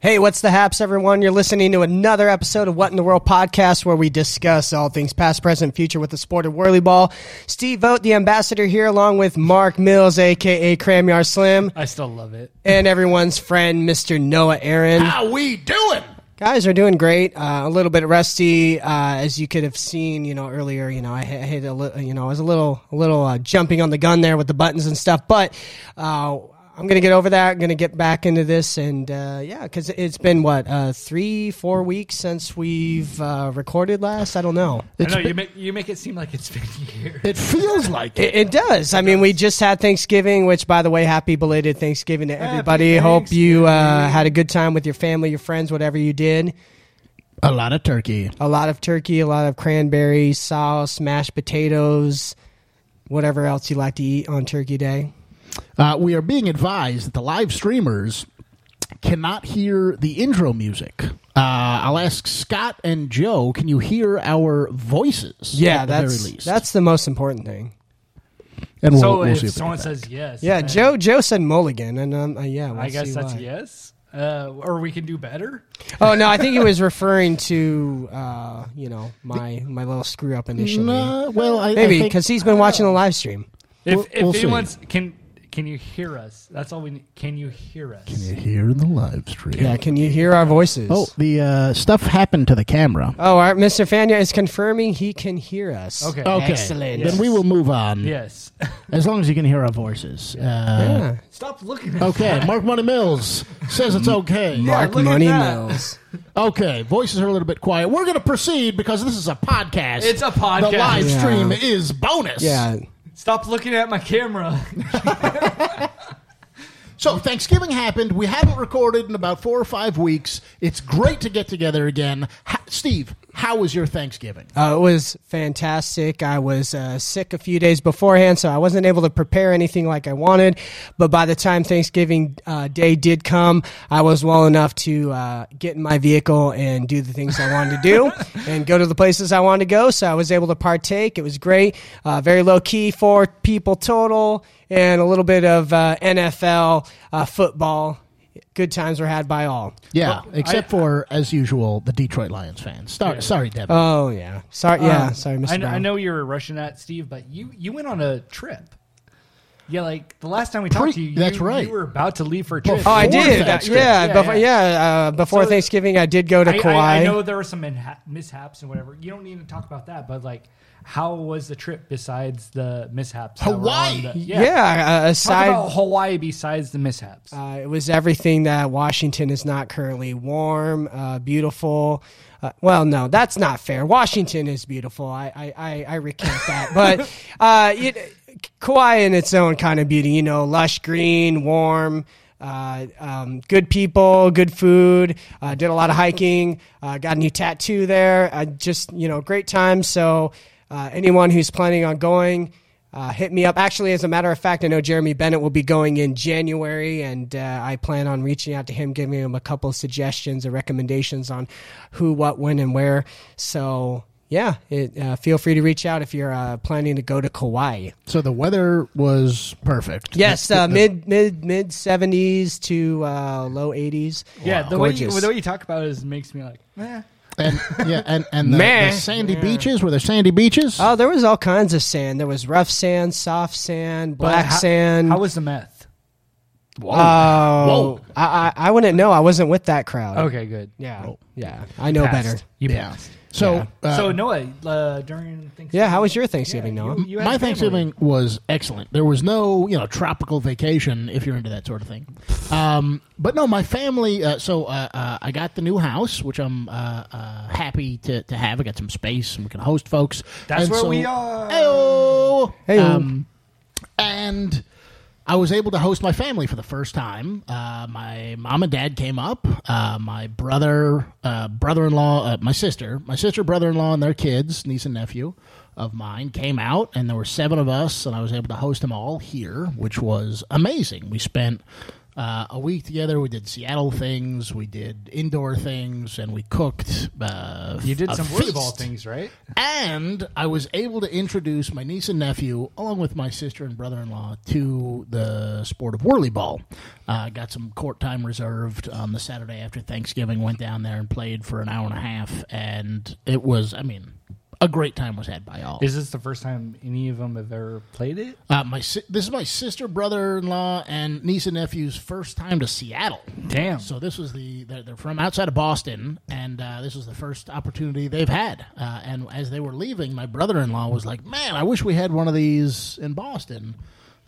Hey, what's the haps, everyone? You're listening to another episode of What in the World podcast where we discuss all things past, present, future with the sport of whirlyball. Steve Vogt, the ambassador here, along with Mark Mills, aka Cramyar Slim, I still love it. and everyone's friend, Mr. Noah Aaron. How we doing? Guys are doing great. Uh, a little bit rusty, uh, as you could have seen, you know, earlier. You know, I hit, hit a little, you know, I was a little, a little uh, jumping on the gun there with the buttons and stuff. But uh, I'm gonna get over that. I'm gonna get back into this, and uh, yeah, because it's been what uh, three, four weeks since we've uh, recorded last. I don't know. I know you make you make it seem like it's been years. It feels like It, it. it does. I mean, we just had Thanksgiving, which, by the way, happy belated Thanksgiving to everybody. Hope you uh, had a good time with your family, your friends, whatever you did. A lot of turkey. a lot of turkey, a lot of cranberry sauce, mashed potatoes, whatever else you like to eat on Turkey Day. Uh, we are being advised that the live streamers cannot hear the intro music. Uh, I'll ask Scott and Joe. Can you hear our voices? Yeah, at the that's very least. that's the most important thing. and we'll, so we'll if see if they someone get says yes, Yeah, then Joe Joe said mulligan, and um, uh, yeah, we'll I guess see that's why. yes. Uh, or we can do better. Oh no, I think he was referring to uh, you know my my little screw up back. initially. Nah, Uh, well, I, I Maybe think- because he's been watching the live stream. If We'll- if we'll see. anyone's can can you hear us? That's all we need. Can you hear us? You hear the live stream. Yeah, can you hear our voices? Oh, the uh, stuff happened to the camera. Oh, our, Mr. Fania is confirming he can hear us. Okay. Okay, Oh, Excellent. Then we will move on. Yes. As long as you can hear our voices. Uh, Yeah. Stop looking. at us. Okay, Mark Money Mills says it's okay. Mark look at Money that. Mills. Okay, voices are a little bit quiet. We're going to proceed because this is a podcast. It's a podcast. The live Yeah. stream is bonus. Yeah. Stop looking at my camera. So Thanksgiving happened. We haven't recorded in about four or five weeks. It's great to get together again. Ha- Steve, how was your Thanksgiving? Uh, it was fantastic. I was uh, sick a few days beforehand, so I wasn't able to prepare anything like I wanted. But by the time Thanksgiving uh, Day did come, I was well enough to uh, get in my vehicle and do the things I wanted to do and go to the places I wanted to go. So I was able to partake. It was great. Uh, very low key, four people total, and a little bit of uh, NFL uh, football. Good times were had by all. Yeah, Well, except I- for as usual the Detroit Lions fans. Star- Sorry, Devin. Oh yeah, sorry. Yeah, sorry, Mr. Uh, Um, I, kn- I Brown. know you were rushing that, Steve, but you you went on a trip. Yeah, like the last time we talked to you, you- that's right. You were about to leave for a trip. Oh, I Before did. Uh, Thanksgiving. yeah, Yeah, before, yeah. yeah. uh, before So- Thanksgiving, I did go to I, Kauai. I, I know there were some inha- mishaps and whatever. You don't need to talk about that, but like, how was the trip besides the mishaps? that were on Hawaii. the- yeah, uh, Talk about aside, Hawaii besides the mishaps. uh, it was everything that Washington is not currently warm, uh, beautiful. Uh, well, no, that's not fair. Washington is beautiful. I I, I, I recant that, but uh, it, Kauai in its own kind of beauty. You know, lush green, warm. Uh, um, good people, good food. Uh, did a lot of hiking. Uh, got a new tattoo there. I just, you know, great time. So, uh, anyone who's planning on going, uh, hit me up. Actually, as a matter of fact, I know Jeremy Bennett will be going in January, and uh, I plan on reaching out to him, giving him a couple of suggestions or recommendations on who, what, when, and where. So, yeah, it, uh, feel free to reach out if you're uh, planning to go to Kauai. so the weather was perfect. Yes, The- uh, the- mid mid mid seventies to uh, low eighties. yeah, the way, you, Gorgeous. the way you talk about it is, makes me like, eh. and yeah, and, and the, Meh. the sandy beaches. Were there sandy beaches? Oh, there was all kinds of sand. There was rough sand, soft sand, But black how- sand. How was the meth? Oh, I, I I wouldn't know. I wasn't with that crowd. Okay, good. Yeah, yeah, I know Passed. better. You yeah. passed. So uh, so Noah, uh, during Thanksgiving, Yeah, how was your Thanksgiving, Noah? you, you had my family. Thanksgiving was excellent. There was no, you know, tropical vacation if you're into that sort of thing. Um, but no, my family. Uh, so uh, uh, I got the new house, which I'm uh, uh, happy to, to have. I got some space, and we can host folks. That's And where so- we are. Heyo. Heyo. Um, and I was able to host my family for the first time. Uh, my mom and dad came up. Uh, my brother, uh, brother-in-law, uh, my sister, my sister, brother-in-law, and their kids, niece and nephew of mine, came out, and there were seven of us, and I was able to host them all here, which was amazing. We spent uh, a week together. We did Seattle things, we did indoor things, and we cooked. Uh, You did a some volleyball feast. things, right? And I was able to introduce my niece and nephew, along with my sister and brother in law, to the sport of whirly ball. Uh, got some court time reserved on the Saturday after Thanksgiving. Went down there and played for an hour and a half, and it was, I mean, a great time was had by all. Is this the first time any of them have ever played it? Uh, my si- this is my sister, brother-in-law, and niece and nephew's first time to Seattle. Damn. So this was the they're, they're from outside of Boston, and uh, this was the first opportunity they've had. Uh, and as they were leaving, my brother-in-law was like, "Man, I wish we had one of these in Boston,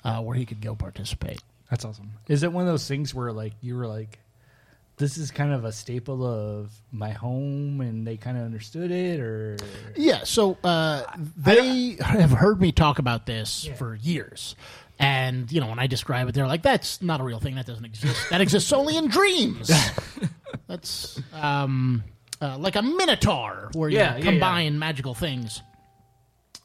uh, where he could go participate." That's awesome. Is it one of those things where like you were like, this is kind of a staple of my home, and they kind of understood it, or Yeah, so uh, they have heard me talk about this for years. And, you know, when I describe it, they're like, that's not a real thing. That doesn't exist. That exists only in dreams. that's um, uh, like a minotaur where you Yeah, yeah, yeah. combine magical things.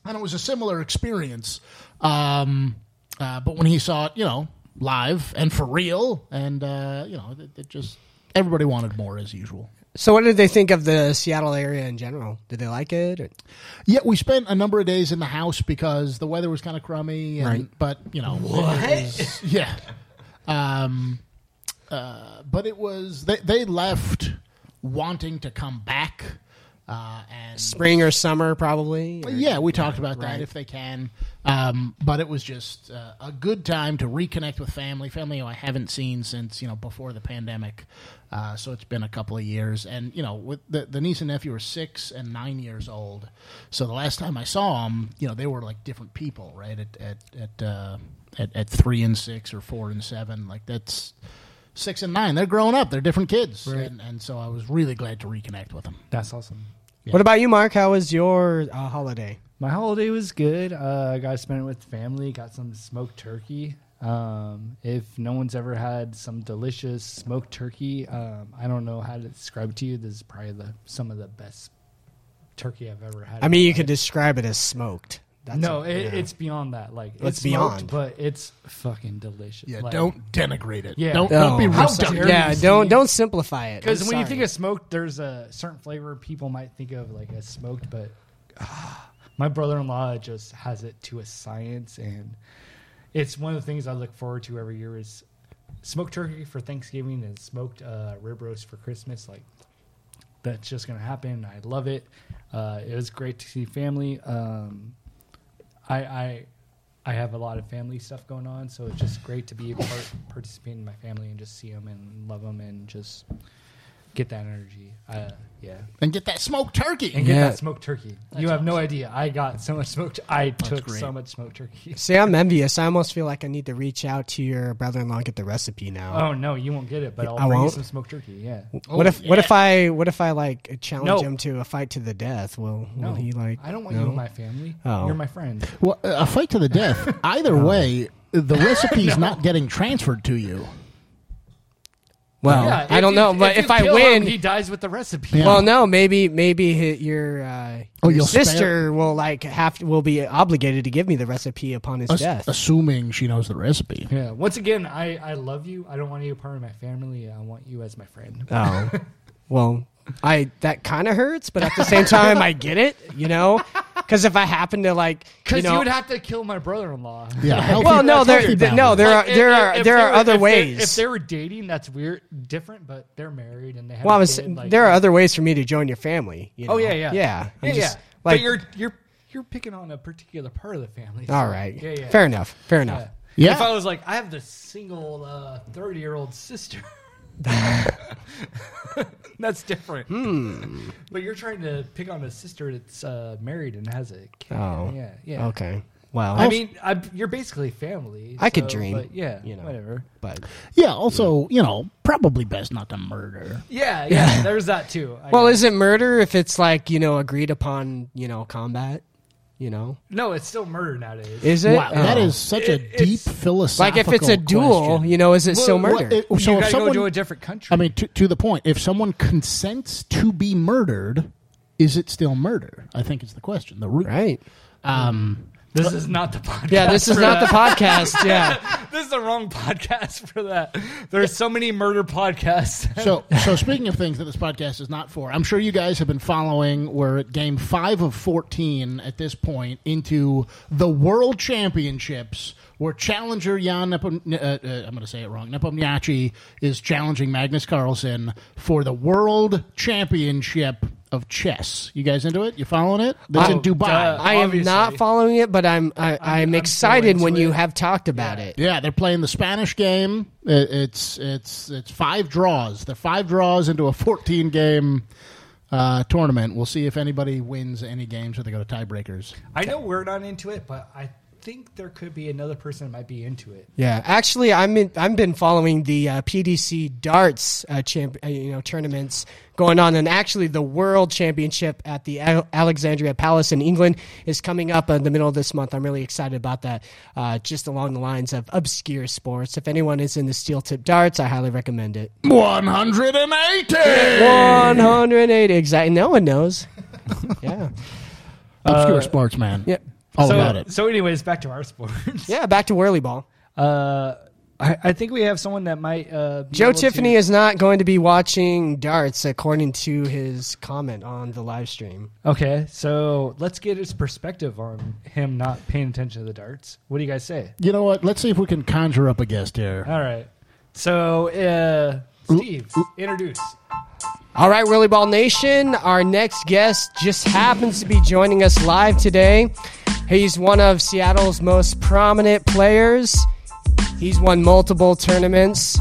And it was a similar experience. Um, uh, but when he saw it, you know, live and for real, and, uh, you know, it, it just, everybody wanted more as usual. So, what did they think of the Seattle area in general? Did they like it? Or- Yeah, we spent a number of days in the house because the weather was kind of crummy. And, Right. But you know, it was- yeah. Um, uh, but it was they they left wanting to come back, uh, and Spring or summer, probably. or- yeah, we talked about that if they can. Um, but it was just uh, a good time to reconnect with family, family who I haven't seen since you know before the pandemic. Uh, so it's been a couple of years, and you know, with the, the niece and nephew are six and nine years old. So the last time I saw them, you know, they were like different people, right? At at at, uh, at, at three and six or four and seven, like that's. Six and nine, they're grown up. They're different kids, and, and so I was really glad to reconnect with them. that's awesome. What about you, Mark? How was your uh, holiday? My holiday was good. Uh, I got to spend it with family. Got some smoked turkey. Um, if no one's ever had some delicious smoked turkey, um, I don't know how to describe it to you. This is probably the some of the best turkey I've ever had. I mean, you could describe it as smoked. That's no, a- it, yeah. it's beyond that. Like It's it's beyond, beyond. but it's fucking delicious. Like, denigrate it. Yeah. don't, No. don't be Oh. How real. dumb. dare yeah. you Don't see- don't simplify it. Because when you think of smoked, there's a certain flavor people might think of like as smoked, but ah, my brother-in-law just has it to a science, and it's one of the things I look forward to every year is smoked turkey for Thanksgiving and smoked uh, rib roast for Christmas. Like that's just gonna happen. I love it. Uh, it was great to see family. Um, I, I I have a lot of family stuff going on, so it's just great to be a part, participate in my family and just see them and love them and just get that energy. Uh, yeah, and get that smoked turkey. and get Yeah. that smoked turkey. you have no idea. I got so much smoked. I took so much smoked turkey. See, I'm envious. I almost feel like I need to reach out to your brother-in-law and get the recipe now. Oh no, you won't get it, but I'll I bring you won't? some smoked turkey. Yeah. what if what if I what if I like challenge No. him to a fight to the death? Will No, will he like? I don't want you no? in my family. Oh. You're my friend. Well, a fight to the death. Either way, the recipe's not getting transferred to you. Well, Yeah, I don't you- know, but if, you I kill win, him, he dies with the recipe. Yeah. well, no, maybe maybe hi- your uh, Oh, your you'll spare- sister will like have to, will be obligated to give me the recipe upon his death. Assuming she knows the recipe. Yeah. Once again, I, I love you. I don't want you a part of my family. I want you as my friend. Oh, well, I that kind of hurts, but at the same time, I get it, you know, because if I happen to like, Because you you, know, would have to kill my brother-in-law. Yeah. healthy- well, no, that's healthy there, there- no, boundaries. there Like, are there are if- if there they are were- other if they- ways. if they were dating, that's weird, different. But they're married and they have. well, I a was kid, like- there are other ways for me to join your family. You know? Oh yeah, yeah, yeah, I'm yeah. just, yeah. Like, but you're you're you're picking on a particular part of the family. all so- right, Yeah, yeah. fair enough, fair enough. Yeah. Yeah. If I was like, I have this single uh, thirty-year-old sister. that's different. Hmm. But you're trying to pick on a sister that's uh, married and has a kid. Oh, yeah, yeah. Okay, well, I mean, I, you're basically family. Oh. I could so, dream, but yeah, you know. whatever. but Yeah. Also, you know, probably best not to murder. Yeah, yeah, There's that too. I well, know. is it murder if it's like you know agreed upon you know combat? You know, no, it's still murder nowadays. is it? wow, that Oh. is such It- a deep it's- like philosophical. if it's a duel, question. you know, is it still Well, murder? it- so you if gotta someone, go to a different country. I mean, to, to the point, if someone consents to be murdered, is it still murder? I think is the question. The root. right. Um, This is not the podcast. Yeah, this is for not the that. podcast. Yeah. this is the wrong podcast for that. There's so many murder podcasts. So, so speaking of things that this podcast is not for, I'm sure you guys have been following. We're at game five of 14 at this point into the World Championships, where challenger Jan Nepom- uh, uh, I'm going to say it wrong Nepomniachtchi is challenging Magnus Carlsen for the World Championship of chess. You guys into it? You following it? That's in Oh, Dubai. duh. I am Obviously. not following it, but I'm I, I'm, I'm excited so when into you it. have talked about it. Yeah, they're playing the Spanish game. It, it's it's it's five draws. They're five draws into a fourteen game uh, tournament. We'll see if anybody wins any games or they go to tiebreakers. I know we're not into it, but I think there could be another person that might be into it. Yeah, actually, I'm in, I've been following the uh, PDC darts uh, champ, uh, you know tournaments going on, and actually the World Championship at the Al- Alexandria Palace in England is coming up in the middle of this month. I'm really excited about that. Uh, just along the lines of obscure sports. If anyone is into steel tip darts, I highly recommend it. One hundred and eighty. Uh, 108 exactly. No one knows. Yeah, Obscure sports, man. yep, all so, about it. So, anyways, back to our sports. yeah. Back to whirly ball. Uh, I, I think we have someone that might. Uh, be Joe able to- Tiffany is not going to be watching darts, according to his comment on the live stream. Okay, so let's get his perspective on him not paying attention to the darts. What do you guys say? You know what? Let's see if we can conjure up a guest here. Uh, All right. So, uh, Steve, introduce. All right, Whirly Ball Nation, our next guest just happens to be joining us live today. He's one of Seattle's most prominent players. He's won multiple tournaments.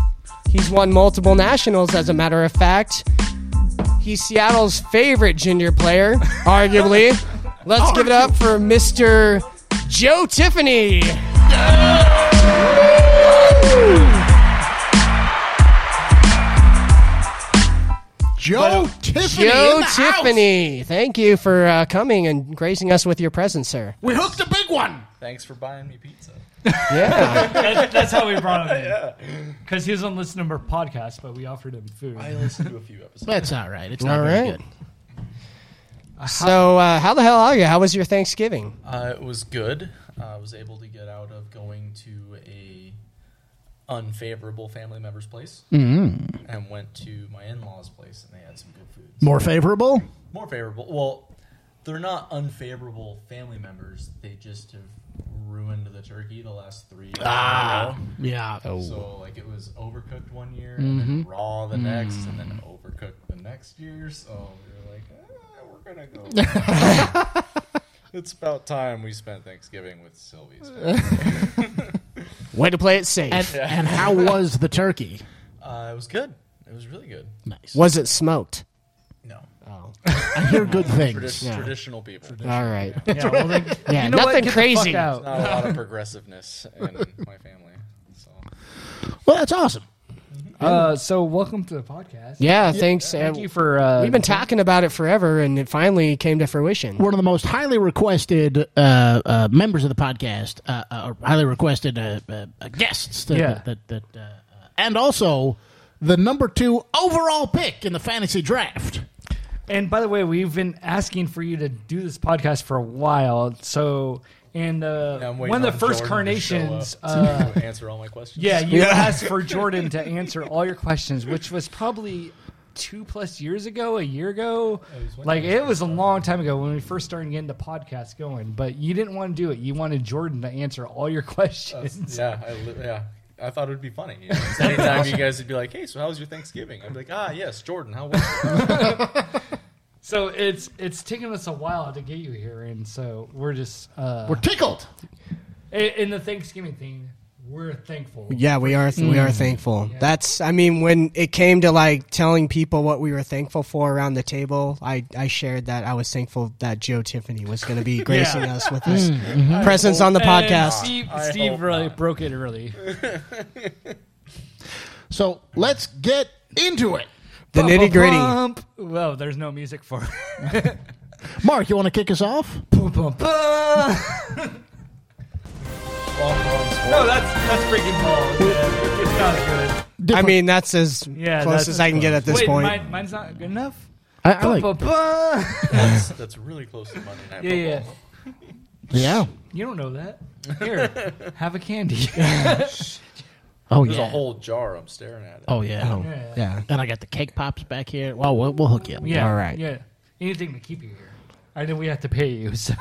He's won multiple nationals, as a matter of fact. He's Seattle's favorite junior player, arguably. Let's give it up for Mr. Joe Tiffany. Joe Tiffany. in Joe the house. Tiffany, thank you for uh, coming and gracing us with your presence, sir. We hooked a big one. Thanks for buying me pizza. Yeah. That's, that's how we brought him in. Because he was on listen to our podcast, but we offered him food. I listened to a few episodes. That's all right. It's not All very right. good. so, uh, how the hell are you? How was your Thanksgiving? Uh, it was good. Uh, I was able to get out of going to a unfavorable family member's place and went to my in-laws' place, and they had some good food. More favorable. More favorable. Well, they're not unfavorable family members. They just have ruined the turkey the last three. years in a Uh, Ah. row. Yeah. Oh. Oh. So like it was overcooked one year, and then raw the next, and Mm. then overcooked the next year. So we were like, "Ah, we're gonna go. it's about time we spent Thanksgiving with Sylvie's. family. Way to play it safe. And, and how was the turkey? Uh, it was good. It was really good. Nice. was it smoked? No, I hear good Tradi- things. traditional people. All right. yeah, well, then, Yeah, you know what? nothing Get the fuck crazy. out. Not a lot of progressiveness in my family. So Well, that's awesome. Uh, so welcome to the podcast. Yeah, thanks. Thank Uh, you for. Uh, We've been talking about it forever, and it finally came to fruition. one of the most highly requested uh, uh, members of the podcast, uh, uh, or highly requested uh, uh, uh, guests, that, Yeah. that, that, uh, uh, and also the number two overall pick in the fantasy draft. and by the way, we've been asking for you to do this podcast for a while. So, and Yeah, uh, I'm waiting one of on the first Jordan to show carnations. up Uh, to answer all my questions. Yeah, you asked for Jordan to answer all your questions, which was probably two plus years ago, a year ago. Like it was a long time ago when we first started getting the podcast going, but you didn't want to do it. You wanted Jordan to answer all your questions. Yeah, I li- yeah. I thought it would be funny. You know? 'Cause Anytime you guys would be like, "Hey, so how was your Thanksgiving?" I'd be like, "Ah, yes, Jordan, how was it?" so it's it's taken us a while to get you here, and so we're just uh, We're tickled. in, in the Thanksgiving thing. We're thankful. Yeah, we are we are thankful. That's I mean, when it came to like telling people what we were thankful for around the table, I I shared that I was thankful that Joe Tiffany was going to be gracing us with his presence on the Mm-hmm. And podcast. Steve, I Steve hope really not. broke it early. So let's get into it. The nitty gritty. Bump. Well, there's no music for it. Mark, you want to kick us off? Boom, boom, boom. No, that's that's freaking Paul. Yeah, it's not good. I mean, that's as Yeah, close that's as I can get at this Wait, point. mine, mine's not good enough. I, I like. Ba-ba. That's, that's really close to Monday Night yeah, yeah. Football. Yeah. You don't know that. Here, have a candy. Oh There's yeah. a whole jar I'm staring at. It. oh yeah. Yeah. Yeah. Then I got the cake pops back here. Well, we'll, we'll hook you up. yeah. All right. Yeah. Anything to keep you here. I know we have to pay you, so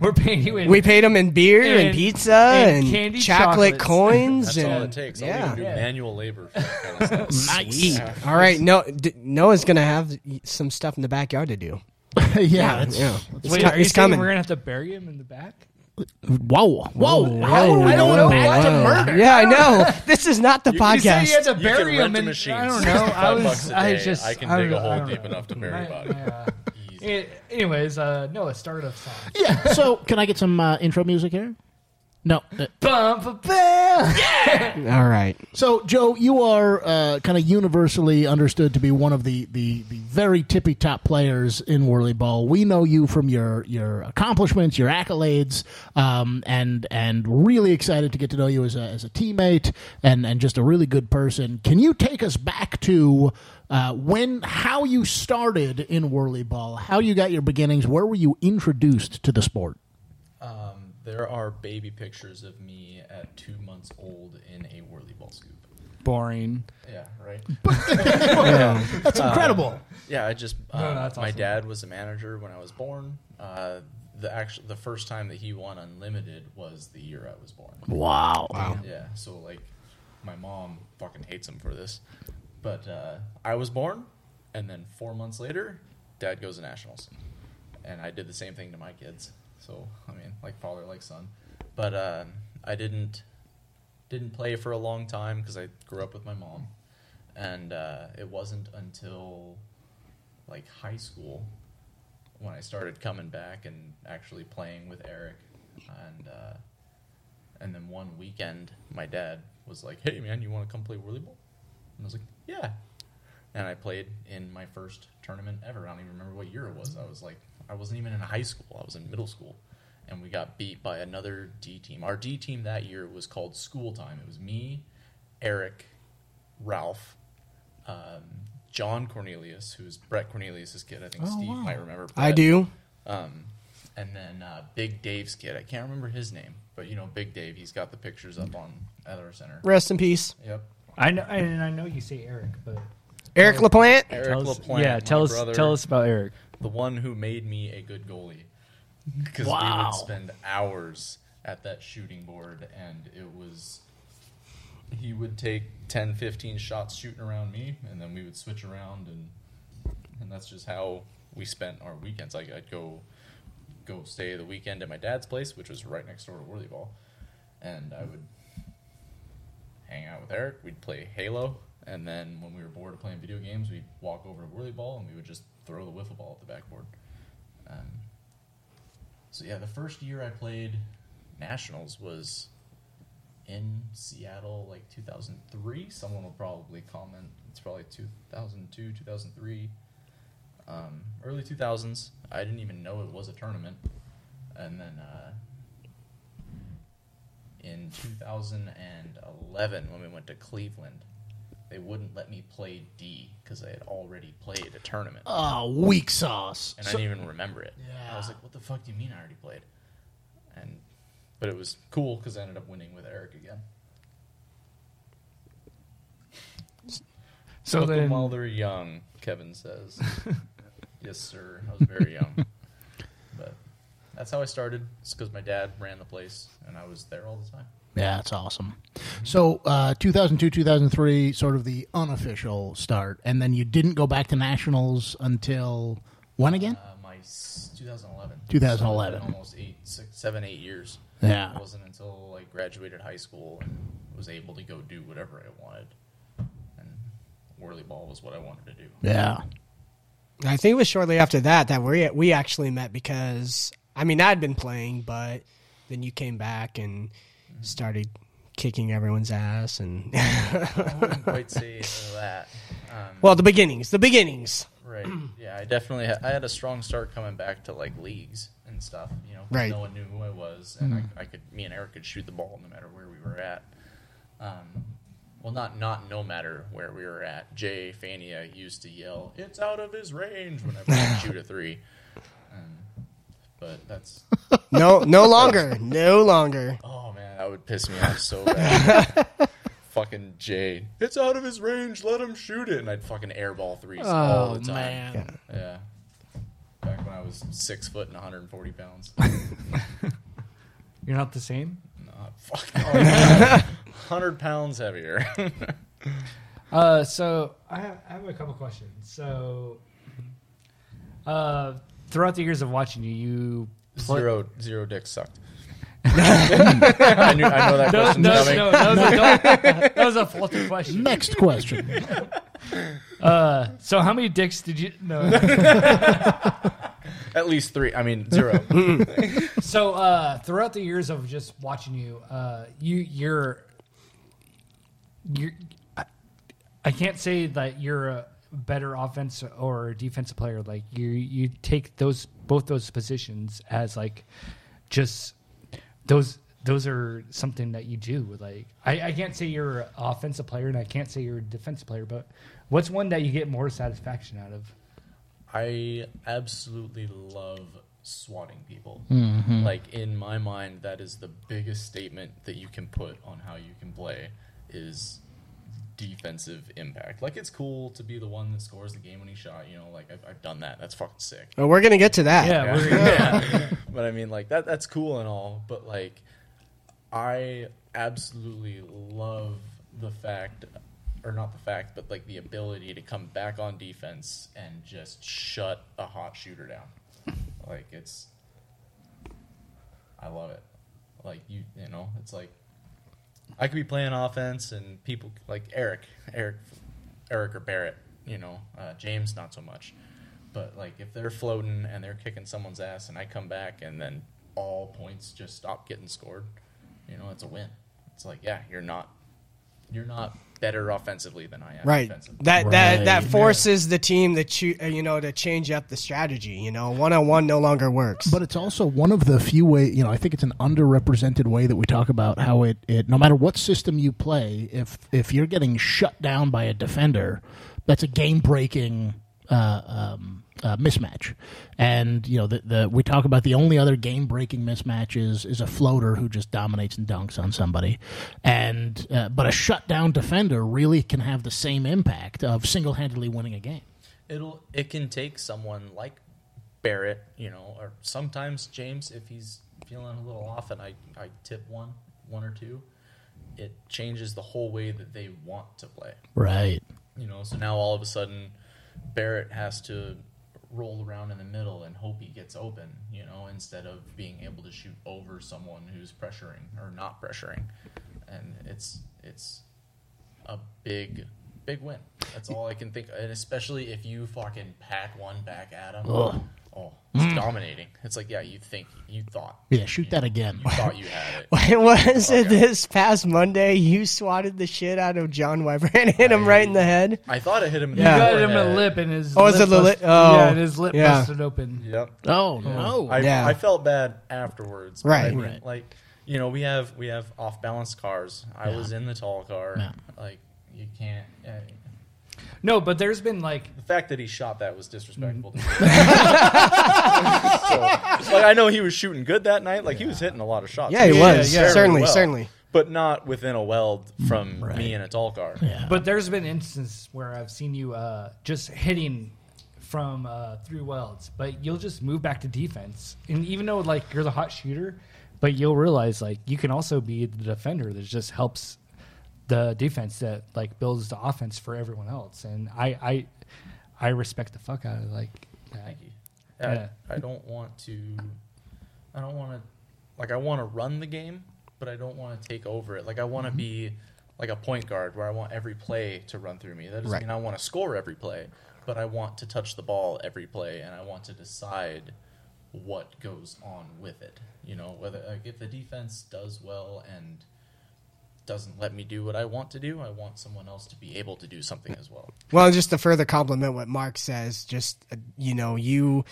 we're paying you in. We paid them in beer and, And- pizza and and, candy chocolate chocolates. coins. That's and, all it takes. I yeah. don't even do Yeah. manual labor. For that kind of stuff. Nice. Yeah. All right, no, D- Noah's gonna have some stuff in the backyard to do. it's- Yeah, it's, Wait, co- are you it's saying coming. We're gonna have to bury him in the back. Whoa. Whoa. How Whoa, are we going whoa, back to whoa. murder? Yeah, I know. This is not the You said podcast. you had to You bury can rent him a in. machine. I don't know. 65 I bucks was. a I day. just. I can don't dig a know, I hole don't deep know. enough to bury a body. Yeah. It- anyways, uh, no, a startup song. Yeah. So, can I get some uh, intro music here? No. Uh, Bum, ba, bum. All right, So, Joe, you are uh, kind of universally understood to be one of the, the, the very tippy top players in Whirly Ball. We know you from your your accomplishments, your accolades, um, and and really excited to get to know you as a, as a teammate and, and just a really good person. Can you take us back to uh, when how you started in Whirly Ball, how you got your beginnings, where were you introduced to the sport? Um, there are baby pictures of me at two months old in a whirly ball scoop. Boring. Yeah, right. That's incredible. Yeah, I just uh, No, no, that's my awesome. dad was a manager when I was born. Uh, the actual the first time that he won unlimited was the year I was born. wow. Wow. Yeah, so like my mom fucking hates him for this, but uh, I was born, and then four months later, dad goes to nationals, and I did the same thing to my kids. So I mean, like father, like son, but uh, I didn't didn't play for a long time because I grew up with my mom, and uh, it wasn't until like high school when I started coming back and actually playing with Eric, and uh, and then one weekend my dad was like, "Hey man, you want to come play whirly ball?" And I was like, "Yeah." And I played in my first tournament ever. I don't even remember what year it was. I was like, I wasn't even in high school. I was in middle school, and we got beat by another D team. Our D team that year was called School Time. It was me, Eric, Ralph, um, John Cornelius, who's Brett Cornelius' kid. I think Steve might remember. Oh, I Brett. do. Um, and then uh, Big Dave's kid. I can't remember his name, but you know Big Dave. He's got the pictures up on at our center. Rest in peace, Yep. I know, and I know you say Eric, but Eric Laplante. Eric tell us, LaPlante, yeah, my tell us, brother, tell us about Eric. the one who made me a good goalie. Because we Wow. would spend hours at that shooting board, and it was he would take 10, 15 shots shooting around me, and then we would switch around, and and that's just how we spent our weekends. Like I'd go go stay the weekend at my dad's place, which was right next door to Worthy Ball, and I would hang out with Eric. We'd play Halo, and then when we were bored of playing video games, we'd walk over to Whirly Ball and we would just throw the wiffle ball at the backboard. Um, so yeah, the first year I played nationals was in Seattle, like 2003. Someone will probably comment. It's probably 2002, 2003, um, early 2000s. I didn't even know it was a tournament, and then. Uh, in 2011 when we went to Cleveland. They wouldn't let me play D because I had already played a tournament Oh, weak sauce. and I didn't even remember it. I was Yeah. like, "What the fuck do you mean I already played?" And but it was cool because I ended up winning with Eric again. So Smoke 'em then- while they're young, Kevin says. yes, sir. I was very young, but that's how I started. It's because my dad ran the place and I was there all the time. Yeah, that's awesome. So, uh, 2002, 2003, sort of the unofficial start, and then you didn't go back to nationals until when again? Uh, my s- 2011. 2011. So it's been almost eight, six, seven, eight years. Yeah. It wasn't until I graduated high school and was able to go do whatever I wanted. And whirly ball was what I wanted to do. Yeah, I think it was shortly after that that we we actually met because I mean I'd been playing, but then you came back and started kicking everyone's ass and I wouldn't quite say that. Um, well the beginnings, the beginnings. right. Yeah, I definitely had, I had a strong start coming back to like leagues and stuff. You know, 'cause Right. No one knew who I was, and I, I could me and Eric could shoot the ball no matter where we were at. Um, well, not not no matter where we were at. Jay Fania used to yell, "It's out of his range" whenever I shoot a three. Um, but that's No, no longer, no longer. oh man, that would piss me off so bad. fucking Jade, it's out of his range. Let him shoot it, and I'd fucking airball threes Oh, all the time. Yeah, back when I was six foot and 140 pounds. You're not the same. Not fuck. Oh, yeah. 100 pounds heavier. Uh, so I have, I have a couple questions. So, uh, throughout the years of watching you, you zero zero dick sucked. I, knew, I know that Those- question those- coming. no, that was a- don't- that was a faulty question. Next question. Uh, so how many dicks did you? No. At least three. I mean zero. So uh, throughout the years of just watching you, uh, you you're you I, I can't say that you're a better offense or defensive player. Like you you take those both those positions as like just those those are something that you do. Like I, I can't say you're an offensive player and I can't say you're a defensive player, but what's one that you get more satisfaction out of? I absolutely love swatting people. Like in my mind, that is the biggest statement that you can put on how you can play is defensive impact. Like it's cool to be the one that scores the game when he shot. You know, like I've, I've done that. That's fucking sick. But we're gonna get to that. Yeah, we're- yeah. but I mean, like that that's cool and all, but like I absolutely love the fact or not the fact, but like the ability to come back on defense and just shut a hot shooter down. Like it's I love it. Like you you know, it's like I could be playing offense and people like Eric, Eric, Eric or Barrett, you know, uh, James not so much, but like if they're floating and they're kicking someone's ass and I come back and then all points just stop getting scored, you know, it's a win. It's like yeah, you're not, you're not better offensively than I am. Right. Defensively. That that Right. that forces the team to choo- uh, you know to change up the strategy. You know, one on one no longer works. But it's also one of the few way you know, I think it's an underrepresented way that we talk about how it, it no matter what system you play, if if you're getting shut down by a defender, that's a game breaking uh, um, uh, mismatch. And you know, the, the we talk about the only other game breaking mismatch is is a floater who just dominates and dunks on somebody. And uh, but a shut down defender really can have the same impact of single handedly winning a game. it'll it can take someone like Barrett, you know, or sometimes James if he's feeling a little off and I I tip one one or two, it changes the whole way that they want to play. Right. You know, so now all of a sudden Barrett has to roll around in the middle and hope he gets open, you know, instead of being able to shoot over someone who's pressuring or not pressuring. And it's it's a big big win. That's all I can think and especially if you fucking pack one back at him. Oh, it's dominating. It's like yeah, you think you thought. Mm. Yeah, shoot that again. You thought you had it. It was Okay. it this past Monday. You swatted the shit out of John Weber and hit him right in the head. I thought I hit him in Yeah. the You got him a forehead. lip and his Oh, is it the bust- lip? yeah, Oh, and his lip yeah. busted open. Yep. Oh no. I, Yeah. I felt bad afterwards. but Right. I mean, Right. Like, you know, we have we have off balance cars. I was in the tall car. Yeah. Like, you can't. Uh, No, but there's been like the fact that he shot that was disrespectful. to me. Mm-hmm. So, like, I know he was shooting good that night. Like, he was hitting a lot of shots. Yeah, he Yeah, was yeah. certainly, Well, certainly. But not within a weld from me in a tall car. Mm, Yeah. but there's been instances where I've seen you uh, just hitting from uh, three welds, but you'll just move back to defense. And even though like you're the hot shooter, but you'll realize like you can also be the defender that just helps the defense that like builds the offense for everyone else. And I I, I respect the fuck out of like that. Thank you. Yeah. I, I don't want to. I don't want to. Like I want to run the game, but I don't want to take over it. Like I want to be like a point guard where I want every play to run through me. That doesn't Right. mean I want to score every play, but I want to touch the ball every play, and I want to decide what goes on with it. You know, whether like if the defense does well and doesn't let me do what I want to do, I want someone else to be able to do something as well. Well, just to further compliment what Mark says, just uh, you know, you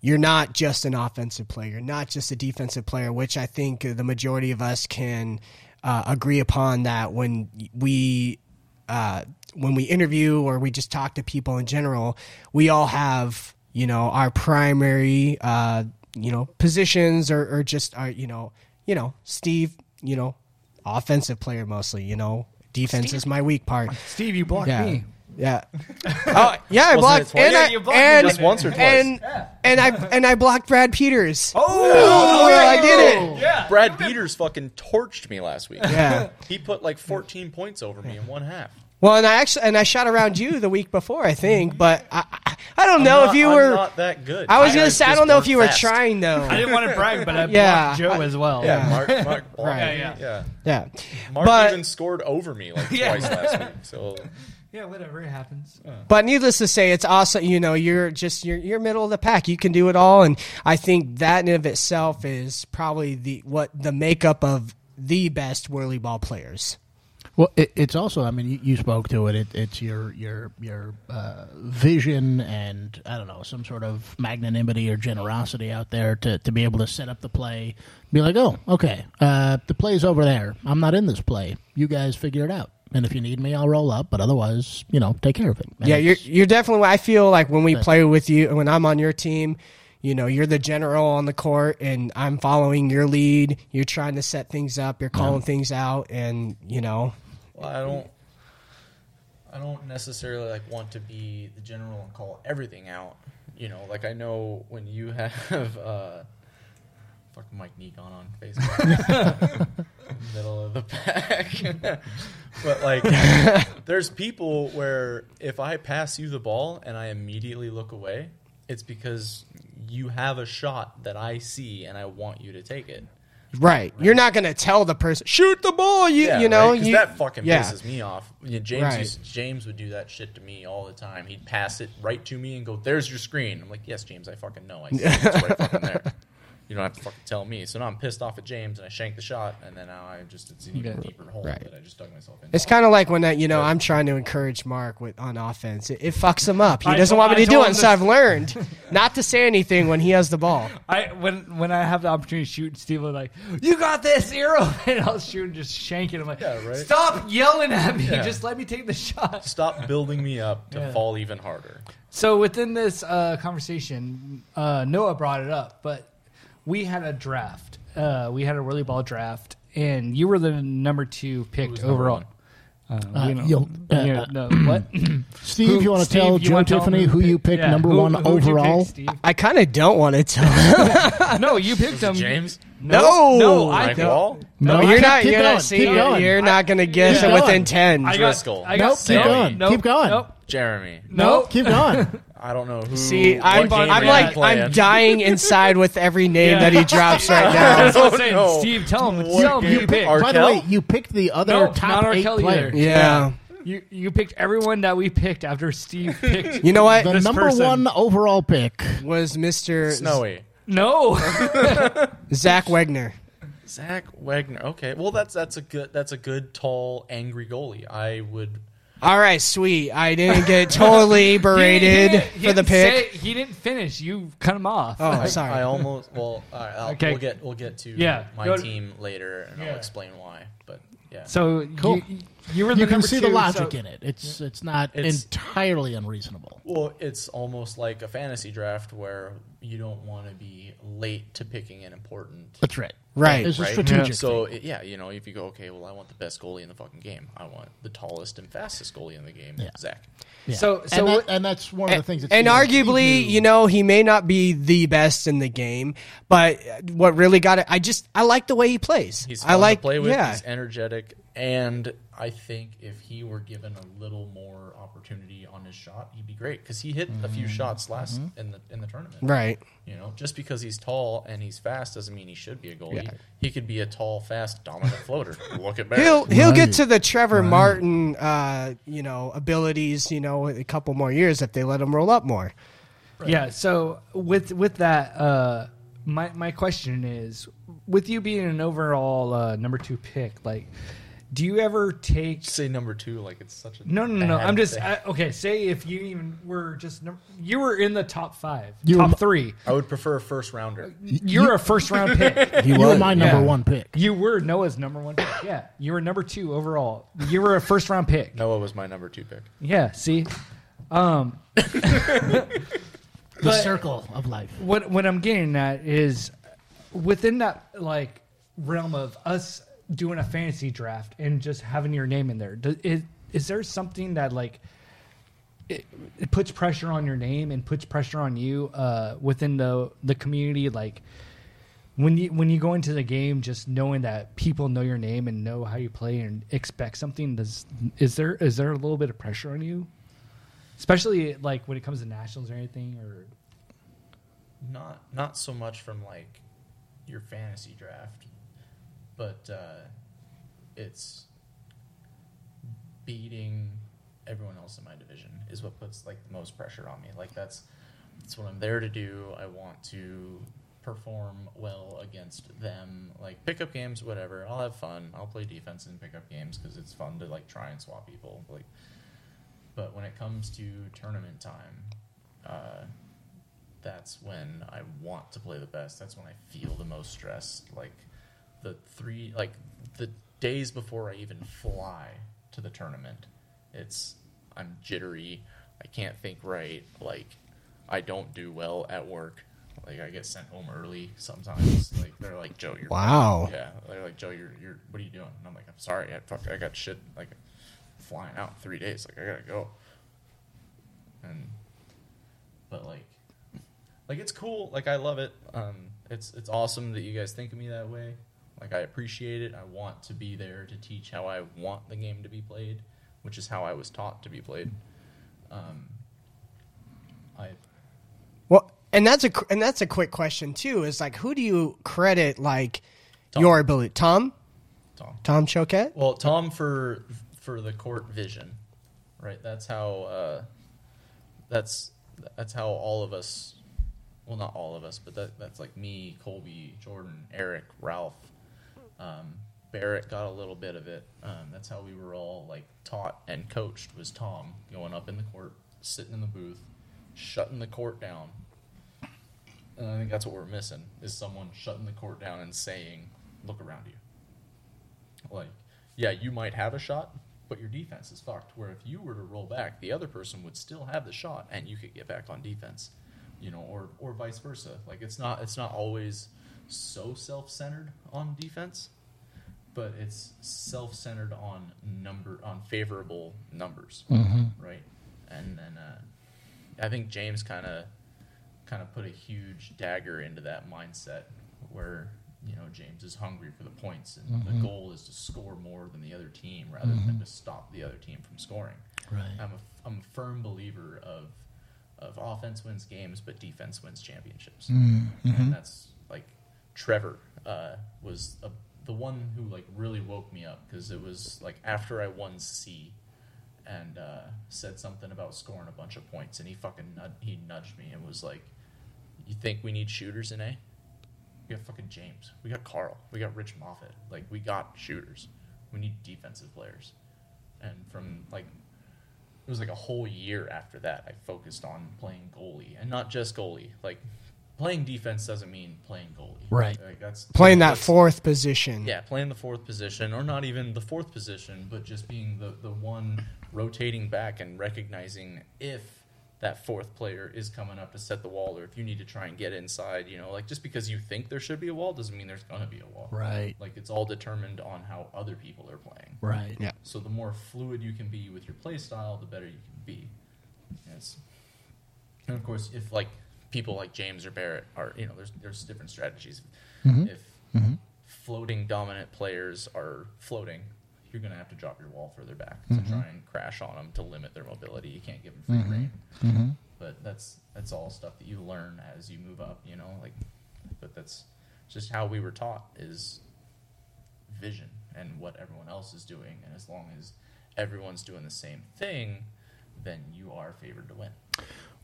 you're not just an offensive player, you're not just a defensive player, which I think uh, the majority of us can uh, agree upon that when we uh, when we interview or we just talk to people in general, we all have you know our primary. Uh, you know positions or or just are you know you know Steve you know offensive player mostly you know defense is my weak part. Steve, you blocked Yeah. me. Yeah. Oh, yeah, I blocked twice? and Yeah, I, you blocked me and, just once or twice. And, and I and I blocked Brad Peters. Oh, I did it. Brad Peters fucking torched me last week. Yeah. He put like 14 points over me in one half. Well, and I actually and I shot around you the week before, I think, but I I, I don't know if you I'm were not that good. I was going to say I just don't know work if you were fast. trying though. I didn't want to brag, but I Yeah. blocked Joe as well. Yeah, Mark. Mark. Ball. Right. Yeah, yeah. Yeah. Mark But- even scored over me like Yeah. twice last week. So Yeah, whatever it happens. But needless to say, it's also you know you're just you're you're middle of the pack. You can do it all, and I think that in of itself is probably the what the makeup of the best whirly ball players. Well, it, it's also. I mean, you, you spoke to it. it. It's your your your uh, vision and I don't know some sort of magnanimity or generosity out there to, to be able to set up the play. Be like, oh, okay, uh, the play's over there. I'm not in this play. You guys figure it out. And if you need me, I'll roll up. But otherwise, you know, take care of it. And Yeah, you're it's- you're definitely. I feel like when we play with you, when I'm on your team, you know, you're the general on the court, and I'm following your lead. You're trying to set things up. You're calling things out, and you know, well, I don't. I don't necessarily like want to be the general and call everything out. You know, like I know when you have uh, fuck Mike Nikon on Facebook, middle of the pack. but like, there's people where if I pass you the ball and I immediately look away, it's because you have a shot that I see and I want you to take it. right? You're not gonna tell the person shoot the ball. You you know right, 'cause you, that fucking yeah. pisses me off. Yeah, James Right. used, James would do that shit to me all the time. He'd pass it right to me and go, "There's your screen." I'm like, "Yes, James, I fucking know. I see it. it's right fucking there. You don't have to fucking tell me." So now I'm pissed off at James and I shanked the shot, and then now I just it's an even Yeah. deeper hole Right. that I just dug myself in. It's kind of like when I, you know I'm trying to encourage Mark with on offense. It, it fucks him up. He I doesn't told- want me I to do told it, him and so this- I've learned not to say anything when he has the ball. I when when I have the opportunity to shoot, Steve will be like, "You got this, arrow!" And I'll shoot and just shank it. I'm like, Yeah, right. "Stop yelling at me! Yeah. Just let me take the shot." Stop building me up to Yeah. fall even harder. So within this uh, conversation, uh, Noah brought it up, but we had a draft. Uh, we had a really ball draft, and you were the number two picked number overall. Uh, Uh, you know, you'll- uh, you uh, know, what? Steve, you want to Steve, tell you Joe wanna tell Tiffany him who you picked yeah, number who- one who'd you pick, overall? Steve? I kind of don't want to tell him. no, you picked him. James, No, no, I Frank don't. Wall, No, you're keep- not. keep you're going, not. See, keep going. you're not going to guess Keep it within going. ten. I got, Driscoll. I got Nope, keep nope, going, Nope, keep going. Nope, Jeremy. nope. Keep going. I don't know who. See, what I'm, game I'm are you like playing? I'm dying inside with every name Yeah. that he drops right now. That's what Oh, I'm saying. no. Steve, tell him. What tell him game? you picked. Our- By the way, Arkell? you picked the other No, top not eight Arkell player. either. Yeah. You you picked everyone that we picked after Steve picked. You know what? The This number person. one overall pick. was Mr. Z- Snowy. no, Zach Wegner. Zach Wagner. Okay, well that's that's a good that's a good tall angry goalie. I would All right, sweet. I didn't get totally berated He didn't- he for the didn't pick. say- he didn't finish. You cut him off. oh, I, sorry. I almost well. All right, I'll, Okay. we'll get we'll get to Yeah, my go- team later, and Yeah. I'll explain why. But yeah, So Cool. you, you were the You can number see two, the logic so- in it. It's it's not It's- entirely unreasonable. well, it's almost like a fantasy draft where you don't want to be late to picking an important. That's right. Right. It's a Right? strategic. So it, yeah, you know, if you go, okay, well, I want the best goalie in the fucking game. I want the tallest and fastest goalie in the game, Yeah. Zach. thing. Yeah. So- And so that- what- and that's one of the things. That's and arguably, you know, he may not be the best in the game, but what really got it, I just I like the way he plays. He's fun I like to play with. Yeah, He's energetic, and I think if he were given a little more opportunity on his shot, he'd be great because he hit a few shots last in the in the tournament. right. You know, just because he's tall and he's fast doesn't mean he should be a goalie. Yeah. He could be a tall, fast, dominant floater. Look at Barry. He'll he'll Right. get to the Trevor Martin, uh, you know, abilities. You know, in a couple more years if they let him roll up more. Yeah. So with with that, uh, my my question is, with you being an overall uh, number two pick, like, do you ever take? say number two like it's such a No, no, no. no. bad I'm just thing. I, okay. Say if you even were just num- you were in the top five, You were top my- three. I would prefer a first rounder. You're a first round pick. you were my number yeah. one pick. You were Noah's number one pick. Yeah, you were number two overall. You were a first round pick. Noah was my number two pick. Yeah, see? Um, The But- circle of life. what what I'm getting at is within that like realm of us doing a fantasy draft and just having your name in there. Does, is, is there something that like it, it puts pressure on your name and puts pressure on you uh, within the the community? Like when you when you go into the game, just knowing that people know your name and know how you play and expect something. Does is there is there a little bit of pressure on you? Especially like when it comes to nationals or anything, or not not so much from like your fantasy draft, but uh, it's beating everyone else in my division is what puts like the most pressure on me. Like that's that's what I'm there to do. I want to perform well against them. Like pickup games, whatever. I'll have fun. I'll play defense in pickup games because it's fun to like try and swap people. Like, but when it comes to tournament time. Uh, that's when I want to play the best. That's when I feel the most stressed. Like the three, like the days before I even fly to the tournament, it's I'm jittery. I can't think right. Like I don't do well at work. Like I get sent home early sometimes. Like they're like Joe, you're Wow. yeah, they're like Joe, you're you're what are you doing? And I'm like I'm sorry. I fuck, I got shit like flying out in three days. Like I gotta go. And but like like it's cool like i love it um it's it's awesome that you guys think of me that way like i appreciate it i want to be there to teach how i want the game to be played which is how i was taught to be played um i Well, and that's a qu- and that's a quick question too. Is like who do you credit like Tom. your ability? Tom, tom Tom Choquette. well tom for for the court vision right that's how uh that's that's how all of us well not all of us but that, that's like me colby jordan eric ralph um, barrett got a little bit of it um, that's how we were all like taught and coached was tom going up in the court sitting in the booth shutting the court down and i think that's what we're missing is someone shutting the court down and saying look around you like yeah you might have a shot but your defense is fucked where if you were to roll back the other person would still have the shot and you could get back on defense you know or or vice versa like it's not it's not always so self-centered on defense but it's self-centered on number on favorable numbers right and then uh, i think james kind of kind of put a huge dagger into that mindset where you know James is hungry for the points and the goal is to score more than the other team rather than to stop the other team from scoring. Right. I'm a, I'm a firm believer of of offense wins games but defense wins championships. And that's like Trevor uh, was a, the one who like really woke me up because it was like after I won C and uh, said something about scoring a bunch of points and he fucking nud- he nudged me and was like you think we need shooters in A? We got fucking James. We got Carl. We got Rich Moffitt. Like we got shooters. We need defensive players. And from like it was like a whole year after that I focused on playing goalie and not just goalie. Like playing defense doesn't mean playing goalie. Right. Like that's Playing that that's- fourth position. yeah, playing the fourth position, or not even the fourth position, but just being the, the one rotating back and recognizing if that fourth player is coming up to set the wall, or if you need to try and get inside. You know, like just because you think there should be a wall doesn't mean there's going to be a wall. Right. Like it's all determined on how other people are playing. Right. Yeah. So the more fluid you can be with your play style, the better you can be. Yes. And of course, if like people like James or Barrett are, you know, there's there's different strategies. If floating dominant players are floating, you're going to have to drop your wall further back to try and crash on them to limit their mobility. You can't give them free reign. But that's that's all stuff that you learn as you move up, you know, like but that's just how we were taught is vision and what everyone else is doing. And as long as everyone's doing the same thing, then you are favored to win.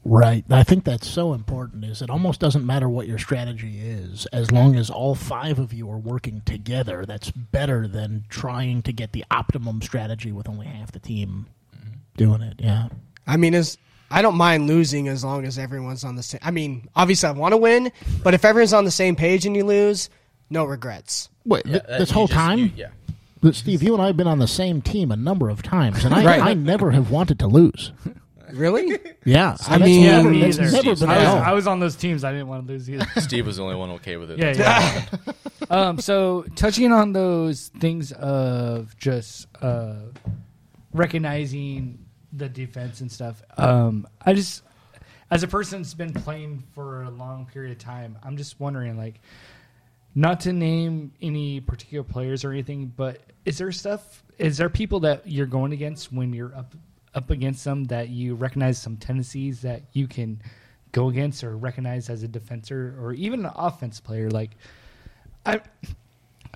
Right. I think that's so important is it almost doesn't matter what your strategy is as long as all 5 of you are working together that's better than trying to get the optimum strategy with only half the team doing it. Yeah. I mean, as I don't mind losing as long as everyone's on the same. I mean, obviously I want to win, but if everyone's on the same page and you lose, no regrets. Wait, th- That- this uh, you whole just- time? you- yeah. But Steve, you and I have been on the same team a number of times and I Right. I never have wanted to lose. Really? Yeah, I that's mean- never, Me that's either. never I been was, at all. I was on those teams. I didn't want to lose either. Steve was the only one okay with it. Yeah, yeah. um, so touching on those things of just uh, recognizing the defense and stuff, um, I just as a person that's been playing for a long period of time, I'm just wondering like not to name any particular players or anything, but is there stuff? Is there people that you're going against when you're up up against them that you recognize some tendencies that you can go against or recognize as a defender or even an offense player? Like, I,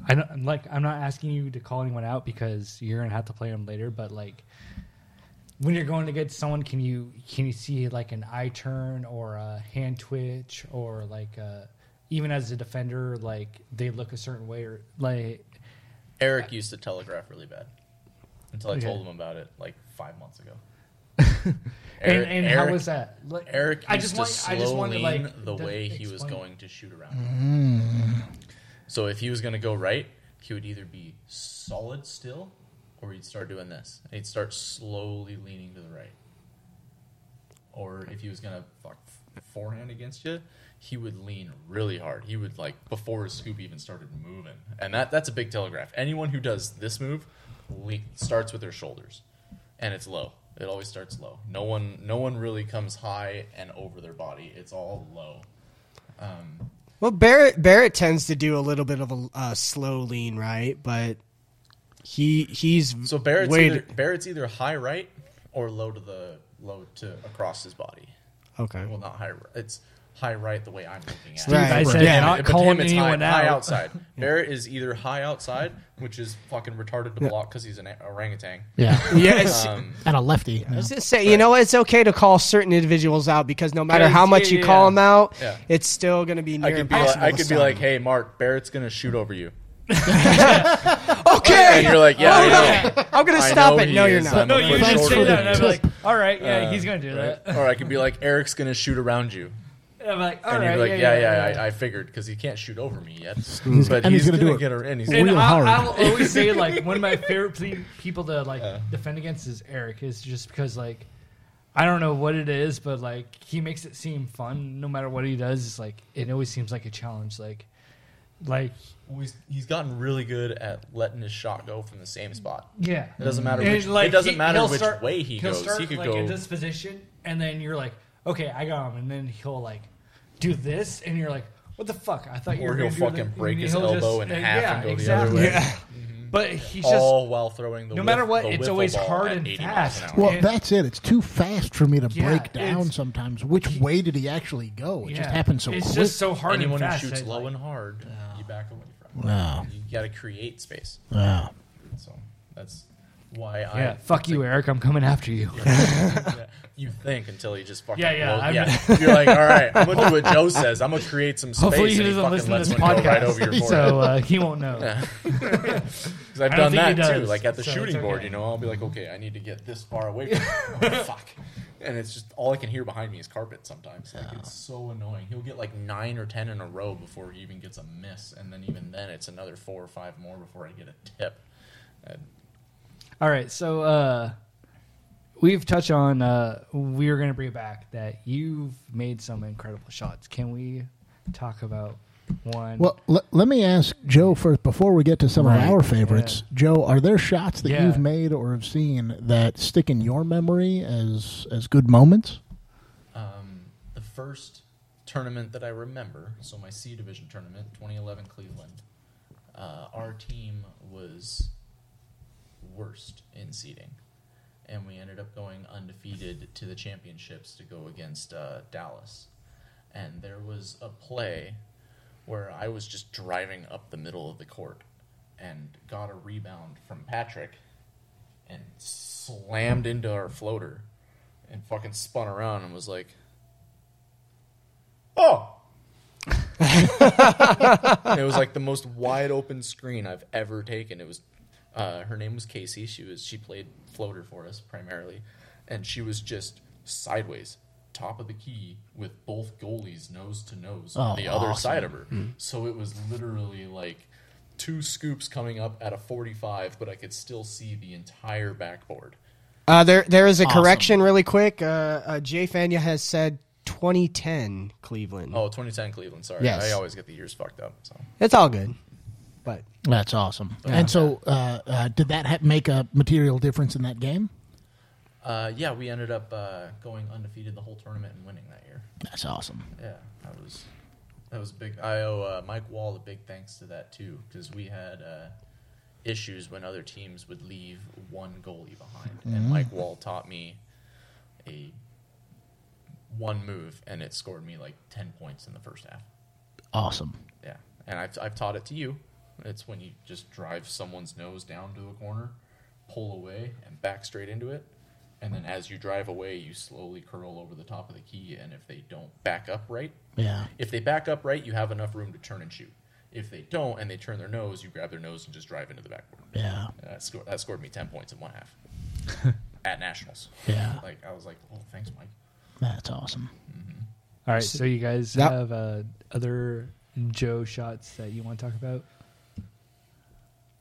I don't, I'm like I'm not asking you to call anyone out because you're gonna have to play them later, but like. When you're going against someone, can you can you see like an eye turn or a hand twitch or like a, even as a defender, like they look a certain way or like Eric used to telegraph really bad until I Okay. told him about it like five months ago. and, and how was that? Like, Eric I just used want to I just wanted lean like the to way he was explain- going to shoot around. So if he was going to go right, he would either be solid still, or he'd start doing this. He'd start slowly leaning to the right. Or if he was going to fuck forehand against you, he would lean really hard. He would like before his scoop even started moving, and that that's a big telegraph. Anyone who does this move le- starts with their shoulders, and it's low. It always starts low. No one, no one really comes high and over their body. It's all low. Well, Barrett Barrett tends to do a little bit of a uh, slow lean, right? But he he's So Barrett's way- either, Barrett's either high right or low to the low to across his body. okay. Well, not high. right. It's high right the way I'm looking at. Dude, it. Right. I Right. said Yeah, But not him, calling it's anyone high, high out. outside. Barrett is either high outside, which is fucking retarded to block because he's an a- orangutan. yeah, Yes. Um, and a lefty. I was gonna say, you know, what? it's okay to call certain individuals out because no matter how Because- much yeah, you yeah, call yeah. them out, Yeah. it's still going to be near I could be like, impossible. I to could be stop. like, hey, Mark, Barrett's gonna shoot over you, okay, and you're like, yeah, I know. I'm going to I stop know it. he No, you're is. not. I'm a No, you foot Thanks just shorter say for that, than the and I'm you. like, all right, yeah, Uh, he's gonna do that. Right? Or I could be like, Eric's gonna shoot around you. And I'm like, all And right, you'd be like, yeah, yeah, yeah, I, I figured because he can't shoot over me yet, but And he's, he's gonna, gonna do it. get her in. He's And real I, hard. I will always say like one of my favorite ple- people to like defend against is Eric, is just because like I don't know what it is, but like he makes it seem fun no matter what he does. It's like it always seems like a challenge. Like, like Well, He's, he's gotten really good at letting his shot go from the same spot. yeah, It doesn't matter. And, Which, like, it doesn't he- matter he'll which start- way he he'll goes. Start, he could like, go. in this position, and then you're like, okay, I got him, and then he'll like do this, and you're like, what the fuck? I thought you Or were he'll gonna do fucking that. break And his he'll elbow in uh, half and go the other exactly. way. Yeah. But he's just Oh, all while throwing the no whiff- matter what, the it's wiffle always ball hard at and 80 fast. miles an hour. Well, And- that's it. It's too fast for me to Yeah, break down it's- sometimes. Which way did he actually go? It just Yeah. happened so it's quick. just so hard. Anyone and who fast shoots that, low like, and hard, you back away from. No. You got to create space. Yeah. So that's why yeah, I fuck you, Eric. I'm coming after you. Yeah, you think until he just fucking Yeah, yeah, blows- I'm- yeah. You're like, all right, I'm gonna do what Joe says. I'm gonna create some space. Hopefully, he and doesn't fucking listen to lets this one go podcast, right over your forehead. so uh, he won't know. Because I've I don't done think that he too. does, Like at the so shooting it's board, okay. Mm-hmm. you know, I'll be like, okay, I need to get this far away from oh, fuck. And it's just all I can hear behind me is carpet sometimes. Like it's so annoying. He'll get like nine or ten in a row before he even gets a miss, and then even then it's another four or five more before I get a tip. And All right, so uh, we've touched on uh, we're going to bring it back that you've made some incredible shots. Can we talk about one? Well, let, let me ask Joe first before we get to some of our favorites. Joe, are there shots that Yeah. you've made or have seen that stick in your memory as as good moments? um, the first tournament that I remember, so my C division tournament, 2011 Cleveland, uh, our team was worst in seeding, and we ended up going undefeated to the championships to go against uh, Dallas. And there was a play where I was just driving up the middle of the court and got a rebound from Patrick and slammed into our floater and fucking spun around and was like, "Oh." And it was like the most wide open screen I've ever taken. It was uh, her name was Casey. She was she played floater for us primarily, and she was just sideways, top of the key with both goalies nose to nose on Oh, the other awesome. side of her. So it was literally like two scoops coming up at a 45, but I could still see the entire backboard Uh, there, there is a Awesome. correction really quick. Uh, uh, Jay Fania has said 2010 Cleveland. Oh, 2010 Cleveland. Sorry, Yes. I always get the years fucked up. So It's all good. But That's awesome. And so, uh, uh, did that ha- make a material difference in that game? uh, yeah, we ended up uh, going undefeated the whole tournament and winning that year. That's awesome. Yeah, that was that was big. I owe uh, Mike Wall a big thanks to that too, because we had uh, issues when other teams would leave one goalie behind, and Mike Wall taught me a one move, and it scored me like ten points in the first half. Awesome. Yeah, and I've I've taught it to you. It's when you just drive someone's nose down to a corner, pull away, and back straight into it. And then as you drive away, you slowly curl over the top of the key. And if they don't back up right, Yeah. if they back up right, you have enough room to turn and shoot. If they don't and they turn their nose, you grab their nose and just drive into the backboard. Yeah. That, scored, that scored me 10 points in one half at Nationals. Yeah. Like, I was like, oh, thanks, Mike. That's awesome. All right, so you guys That- have uh, other Joe shots that you want to talk about?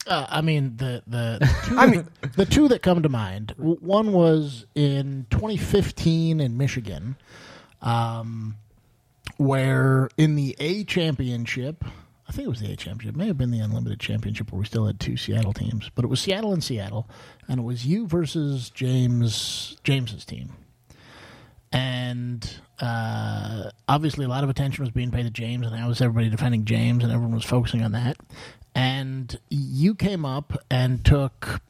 Uh, I mean, the the two, I mean, the two that come to mind. w- One was in 2015 in Michigan, um, where in the A championship, I think it was the A championship, may have been the unlimited championship, where we still had two Seattle teams, but it was Seattle and Seattle, and it was you versus James James's team. and uh, obviously a lot of attention was being paid to James, and that was everybody defending James, and everyone was focusing on that. And you came up and took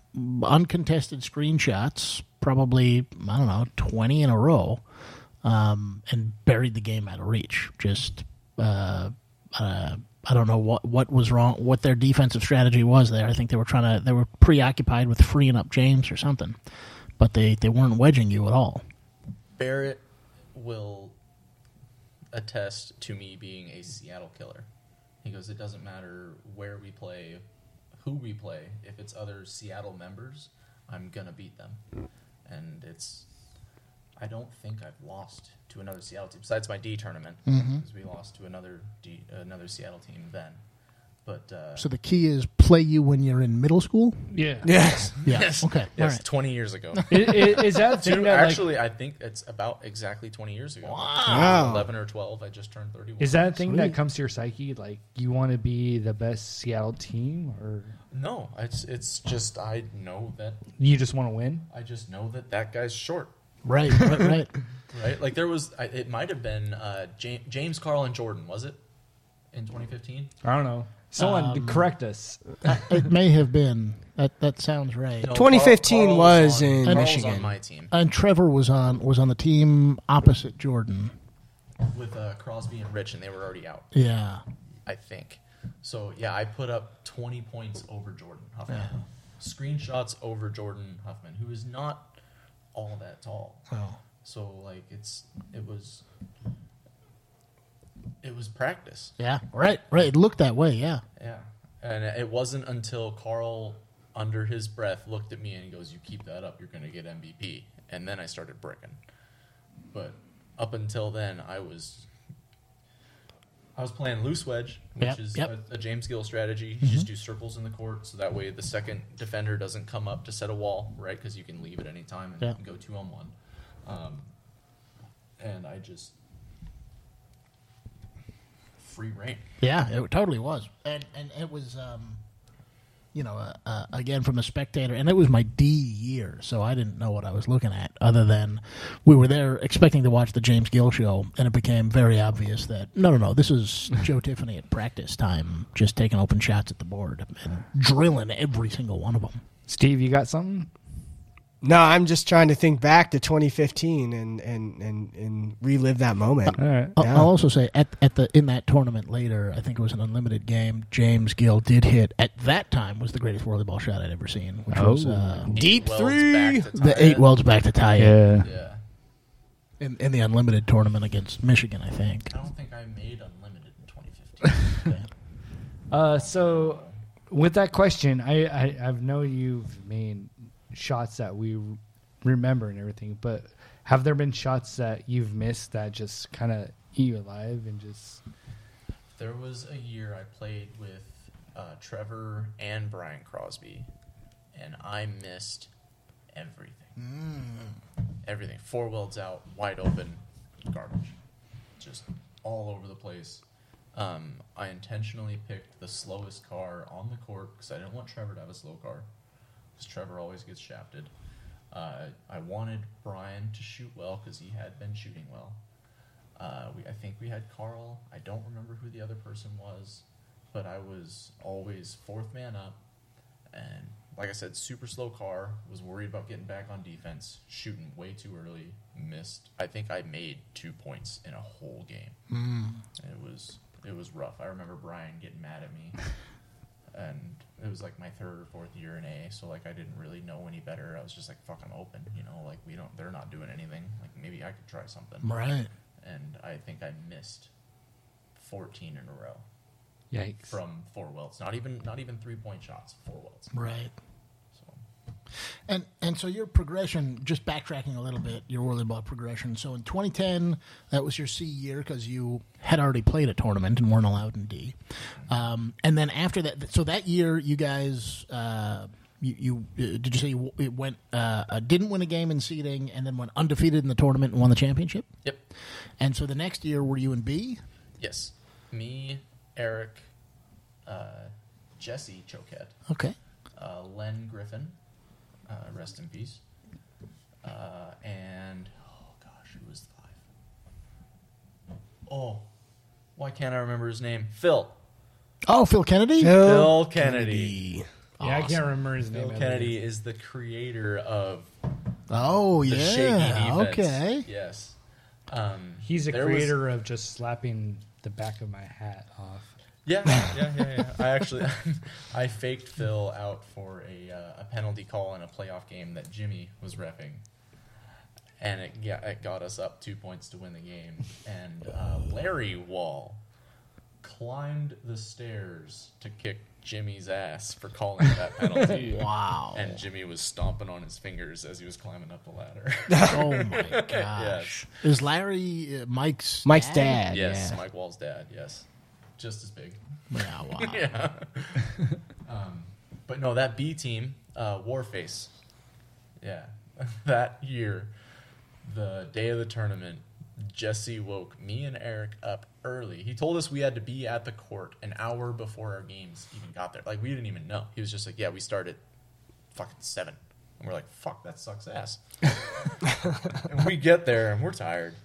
uncontested screenshots, probably I don't know, twenty in a row, um, and buried the game out of reach. Just uh, uh, I don't know what what was wrong, what their defensive strategy was there. I think they were trying to they were preoccupied with freeing up James or something, but they they weren't wedging you at all. Barrett will attest to me being a Seattle killer. He goes, it doesn't matter where we play, who we play. If it's other Seattle members, I'm gonna beat them. And it's, I don't think I've lost to another Seattle team besides my D tournament because Mm-hmm. we lost to another D, another Seattle team then. But uh, So the key is play you when you're in middle school. Yeah. yes. Yeah. Okay. yes, All right. 20 years ago. Is, that a thing Dude, that like, actually, I think it's about exactly 20 years ago. Wow. 11 or 12. I just turned 31. is that a thing that comes to your psyche? Like you want to be the best Seattle team, or No, it's it's just I know that you just want to win? I just know that that guy's short, Right. Right. right. right? Like there was, I, it might have been uh, James, James Carl and Jordan, was it in 2015? I don't know. Someone Um, correct us. it may have been. That that sounds right. No, 2015 was in Carl Was Michigan. on my team And Trevor was on was on the team opposite Jordan. with uh, Crosby and Rich, and they were already out, Yeah. I think. So yeah, I put up 20 points over Jordan Huffman. Screenshots over Jordan Huffman, who is not all that tall. Oh. So like it's it was it was practice. Yeah. Right. Right. It looked that way. Yeah. Yeah. And it wasn't until Carl, under his breath, looked at me and he goes, You keep that up, you're going to get MVP. And then I started bricking. But up until then, I was. I was playing loose wedge, which Yep, is yep. Mm-hmm. A, a James Gill strategy. You just do circles in the court, so that way the second defender doesn't come up to set a wall, right? Because you can leave at any time and Yeah. go two on one. Um, and I just free reign. Yeah, it totally was, and and it was, um, you know, uh, uh, again from a spectator, and it was my D year, so I didn't know what I was looking at. Other than we were there expecting to watch the James Gill show, and it became very obvious that no, no, no, this is Joe Tiffany at practice time, just taking open shots at the board and drilling every single one of them. Steve, you got something? No, I'm just trying to think back to 2015 and and and, and relive that moment. All right. I'll- Yeah. I'll also say at at the in that tournament later, I think it was an unlimited game. James Gill did hit at that time was the greatest volleyball shot I'd ever seen, which was Oh. uh, Deep Eight welds three. back to the tie eight it. welds back to tie it. Yeah. Yeah. in, in the unlimited tournament against Michigan, I think. I don't think I made unlimited in 2015. Uh, so with that question, I, I I know you've made shots that we remember and everything, but have there been shots that you've missed that just kind of eat you alive and just there was a year I played with uh, Trevor and Brian Crosby, and I missed everything. Everything. Four welds out, wide open, garbage. Just all over the place. Um, I intentionally picked the slowest car on the court because I didn't want Trevor to have a slow car. Because Trevor always gets shafted. Uh, I wanted Brian to shoot well because he had been shooting well. Uh, we, I think we had Carl. I don't remember who the other person was, but I was always fourth man up. And like I said, super slow car. Was worried about getting back on defense, shooting way too early, missed. I think I made two points in a whole game. It was it was rough. I remember Brian getting mad at me, and it was like my third or fourth year in AA, so like I didn't really know any better. I was just like, "Fuck, I'm open," you know. Like we don't, they're not doing anything. Like maybe I could try something. Right. And I think I missed 14 in a row Yikes. from four welts. Not even not even three point shots. Four welts. Right. So And and so your progression, just backtracking a little bit, your volleyball progression. So in 2010, that was your C year because you had already played a tournament and weren't allowed in D. Um, and then after that, so that year you guys, uh, you, you uh, did you say you w- it went uh, uh, didn't win a game in seeding and then went undefeated in the tournament and won the championship. yep, And so the next year were you in B? yes, me, Eric, uh, Jesse Choquette, Okay. uh, Len Griffin, uh, rest in peace, uh, and oh gosh, who was the five? Oh, why can't I remember his name? Phil. Oh, Phil Kennedy. Phil Kennedy. Yeah, I can't remember his name. Phil Kennedy is the creator of Oh the shaky yeah. defense. Okay. Yes. Um, He's a there was- creator of just slapping the back of my hat off. Yeah, yeah, yeah, yeah. I actually, I faked Phil out for a, uh, a penalty call in a playoff game that Jimmy was repping, and it got, it got us up two points to win the game. And uh, Larry Wall climbed the stairs to kick Jimmy's ass for calling that penalty. Wow. And Jimmy was stomping on his fingers as he was climbing up the ladder. oh my gosh! Is Larry uh, Mike's Mike's dad? dad. yes, Yeah. Mike Wall's dad. Yes, just as big. Yeah, wow. yeah. um, but no, that B team, uh, Warface. Yeah, that year, the day of the tournament, Jesse woke me and Eric up early. He told us we had to be at the court an hour before our games even got there. Like we didn't even know. He was just like, "Yeah, we start at fucking seven. and we're like, "Fuck, that sucks ass." and we get there and we're tired.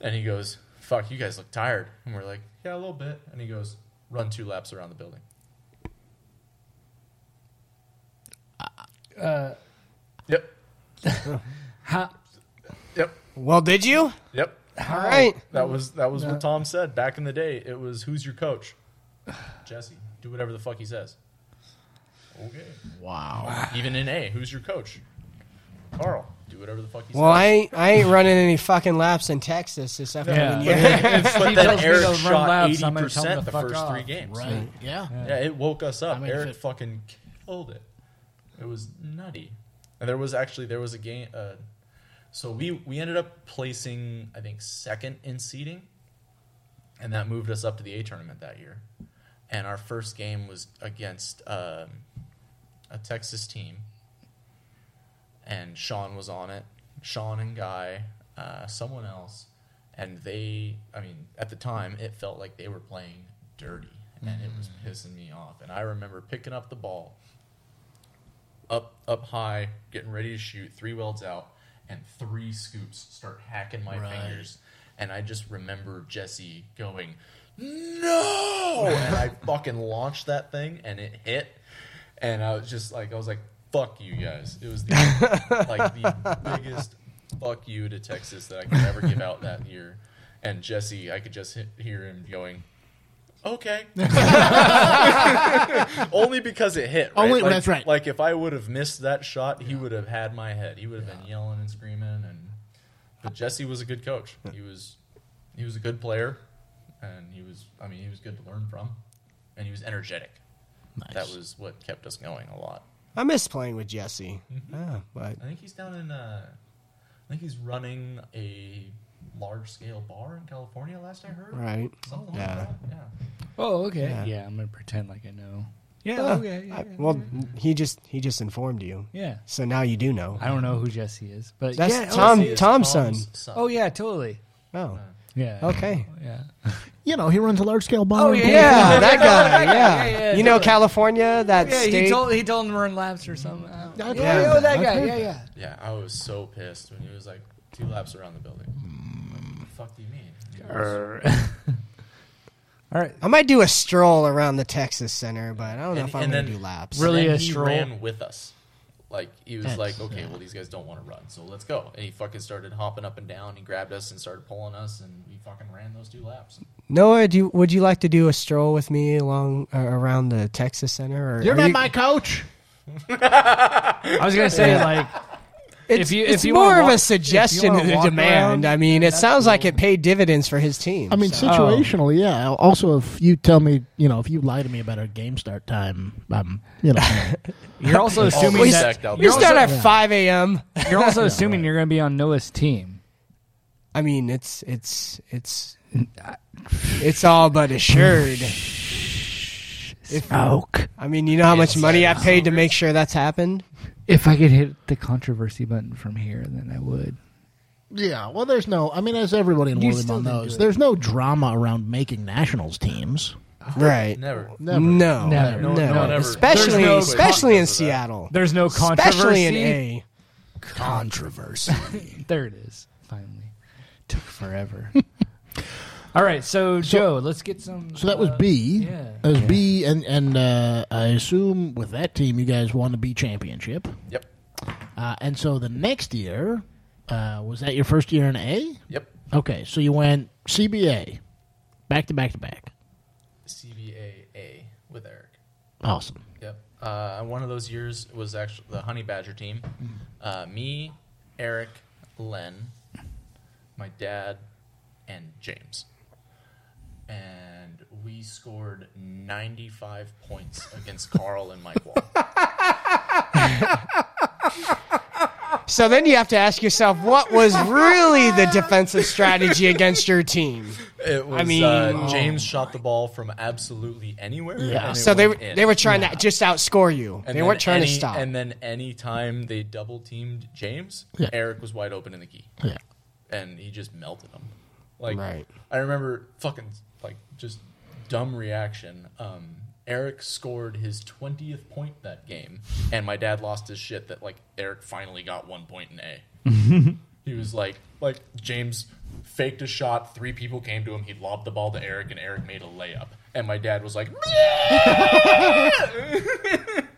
And he goes, "Fuck, you guys look tired." And we're like, "Yeah, a little bit." And he goes, "Run two laps around the building." Yep. Ha- Yep. Well, did you? Yep. All right. That was that was what Tom said back in the day. It was who's your coach? Jesse. Do whatever the fuck he says. Okay. Wow. Even in A, who's your coach? Carl. Do whatever the fuck he Well, I says. ain't, I ain't running any fucking laps in Texas this upcoming Yeah. year. but tells then me to Eric run shot laps, eighty I'm gonna tell him to percent the fuck first off. three games. Right. Yeah. Yeah, it woke us up. I mean, if Eric it- fucking killed it. It was nutty. And there was actually there was a game. Uh, so we we ended up placing I think second in seeding, and that moved us up to the A tournament that year. And our first game was against um, a Texas team, and Sean was on it. Sean and Guy, uh, someone else, and they. I mean, at the time, it felt like they were playing dirty, and it was pissing me off. And I remember picking up the ball, up up high, getting ready to shoot, three welds out, and three scoops start hacking my Right. fingers. And I just remember Jesse going, "No!" and I fucking launched that thing, and it hit. And I was just like, I was like, "Fuck you guys!" It was the, like the biggest "fuck you" to Texas that I could ever give out that year. And Jesse, I could just he- hear him going, "Okay." Only because it hit. Right? Only- like, that's right. Like if I would have missed that shot, he would have had my head. He would have been yelling and screaming. And but Jesse was a good coach. He was he was a good player, and he was I mean he was good to learn from, and he was energetic. Nice. That was what kept us going a lot. I miss playing with Jesse. Mm-hmm. Yeah, but I think he's down in uh, I think he's running a large scale bar in California. Last I heard, right. Something Yeah. like that. Yeah. Oh, okay. Yeah. Yeah. I'm gonna pretend like I know. Yeah. okay. Yeah. Ah, I- well, he just he just informed you, yeah. so now you do know. I don't know who Jesse is, but That's yeah, oh, Tom- see, it's- Thompson. Oh yeah, totally. Oh, Yeah. okay. Yeah. You know, he runs a large scale bar. Oh, in yeah. Yeah, that guy. Yeah, yeah, you know totally. California, that Yeah, state. he told he told him to run laps or something. I don't- I've yeah, heard oh, that. that I've guy. heard Yeah, yeah. Yeah, I was so pissed when he was like two laps around the building. Like, the fuck do you mean? All right. I might do a stroll around the Texas Center, but I don't know And- if I'm and gonna then do laps. really a And he stroll. ran with us. Like he was That's- like, okay, yeah. well these guys don't want to run, so let's go. And he fucking started hopping up and down. He grabbed us and started pulling us, and we fucking ran those two laps. Noah, do you, would you like to do a stroll with me along uh, around the Texas Center? Or You're are not you- my coach. I was gonna say like It's, if you- it's if you more wanna of walk- a if you suggestion wanna than a walk demand. around, I mean, it sounds like it paid dividends for his team. I mean, so- situationally, yeah. Also, if you tell me, you know, if you lie to me about a game start time, um, you know, you're also we assuming that stacked out you there. start at five a.m. you're also assuming you're gonna be on Noah's team. I mean, it's it's it's it's all but assured. Smoke. I mean, you know how much It's- money I paid to make sure that's happened. If I could hit the controversy button from here, then I would. yeah. Well, there's no. I mean, as everybody in You still William didn't knows, do it. there's no drama around making nationals teams. Right? Never. Never. No, Never. no, No, no, never. especially There's no especially in consequence of that. Seattle, There's no especially controversy. in A. Controversy. There it is. Finally, took forever. All right, so, Joe, let's get some. So that was uh, B. yeah. That was B, and and uh, I assume with that team, you guys won the B championship. Yep. Uh, and so the next year, uh, was that your first year in A? Yep. Okay, so you went CBA, back to back to back. CBAA with Eric. Awesome. Yep. Uh, one of those years was actually the Honey Badger team. Uh, me, Eric, Len, my dad, and James. And we scored 95 points against Carl and Mike Wall. So then you have to ask yourself, what was really the defensive strategy against your team? It was, mean- uh, James shot the ball from absolutely anywhere. Yeah. and it So they went in. they were trying to just outscore you. And they then weren't trying to any- stop. And then any time they double teamed James, Yeah. Eric was wide open in the key. Yeah. and he just melted him. Like Right. I remember fucking like just dumb reaction. Um, Eric scored his twentieth point that game, and my dad lost his shit that like Eric finally got one point in A. he was like, like James faked a shot. Three people came to him. He lobbed the ball to Eric, and Eric made a layup. And my dad was like,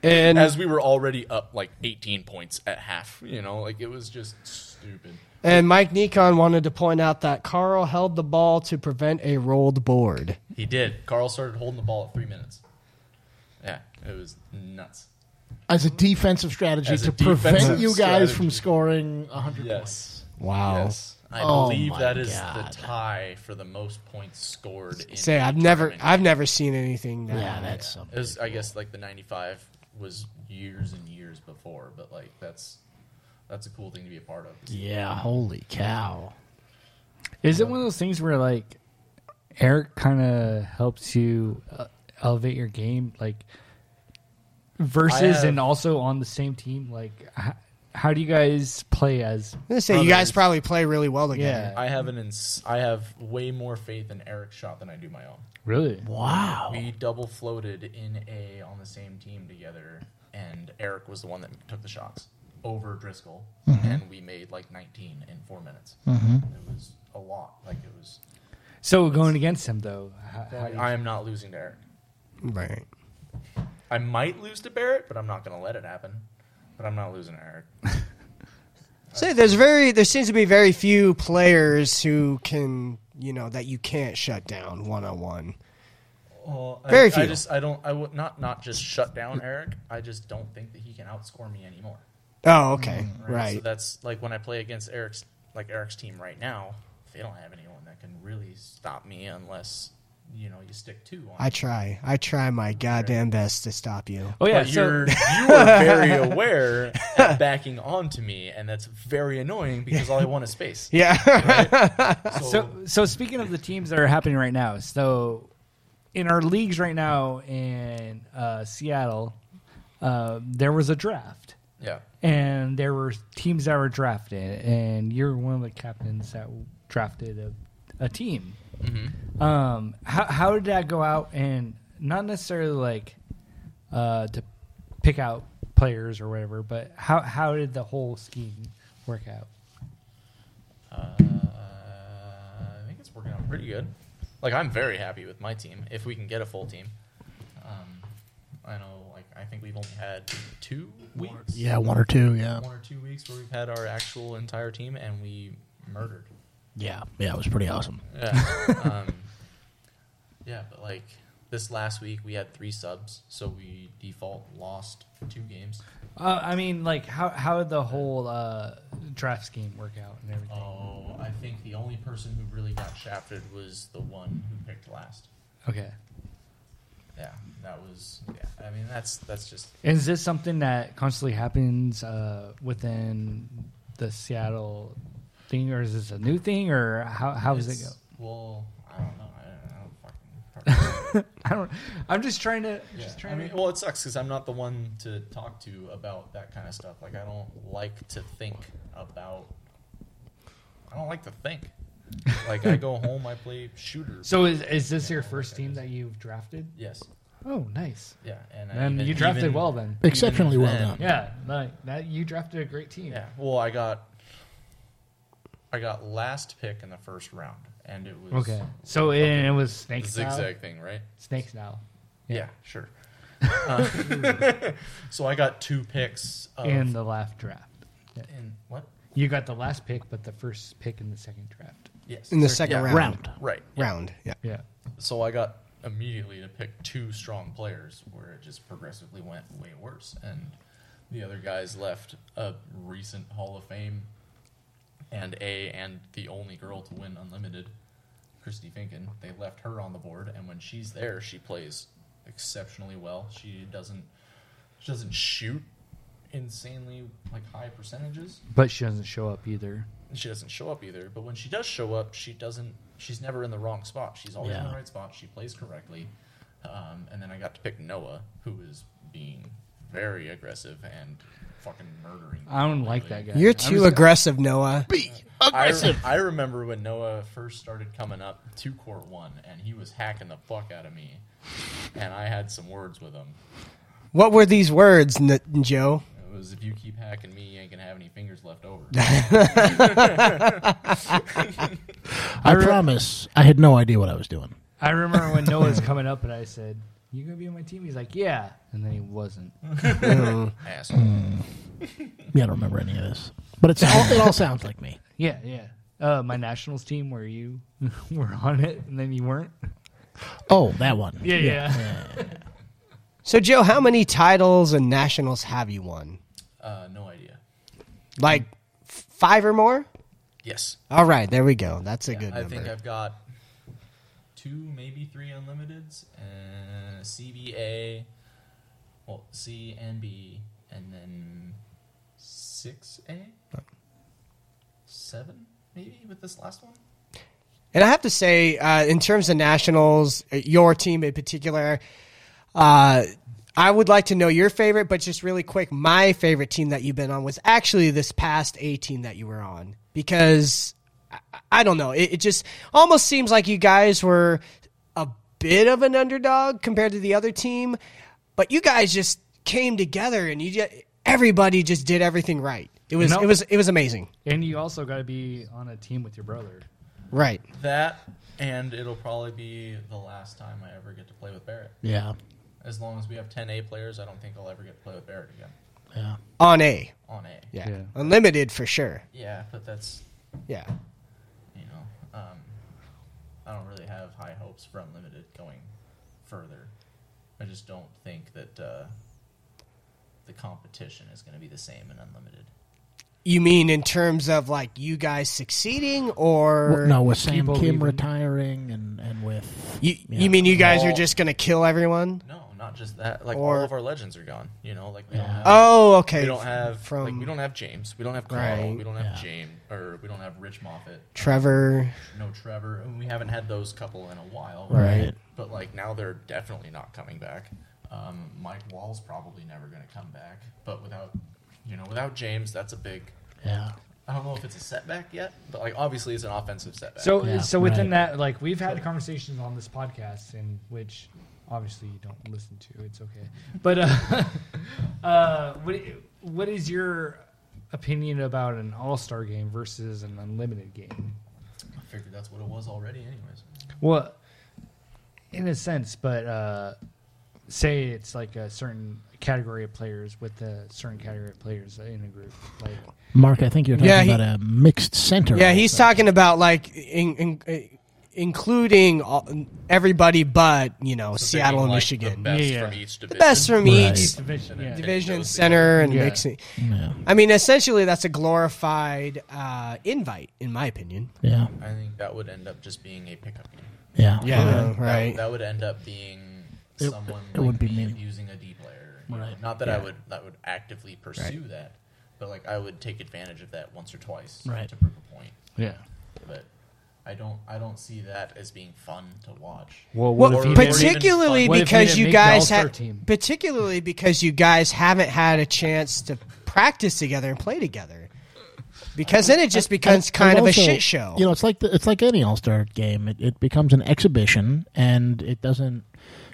And as we were already up like eighteen points at half. You know, like it was just stupid. and Mike Nikon wanted to point out that Carl held the ball to prevent a rolled board. He did. Carl started holding the ball at three minutes. Yeah, it was nuts. As a defensive strategy As a to prevent defensive you guys strategy. from scoring 100 points. Yes. Wow. Yes. I Oh believe my that is God. the tie for the most points scored. In Say a I've never tournament. I've never seen anything that Yeah, that's something. It was, I guess like the '95 was years and years before, but like that's that's a cool thing to be a part of. Yeah, holy cow. Is it one of those things where like Eric kind of helps you uh, elevate your game, like versus have- and also on the same team? Like, how, how do you guys play as? I'm gonna say you guys brothers? probably play really well together. yeah, I have an ins- I have way more faith in Eric's shot than I do my own. really. Wow. Oh. We double floated in A on the same team together, and Eric was the one that took the shots over Driscoll, Mm-hmm. and we made like 19 in four minutes. It was a lot. Like it was. So going against him though, how, how do you- I am not losing to Eric. Right. I might lose to Barrett, but I'm not going to let it happen. But I'm not losing to Eric. Say there's very there seems to be very few players who can you know that you can't shut down one on one. Well, I- Very I, few. just I don't I would not not just shut down Eric. I just don't think that he can outscore me anymore. Oh, okay. Mm, So Right. that's like when I play against Eric's like Eric's team right now. They don't have anyone that can really stop me unless you know you stick two on. I try. I try my goddamn best to stop you. Oh yeah, but so- you're you are very aware of backing onto me, and that's very annoying because all I want is space. Yeah. So, So, so speaking of the teams that are happening right now, so in our leagues right now in uh, Seattle, uh, there was a draft, Yeah. and there were teams that were drafted, and you're one of the captains that drafted a, a team. Um, how how did that go out? And not necessarily like uh, to pick out players or whatever, but how how did the whole scheme work out? Uh, I think it's working out pretty good. Like I'm very happy with my team. If we can get a full team, um, I know. Like I think we've only had two weeks, Yeah, one or two. Yeah, one or two weeks where we've had our actual entire team, and we murdered. yeah, yeah. It was pretty awesome. Yeah. um, yeah, but like this last week we had three subs, so we default lost two games. Uh, I mean, like how how did the whole uh, draft scheme work out and everything? Oh, I think the only person who really got shafted was the one who picked last. Okay. Yeah, that was. Yeah, I mean that's that's just Is this something that constantly happens uh, within the Seattle thing, or is this a new thing, or how how does it go? It's- Well, I don't know. I don't, I don't fucking. I don't. I'm just trying to. Just yeah. trying I mean, to. well, it sucks because I'm not the one to talk to about that kind of stuff. Like, I don't like to think about. I don't like to think. Like, I go home, I play shooter. So is is this your first team that you've drafted? yes, Oh, nice. yeah, and I And even- you drafted even- well then. Exceptionally well then- done. Yeah, like that you drafted a great team. Yeah. Well, I got. I got last pick in the first round, and it was Okay. So it, it was the snakes zigzag thing, right? now. Snakes now. Yeah, sure. Uh, so I got two picks of, in the last draft. in what? You got the last pick, but the first pick in the second draft. Yes, in the Sir- second yeah, round. Round. Right. Round. Yeah. Yeah. So I got immediately to pick two strong players, where it just progressively went way worse, and the other guys left a recent Hall of Fame and a and the only girl to win unlimited, Christy Finken. They left her on the board, and when she's there, she plays exceptionally well. She doesn't she doesn't shoot insanely like high percentages. But she doesn't show up either. She doesn't show up either, but when she does show up, she doesn't. She's never in the wrong spot. She's always in Yeah. the right spot. She plays correctly. Um, and then I got to pick Noah, who is being very aggressive and fucking murdering. I don't like completely. that guy. You're I'm too just- aggressive, Noah. Be I, aggressive. re- I remember when Noah first started coming up to court one, and he was hacking the fuck out of me, and I had some words with him. What were these words, N- Joe? It was if you keep hacking me, you ain't gonna have any fingers left over. I uh, promise. I had no idea what I was doing. I remember when Noah's coming up and I said, You gonna be on my team? He's like, Yeah. And then he wasn't. Asshole. Yeah, I don't remember any of this. But it's all, it all sounds like me. Yeah, yeah. Uh, my nationals team where you were on it and then you weren't. Oh, that one. Yeah, yeah. So, Joe, how many titles and nationals have you won? Uh, no idea. Like f- five or more? Yes. All right, there we go. That's a good I number. think I've got two, maybe three unlimiteds, and a CBA, well, C and B, and then 6A? Seven, maybe, with this last one? And I have to say, uh, in terms of nationals, uh, your team in particular, uh, I would like to know your favorite, but just really quick, my favorite team that you've been on was actually this past A team that you were on because I, I don't know, it, it just almost seems like you guys were a bit of an underdog compared to the other team, but you guys just came together and you just, everybody just did everything right. It was No. it was it was amazing. And you also got to be on a team with your brother. Right. That, and it'll probably be the last time I ever get to play with Barrett. Yeah. As long as we have 10A players, I don't think I'll ever get to play with Barrett again Yeah. On A. on A. Yeah. Yeah. Unlimited for sure. Yeah, but that's, Yeah. you know, um, I don't really have high hopes for Unlimited going further. I just don't think that uh, the competition is going to be the same in Unlimited. You mean in terms of like you guys succeeding, or Well, no, with Sam people Kim leaving. retiring and, and with You, Yeah. you mean you guys are Well- just gonna kill everyone? No, not just that. Like Or- all of our legends are gone. You know, like we don't have, Oh, okay. we don't have from like we don't have James, we don't have Carl, Right, we don't have yeah. James, or we don't have Rich Moffat, Trevor. no Trevor, and we haven't had those couple in a while. right. but like now they're definitely not coming back. Um, Mike Wall's probably never going to come back, but without you know without James, that's a big. Yeah. I don't know if it's a setback yet, but like obviously it's an offensive setback. So, Yeah, so within right. that, like we've had conversations on this podcast, in which obviously you don't listen to. It's okay, but uh, uh, what what is your opinion about an All Star game versus an unlimited game? I figured that's what it was already, anyways. Well, in a sense, but uh, say it's like a certain category of players with a certain category of players in a group. Like, Mark, I think you're talking Yeah, he- about a mixed center. Yeah, he's talking about like in, in, uh, including all, everybody but you know So Seattle thinking, and like, Michigan. The best Yeah, yeah. from each division. Best from Right. each division, yeah. division those center and Yeah. mixing. Yeah. I mean, essentially, that's a glorified uh, invite, in my opinion. Yeah. I think that would end up just being a pickup game. Yeah. Yeah, That- right. That, would end up being It- someone it like would be me meaning- using a D player. you know. Right. Not that I would that would actively pursue that, but like I would take advantage of that once or twice Right. to prove a point. yeah. But I don't I don't see that as being fun to watch. Well, Well, what if he didn't- particularly What if he because didn't you make the guys All-Star had, team? particularly because you guys haven't had a chance to practice together and play together. Because then it just becomes And- and kind of a also, shit show. You know, it's like the, it's like any All Star game. It, it becomes an exhibition, and it doesn't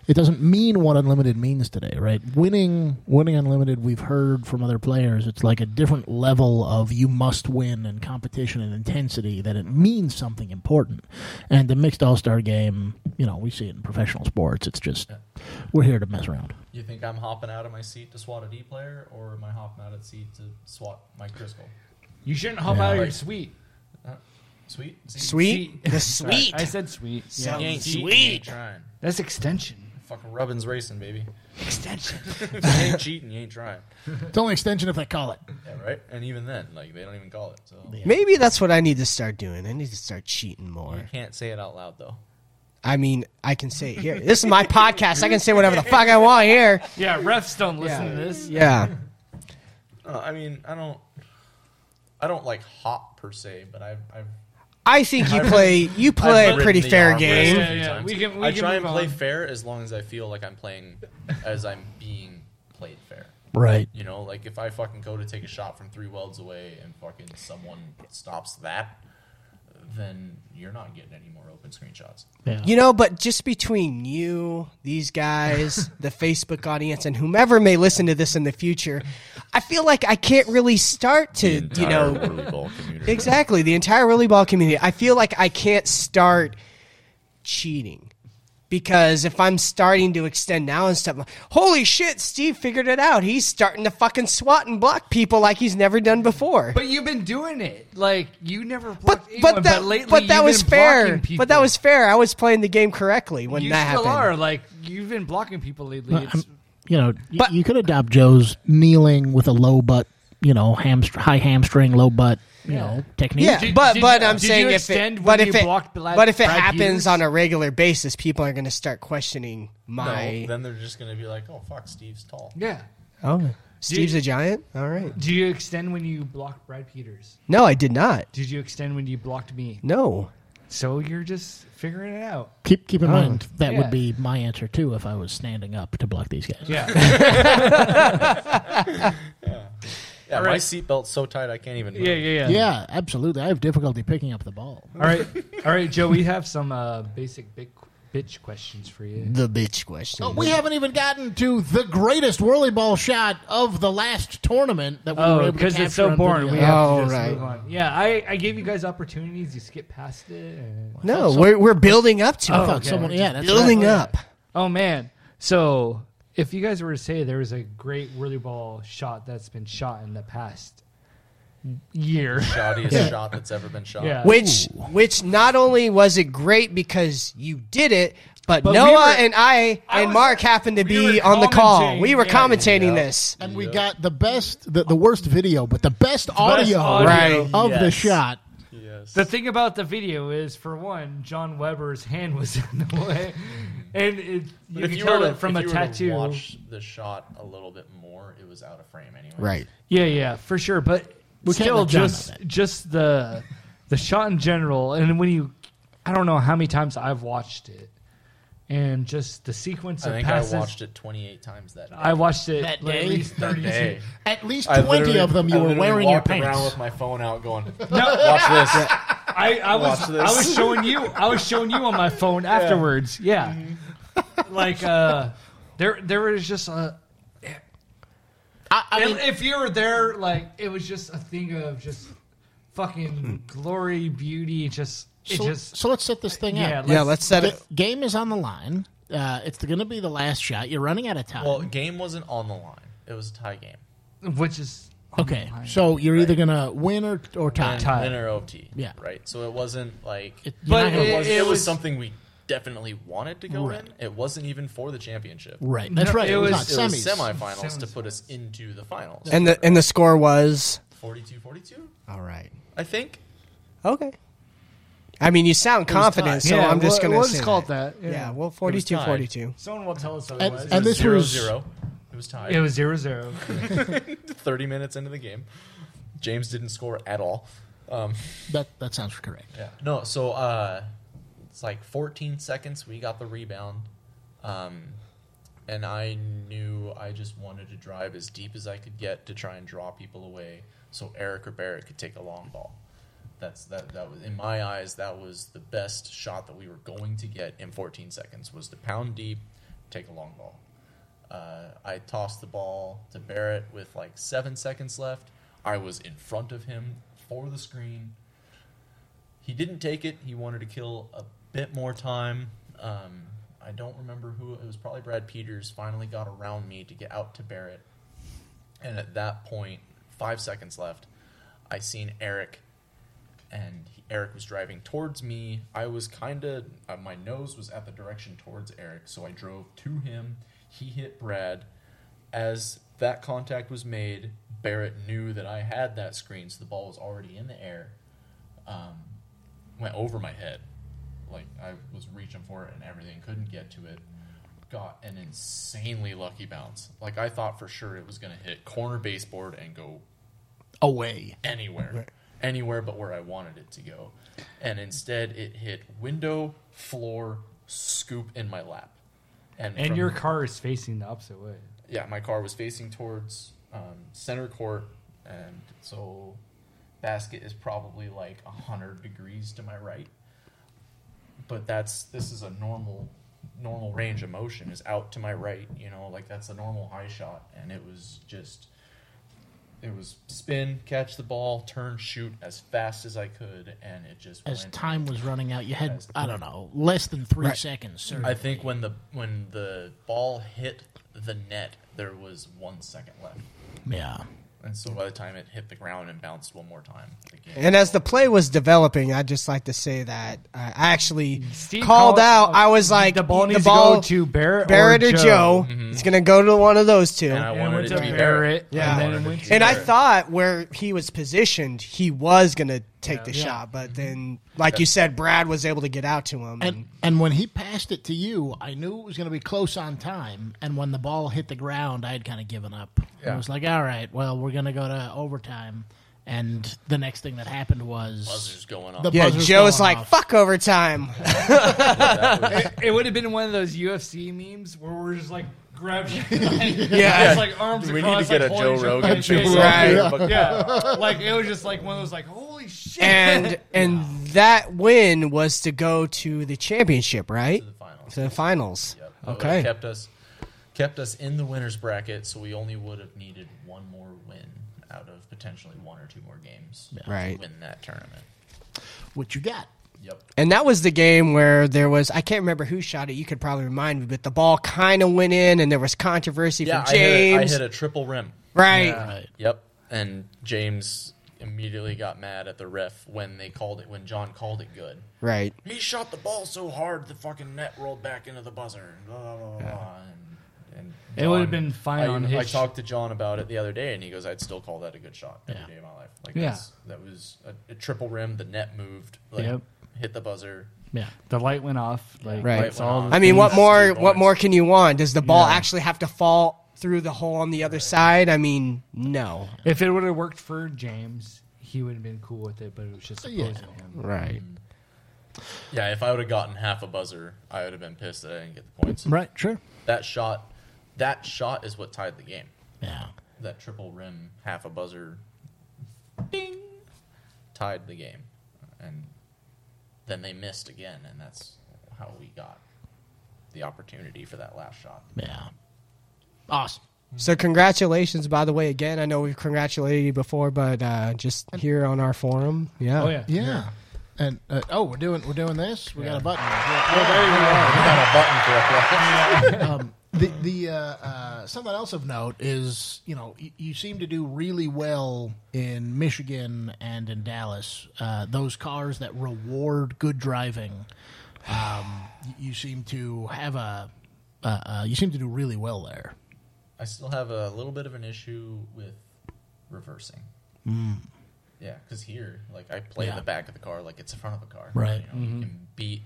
it doesn't mean what unlimited means today, right? Winning winning unlimited, we've heard from other players. It's like a different level of you must win and competition and intensity that it means something important. And the mixed All Star game, you know, we see it in professional sports. It's just we're here to mess around. You think I'm hopping out of my seat to swat a D player, or am I hopping out of the seat to swat Mike Driscoll? you shouldn't hop out of your suite. Huh? Sweet, See? sweet, the Sorry, sweet. I said sweet. So- You ain't cheating, you Sweet. ain't trying. That's extension. Fucking rubbin's racing, baby. Extension. If you ain't cheating, you ain't trying. It's only extension if they call it. Yeah, right. And even then, like they don't even call it. So Maybe that's what I need to start doing. I need to start cheating more. you can't say it out loud though. I mean, I can say it here. This is my podcast. I can say whatever the fuck I want here. yeah, refs don't listen Yeah. to this. Yeah. Uh, I mean, I don't, I don't like hop per se, but I've, I've I think you play you play a I've pretty ridden the fair arm wrestle game. a Yeah, few yeah, times. we can- we I can try move and play on. fair as long as I feel like I'm playing, as I'm being played fair. Right. You know, like if I fucking go to take a shot from three welds away and fucking someone stops that, then you're not getting any more open screenshots. Yeah. You know, but just between you, these guys, the Facebook audience, and whomever may listen to this in the future, I feel like I can't really start to, you know, exactly the entire Willy Ball community. I feel like I can't start cheating because if I'm starting to extend now and stuff, holy shit, Steve figured it out. He's starting to fucking swat and block people like he's never done before. But you've been doing it. Like you never But blocked anyone, but that lately but that you've was been fair. blocking people. But that was fair. I was playing the game correctly when you that still happened. are like you've been blocking people lately. Well, It's, I'm- you know, y- But- you could adopt Joe's kneeling with a low butt, you know, hamstr- high hamstring, low butt, you know, technique. Yeah, Did- but did but you- I'm did saying you if it extend but when if you it blocked Brad- but if it Brad happens Hughes? on a regular basis, people are going to start questioning No, my. then they're just gonna be like, "Oh fuck, Steve's tall." yeah. oh, Steve's a giant. All right. Do you extend when you blocked Brad Peters? No, I did not. Did you extend when you blocked me? No. So you're just figuring it out. Keep keep in Oh, mind that yeah. would be my answer too if I was standing up to block these guys. Yeah. Yeah, All my right. seatbelt's so tight I can't even. yeah, yeah, move. yeah. Yeah, absolutely. I have difficulty picking up the ball. All right. All right, Joe, we have some uh, basic big bitch questions for you. The bitch question. Oh, Oh, we haven't even gotten to the greatest whirly ball shot of the last tournament that we were Oh, able to because capture. it's so on boring. video. We have Oh, to just right. move on. Yeah, I, I gave you guys opportunities. You skip past it. and- no, we're we're building up to I thought it. someone, yeah, that's Building right. up. Oh, man. So if you guys were to say there was a great whirly ball shot that's been shot in the past year. Shoddiest shot that's ever been shot. Yeah. Which which not only was it great because you did it, but, But we Noah were- and I I and was- Mark happened to we be were on the call. commentating. We were Yeah, commentating yeah. this. And we got the best, the, the worst video, but the best audio, audio. Right. of the Yes. shot. Yes. The thing about the video is, for one, John Weber's hand was in the way, and it, you can tell it from a if you were to tattoo. watch the shot a little bit more, it was out of frame anyway. Yeah, yeah, for sure. But We can't still, let John just know just the the shot in general, and when you, I don't know how many times I've watched it, and just the sequence I of think passes. I watched it 28 times that day. I watched it That like, day? at least That thirty. day. At least I twenty literally- of them you I were literally wearing your walked around pants. with my phone out, going, No, "Watch this." I, I was Watch I this. was showing you I was showing you on my phone afterwards. Yeah, Mm-hmm. like uh, there there was just a. I, I mean, if, if you were there, like it was just a thing of just fucking glory, beauty, just it so, just so let's set this thing yeah. up. yeah, let's set The it. game is on the line. Uh, it's going to be the last shot. You're running out of time. Well, game wasn't on the line; it was a tie game. which is okay, so you're either going to win or or tie. Tie. Winner OT. Yeah. Right. So it wasn't like It- it, you're But not gonna it- win. was, it it was was- something we definitely wanted to go Right. in. It wasn't even for the championship. right, that's No, right. It, it was, was- It not was semis. semifinals to Semis. put us into the finals. And the and the score was 42-42, all right. I think. Okay. I mean, you sound confident, tied. so I'm just going we'll, to we'll say just call it that. that. Yeah. Yeah, well, 42 tied. 42. someone will tell us And- otherwise. and this zero, was- zero. It was tied. it was zero zero. 30 minutes into the game. James didn't score at all. Um, That that sounds correct. Yeah. No, so uh, it's like 14 seconds. We got the rebound. Um, and I knew I just wanted to drive as deep as I could get to try and draw people away so Eric or Barrett could take a long ball. That's that that was in my eyes that was the best shot that we were going to get in 14 seconds was to pound deep, take a long ball. Uh, I tossed the ball to Barrett with like seven seconds left. I was in front of him for the screen. He didn't take it. He wanted to kill a bit more time. Um, I don't remember who it was. Probably Brad Peters. Finally got around me to get out to Barrett, and at that point, five seconds left. I seen Eric, and he- Eric was driving towards me. I was kind of uh, my nose was at the direction towards Eric, so I drove to him. He hit Brad. As that contact was made, Barrett knew that I had that screen, so the ball was already in the air um, went over my head. Like I was reaching for it and everything, couldn't get to it. Got an insanely lucky bounce. Like I thought for sure it was going to hit corner baseboard and go Away. anywhere, anywhere but where I wanted it to go. And instead, it hit window, floor, scoop in my lap. And from- your car is facing the opposite way. yeah, my car was facing towards um, center court, and so basket is probably like hundred degrees to my right. But that's this is a normal normal range of motion is out to my right, you know, like that's a normal high shot, and it was just it was spin, catch the ball, turn, shoot as fast as I could, and it just As went time was running out, you had I don't know less than three seconds. Sir. I think when the when the ball hit the net, there was one second left. yeah. And so by the time it hit the ground and bounced one more time, the game And as the play was developing, I'd just like to say that I actually Steve called, called- uh, out. I was like, The ball needs to go to Barrett or Barrett or Joe. Mm-hmm. Joe. It's going to go to one of those two. and I it wanted went it to to be Barrett, Barrett. yeah. I and then wanted it it went to to be And I Barrett. thought where he was positioned, he was going to take the Yeah. shot. But Mm-hmm. then, like you said, Brad was able to get out to him. And and when he passed it to you, I knew it was going to be close on time. And when the ball hit the ground, I had kind of given up. I Yeah. was like, all right, well, we're going to go to overtime. And the next thing that happened was buzzers going on. The yeah, buzzer's Joe's going like, off. fuck overtime. It would have been one of those UFC memes where we're just like grabbing, Yeah. just like arms we need across, to like, get a holding Joe each other Rogan face face off. Right. Yeah, like it was just like one of those like holy shit. and and that win was to go to the championship, right? to the finals. To the finals. Yep. That would've Okay. Kept us kept us in the winners bracket, so we only would have needed one more win out of potentially one or two more games Right. to win that tournament. what you got. Yep. And that was the game where there was I can't remember who shot it. You could probably remind me, but the ball kind of went in, and there was controversy Yeah, for I hit, a, I James, hit a triple rim. right? Right. Yep. And James immediately got mad at the ref when they called it when John called it good. Right. He shot the ball so hard the fucking net rolled back into the buzzer. Blah, blah, blah, blah. And, and It would've been fine I, on I his- talked to John about it the other day, and he goes, "I'd still call that a good shot every Yeah. day of my life. Like Yeah. that's, that was a, a triple rim. The net moved. Like, Yep. Hit the buzzer. Yeah. the light went off. Like Right. it's all. Light I mean, what That's more? two What points. more can you want? Does the ball Yeah. actually have to fall through the hole on the other side? I mean, no. If it would have worked for James, he would have been cool with it, but it was just Yeah. opposed to him. Right. Yeah, if I would have gotten half a buzzer, I would have been pissed that I didn't get the points. Right. Sure. That shot, that shot is what tied the game. Yeah. That triple rim, half a buzzer, ding, tied the game, and then they missed again, and that's how we got the opportunity for that last shot. Yeah. Awesome. So congratulations, by the way, again. I know we've congratulated you before, but uh, just here on our forum, yeah. Oh yeah. Yeah. And uh, oh, we're doing we're doing this. We got a button. We got a button for applause. The the uh, uh, something else of note is you know you, you seem to do really well in Michigan and in Dallas. Uh, those cars that reward good driving, um, y- you seem to have a uh, uh, you seem to do really well there. I still have a little bit of an issue with reversing. Yeah, because here, like, I play Yeah. the back of the car like it's the front of the car. Right. You, know, you can beat,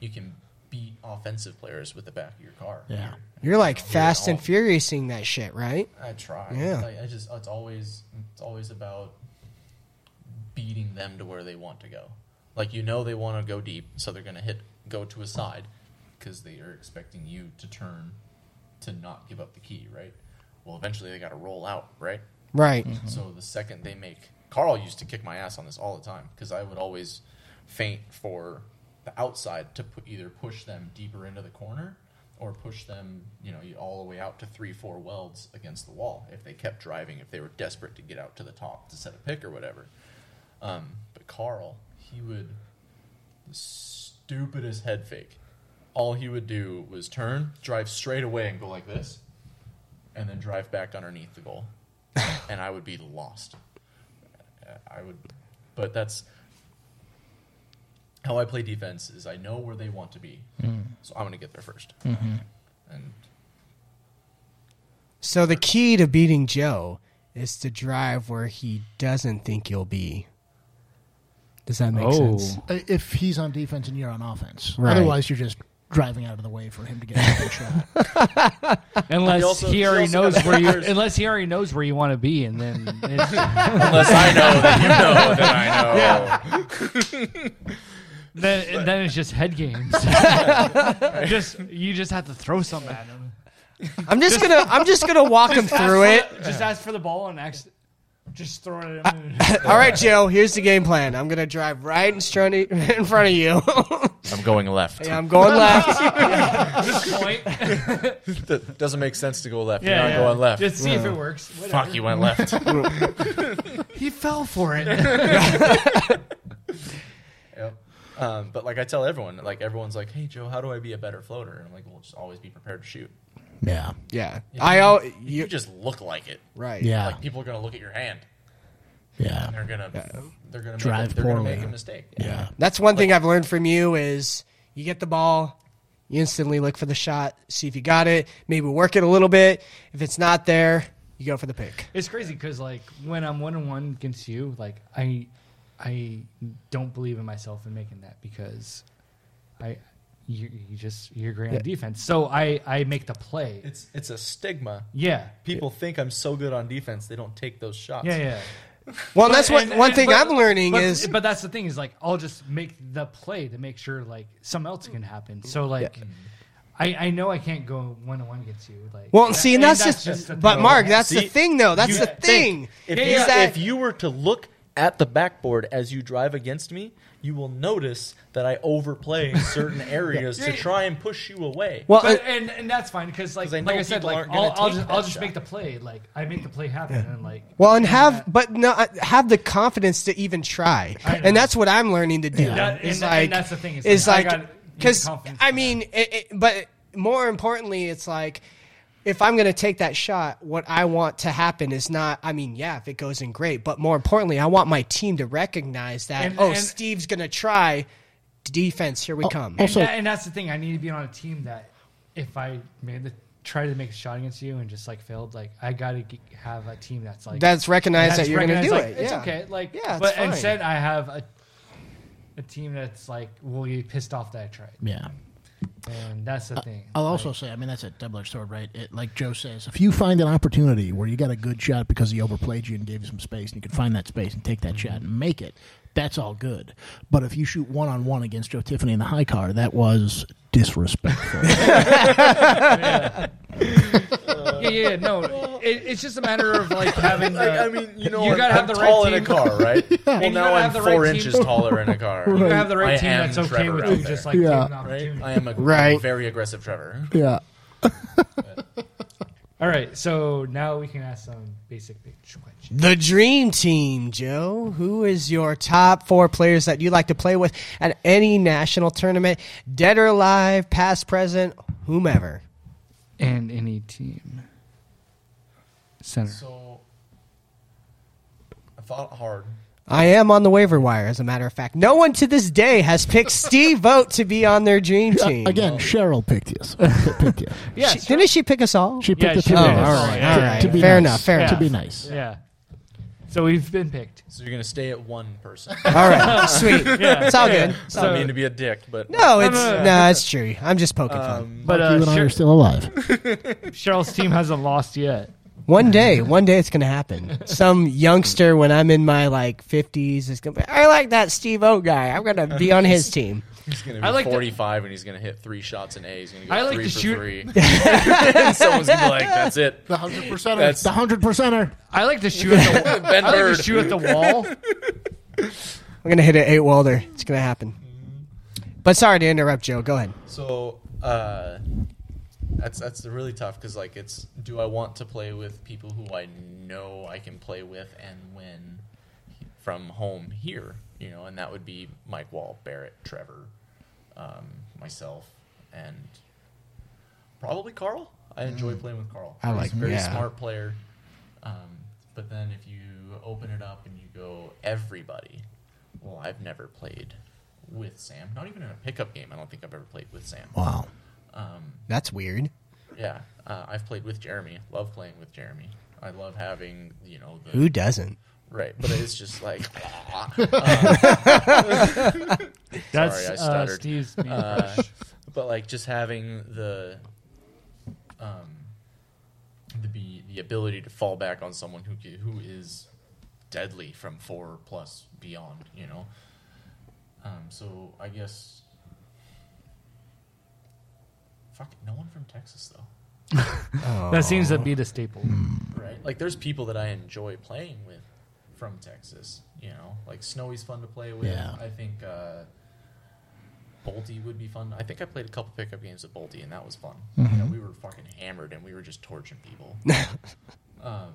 you can beat offensive players with the back of your car. Yeah. You're like Here, fast I'll- and furiousing that shit, right? I try. Yeah. Like, I just it's always it's always about beating them to where they want to go. Like you know they want to go deep, so they're going to hit go to a side because they are expecting you to turn to not give up the key, right? Well, eventually they got to roll out, right? Right. So the second they make, Carl used to kick my ass on this all the time because I would always feint for the outside to pu- either push them deeper into the corner or push them, you know, all the way out to three, four welds against the wall if they kept driving, if they were desperate to get out to the top to set a pick or whatever. Um, but Carl, he would the stupidest head fake. All he would do was turn, drive straight away, and go like this, and then drive back underneath the goal, and I would be lost. I would, but that's how I play defense. Is I know where they want to be, Mm. so I'm going to get there 1st Mm-hmm. And So the key to beating Joe is to drive where he doesn't think you'll be. Does that make Oh. sense? I- Uh, If he's on defense and you're on offense, Right. otherwise you're just driving out of the way for him to get a good shot. Unless He also- he he already also knows got where you players- unless he already knows where you want to be and then it's, unless I know that you know that I know, then then it's just head games. just you just have to throw something at him. I'm just gonna I'm just gonna walk him through it. Ask for the- Just ask for the ball and act, just throw it at him. All right, Joe. Here's the game plan. I'm gonna drive right in front of, in front of you. I'm going left. yeah, I'm going left. point. That doesn't make sense to go left. Yeah, You're not yeah. going left. Just see if it works. Fuck, you went left. He fell for it. Yep. Um, but like I tell everyone, like everyone's like, "Hey Joe, how do I be a better floater?" And I'm like, "Well, just always be prepared to shoot. yeah, Yeah. I al- You, you, just look like it. right. yeah, Like people are gonna look at your hand. yeah, They're gonna they're gonna Drive make a, they're gonna poorly. make a mistake. yeah. That's one thing I've learned from you is you get the ball, you instantly look for the shot, see if you got it, maybe work it a little bit. If it's not there, you go for the pick. It's crazy because like when I'm one on one against you, like I, I don't believe in myself in making that because, I, you, you just you're great on defense. So I I make the play. It's it's a stigma. Yeah. People think I'm so good on defense, they don't take those shots. Yeah, yeah. Well, that's what And- one and- thing but- I'm learning but- is But that's the thing is like I'll just make the play to make sure like something else can happen. So like. I, I know I can't go one on one against you. Like well, see, and that's, just just, the but thing. Mark, that's the See, thing though. That's you the think thing. If, Yeah, you, yeah. Is that, if you were to look at the backboard as you drive against me, you will notice that I overplay in certain areas to Yeah. try and push you away. well, But, uh, and and that's fine because like 'Cause I know like I said people like aren't gonna I'll, I'll take just that I'll just shot. make the play like I make the play happen and like well, and have but no, uh, have the confidence to even try, I know. and that's what I'm learning to do. That- Is and- and like, that's the thing, is is like, like I gotta use because confidence I for mean, it, it, but more importantly, it's like if I'm going to take that shot, what I want to happen is not. I mean, yeah, if it goes in, great. But more importantly, I want my team to recognize that. And- oh, and- Steve's going to try defense. Here we come. and, Also- that- and that's the thing I need to be on a team that if I made the try to make a shot against you and just like failed like I gotta get, have a team that's like That's recognized that you're going to do recognized, it. like, It's yeah. okay. Like, Yeah, it's but fine. instead, I have a a team that's like will be pissed off that I tried. yeah. and that's the thing. I'll also say, I mean, that's a double edged sword, right? It, like Joe says, if you find an opportunity where you got a good shot because he overplayed you and gave you some space, and you can find that space and take that shot Mm-hmm. and make it, that's all good. But if you shoot one on one against Joe Tiffany in the high car, that was disrespectful. yeah, yeah, yeah, no, it, it's just a matter of like having. The, Like, I mean, you know, you I'm, gotta have I'm the right tall in team. a car, right? Well, you gotta now I'm have the four right team. inches taller in a car. you have the right I team am that's okay Trevor with out you, there, just like giving Yeah. an right? opportunity. I am a Right. very aggressive Trevor. yeah. All right, so now we can ask some basic bitch questions. The dream team, Joe. Who is your top four players that you like to play with at any national tournament, dead or alive, past, present, whomever? And any team center. So I thought hard. I am on the waiver wire, as a matter of fact. No one to this day has picked Steve Vogt to be on their dream team. Uh, Oh. Again, Cheryl picked you. Picked you. yeah, She- didn't she pick us all? She picked Yeah, the she two oh, all did. of us. right, Yeah. all right. To be fair nice. enough, fair Yeah. To enough. be nice. yeah. So we've been picked. So you're gonna stay at one person. All right, sweet. It's all good. It's all I good. don't mean to be a dick, but No, it's no, no, no. it's true. I'm just poking fun. Um, But you uh, and I Sher- are still alive. Cheryl's team hasn't lost yet. One day, one day it's gonna happen. Some youngster when I'm in my like 50s is gonna. Be, I like that Steve O guy. I'm gonna be on his team. he's gonna I be like to- 45 and he's gonna hit three shots in A. He's gonna go I like three to for shoot- three. and someone's gonna be like, "That's it." The hundred percenter. That's- The hundred percenter. I like to shoot at the, Ben I like Bird. to shoot at the wall. I'm gonna hit an eight welder. It's gonna happen. But sorry to interrupt, Joe. Go ahead. So uh, that's that's really tough because like it's do I want to play with people who I know I can play with and win from home here, you know, and that would be Mike Wall, Barrett, Trevor, um, myself, and probably Carl. I enjoy playing with Carl. Mm. I like- He's a very yeah. smart player. Um, but then if you open it up and you go everybody, well, I've never played with Sam. Not even in a pickup game. I don't think I've ever played with Sam. Wow. That's weird. Yeah, uh, I've played with Jeremy. Love playing with Jeremy. I love having you know the Who doesn't? right, but it's just like ah. That's Sorry, I uh, stuttered. Steve's. main Uh, crush. but like just having the um the be the ability to fall back on someone who ca- who is deadly from four plus beyond, you know. Um, so I guess fuck no one from Texas though. That seems Oh. to be the staple. Hmm. Right. Like there's people that I enjoy playing with from Texas. You know, like Snowy's fun to play with. Yeah. I think uh, Bolty would be fun. I think I played a couple pickup games with Bolty, and that was fun. You know, we were fucking hammered, and we were just torching people. um,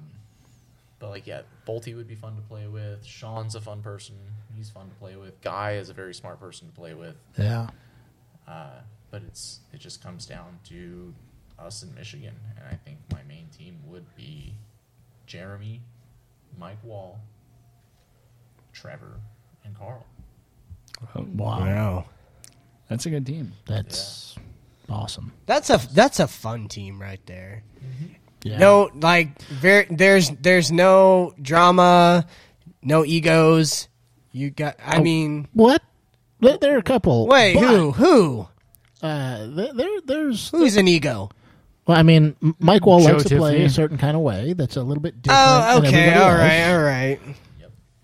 but like, yeah, Bolty would be fun to play with. Sean's a fun person. He's fun to play with. Guy is a very smart person to play with. Yeah. Uh, but it's it just comes down to us in Michigan, and I think my main team would be Jeremy, Mike Wall, Trevor, and Carl. Wow. Wow. That's a good team. That's awesome. That's a that's a fun team right there. Yeah. No, like ver- there's there's no drama, no egos. You got. I mean, What? There there are a couple. wait, but, who who Uh, there, there, there's. who's an ego? Well, I mean, M- Mike Wall Joe likes to play Tiffany. a certain kind of way that's a little bit different. Oh, than okay, everybody all else. right, all right.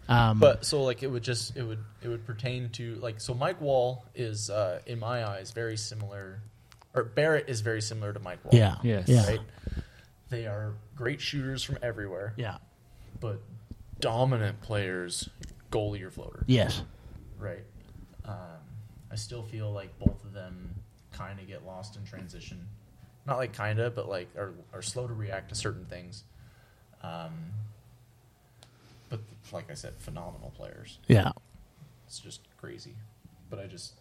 Um, But so like it would just it would it would pertain to like so Mike Wall is uh, in my eyes very similar, or Barrett is very similar to Mike Wall. yeah, Yes. yeah, Right. They are great shooters from everywhere, yeah, but dominant players, goalie or floater. yes, Right. Um, I still feel like both of them kind of get lost in transition. Not like kind of, but like are, are slow to react to certain things. Um, but like I said, phenomenal players. yeah. It's just crazy. But I just,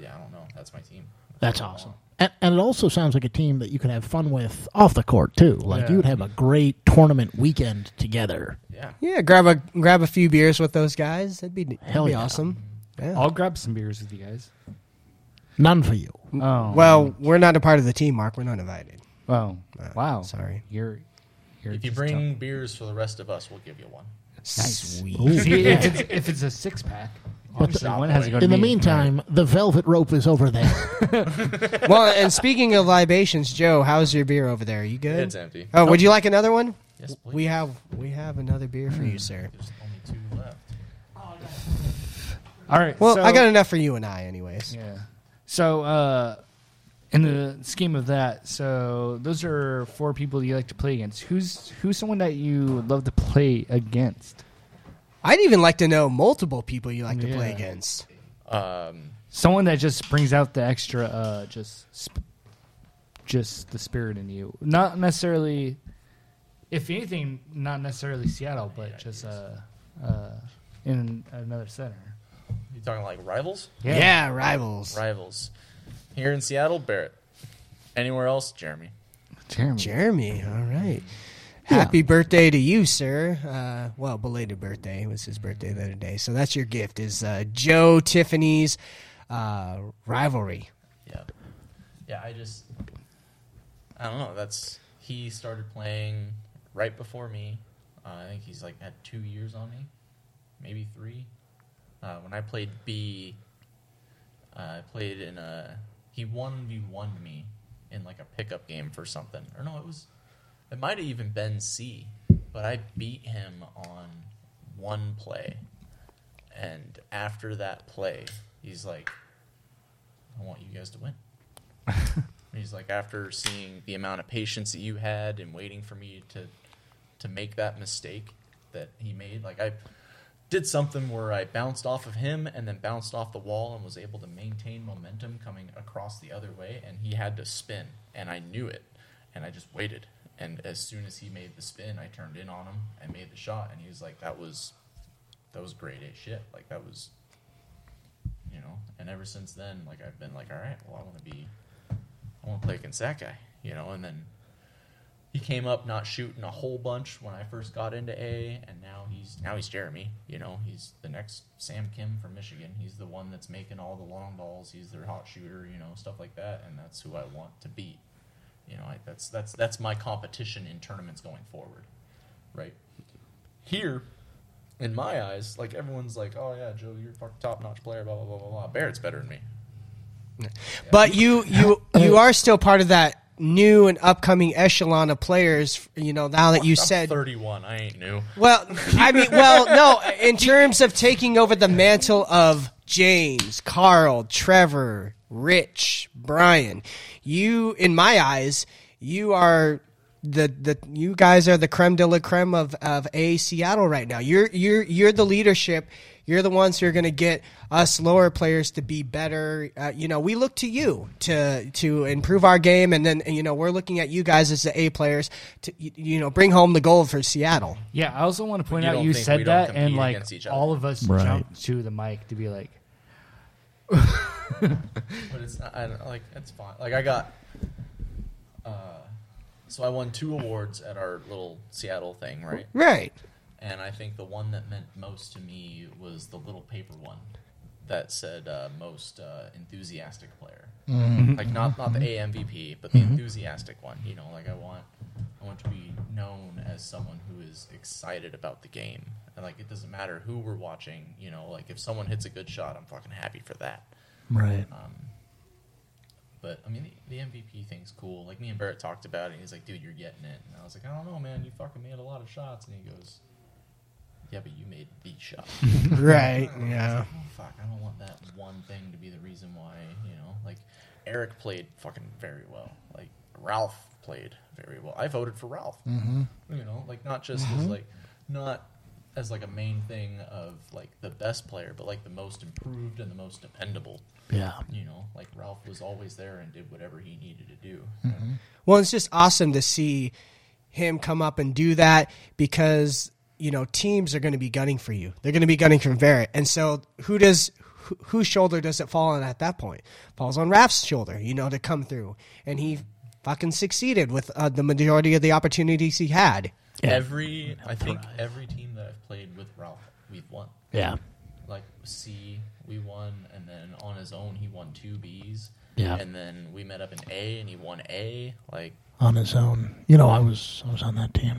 yeah, I don't know. That's my team. That's awesome. And, and it also sounds like a team that you can have fun with off the court too. Like Yeah. you would have a great tournament weekend together. Yeah. Yeah, grab a grab a few beers with those guys. That'd be that'd Hell be yeah. awesome. Yeah. I'll grab some beers with you guys. None for you. Mm. Oh Well, we're not a part of the team, Mark. We're not invited. wow, Uh, wow. sorry. you're. you're If you just bring beers for the rest of us, we'll give you one. tough. Sweet. See, if, it's, if it's a six pack, Obviously, one has to go to In the me. meantime, the velvet rope is over there. Well, and speaking of libations, Joe, how's your beer over there? You good? It's empty. Oh, would you like another one? Yes, please. We have we have another beer for you, sir. There's only two left. All right. Well, so- I got enough for you and I, anyways. Yeah. So, uh, in the scheme of that, so those are four people you like to play against. Who's who's someone that you would love to play against? I'd even like to know multiple people you like to play Yeah. against. Um, Someone that just brings out the extra, uh, just sp- just the spirit in you. Not necessarily, if anything, not necessarily Seattle, but just uh, uh, in another center. you talking like rivals? Yeah, rivals. Rivals. Here in Seattle, Barrett. Anywhere else, Jeremy. Jeremy. Jeremy, all right. Happy birthday to you, sir. Uh, well, belated birthday. It was his birthday the other day. So that's your gift is uh, Joe Tiffany's uh, rivalry. Yeah. Yeah, I just I don't know. That's he started playing right before me. Uh, I think he's like had two years on me, maybe three. Uh, when I played B, uh, I played in a he one v one me in like a pickup game for something. Or no, it was it might have even been C, but I beat him on one play. And after that play, he's like, I want you guys to win. And he's like, after seeing the amount of patience that you had and waiting for me to to make that mistake that he made, like I did something where I bounced off of him and then bounced off the wall and was able to maintain momentum coming across the other way, and he had to spin, and I knew it, and I just waited. And as soon as he made the spin, I turned in on him and made the shot, and he was like, "That was, that was great as shit. Like that was you know. And ever since then, like I've been like, all right, well, I want to be, I want to play against that guy, you know. And then he came up not shooting a whole bunch when I first got into A, and now he's now he's Jeremy, you know. He's the next Sam Kim from Michigan. He's the one that's making all the long balls. He's their hot shooter, you know, stuff like that. And that's who I want to beat. You know, I, that's that's that's my competition in tournaments going forward, right? Here, in my eyes, like everyone's like, "Oh yeah, Joe, you're a top notch player." Blah blah blah blah blah. Barrett's better than me. But you you you are still part of that new and upcoming echelon of players, you know, now that you I'm said 31. I ain't new. Well, I mean, well, no. In terms of taking over the mantle of James, Carl, Trevor, Rich, Brian, you, in my eyes, you are the the you guys are the creme de la creme of of a Seattle right now. You're you're you're the leadership. You're the ones who are going to get us lower players to be better. Uh, you know, we look to you to to improve our game, and then you know we're looking at you guys as the A players to you- you know bring home the gold for Seattle. Yeah, I also want to point you out don't you think we said don't that, compete and like against each other? all of us Right. jumped to the mic to be like, But it's not, I don't, like it's fine. Like I got, uh, so I won two awards at our little Seattle thing, right? Right. And I think the one that meant most to me was the little paper one that said uh, most uh, enthusiastic player. Like not not the AMVP, but the enthusiastic one. You know, like I want I want to be known as someone who is excited about the game. And like it doesn't matter who we're watching, you know, like if someone hits a good shot, I'm fucking happy for that. Right. But I mean, the, the MVP thing's cool. Like me and Barrett talked about it, and he's like, "Dude, you're getting it." And I was like, "I don't know, man. You fucking made a lot of shots." And he goes, "Yeah, but you made the shot." Right. I Yeah. was like, oh, fuck, I don't want that one thing to be the reason why, you know, like Eric played fucking very well. Like Ralph played very well. I voted for Ralph. Mm-hmm. You know, like not just as like not as like a main thing of like the best player, but like the most improved and the most dependable. Yeah. You know, like Ralph was always there and did whatever he needed to do. Well, it's just awesome to see him come up and do that because you know teams are going to be gunning for you. They're going to be gunning for Barrett, and so who does who, whose shoulder does it fall on at that point? Falls on Raph's shoulder, you know, to come through, and he fucking succeeded with uh, the majority of the opportunities he had. Every I think every team that I've played with Ralph, we've won. Yeah. like C, we won, and then on his own he won two Bs. Yeah. And then we met up in A, and he won A. Like On his own. You know, I was I was on that team.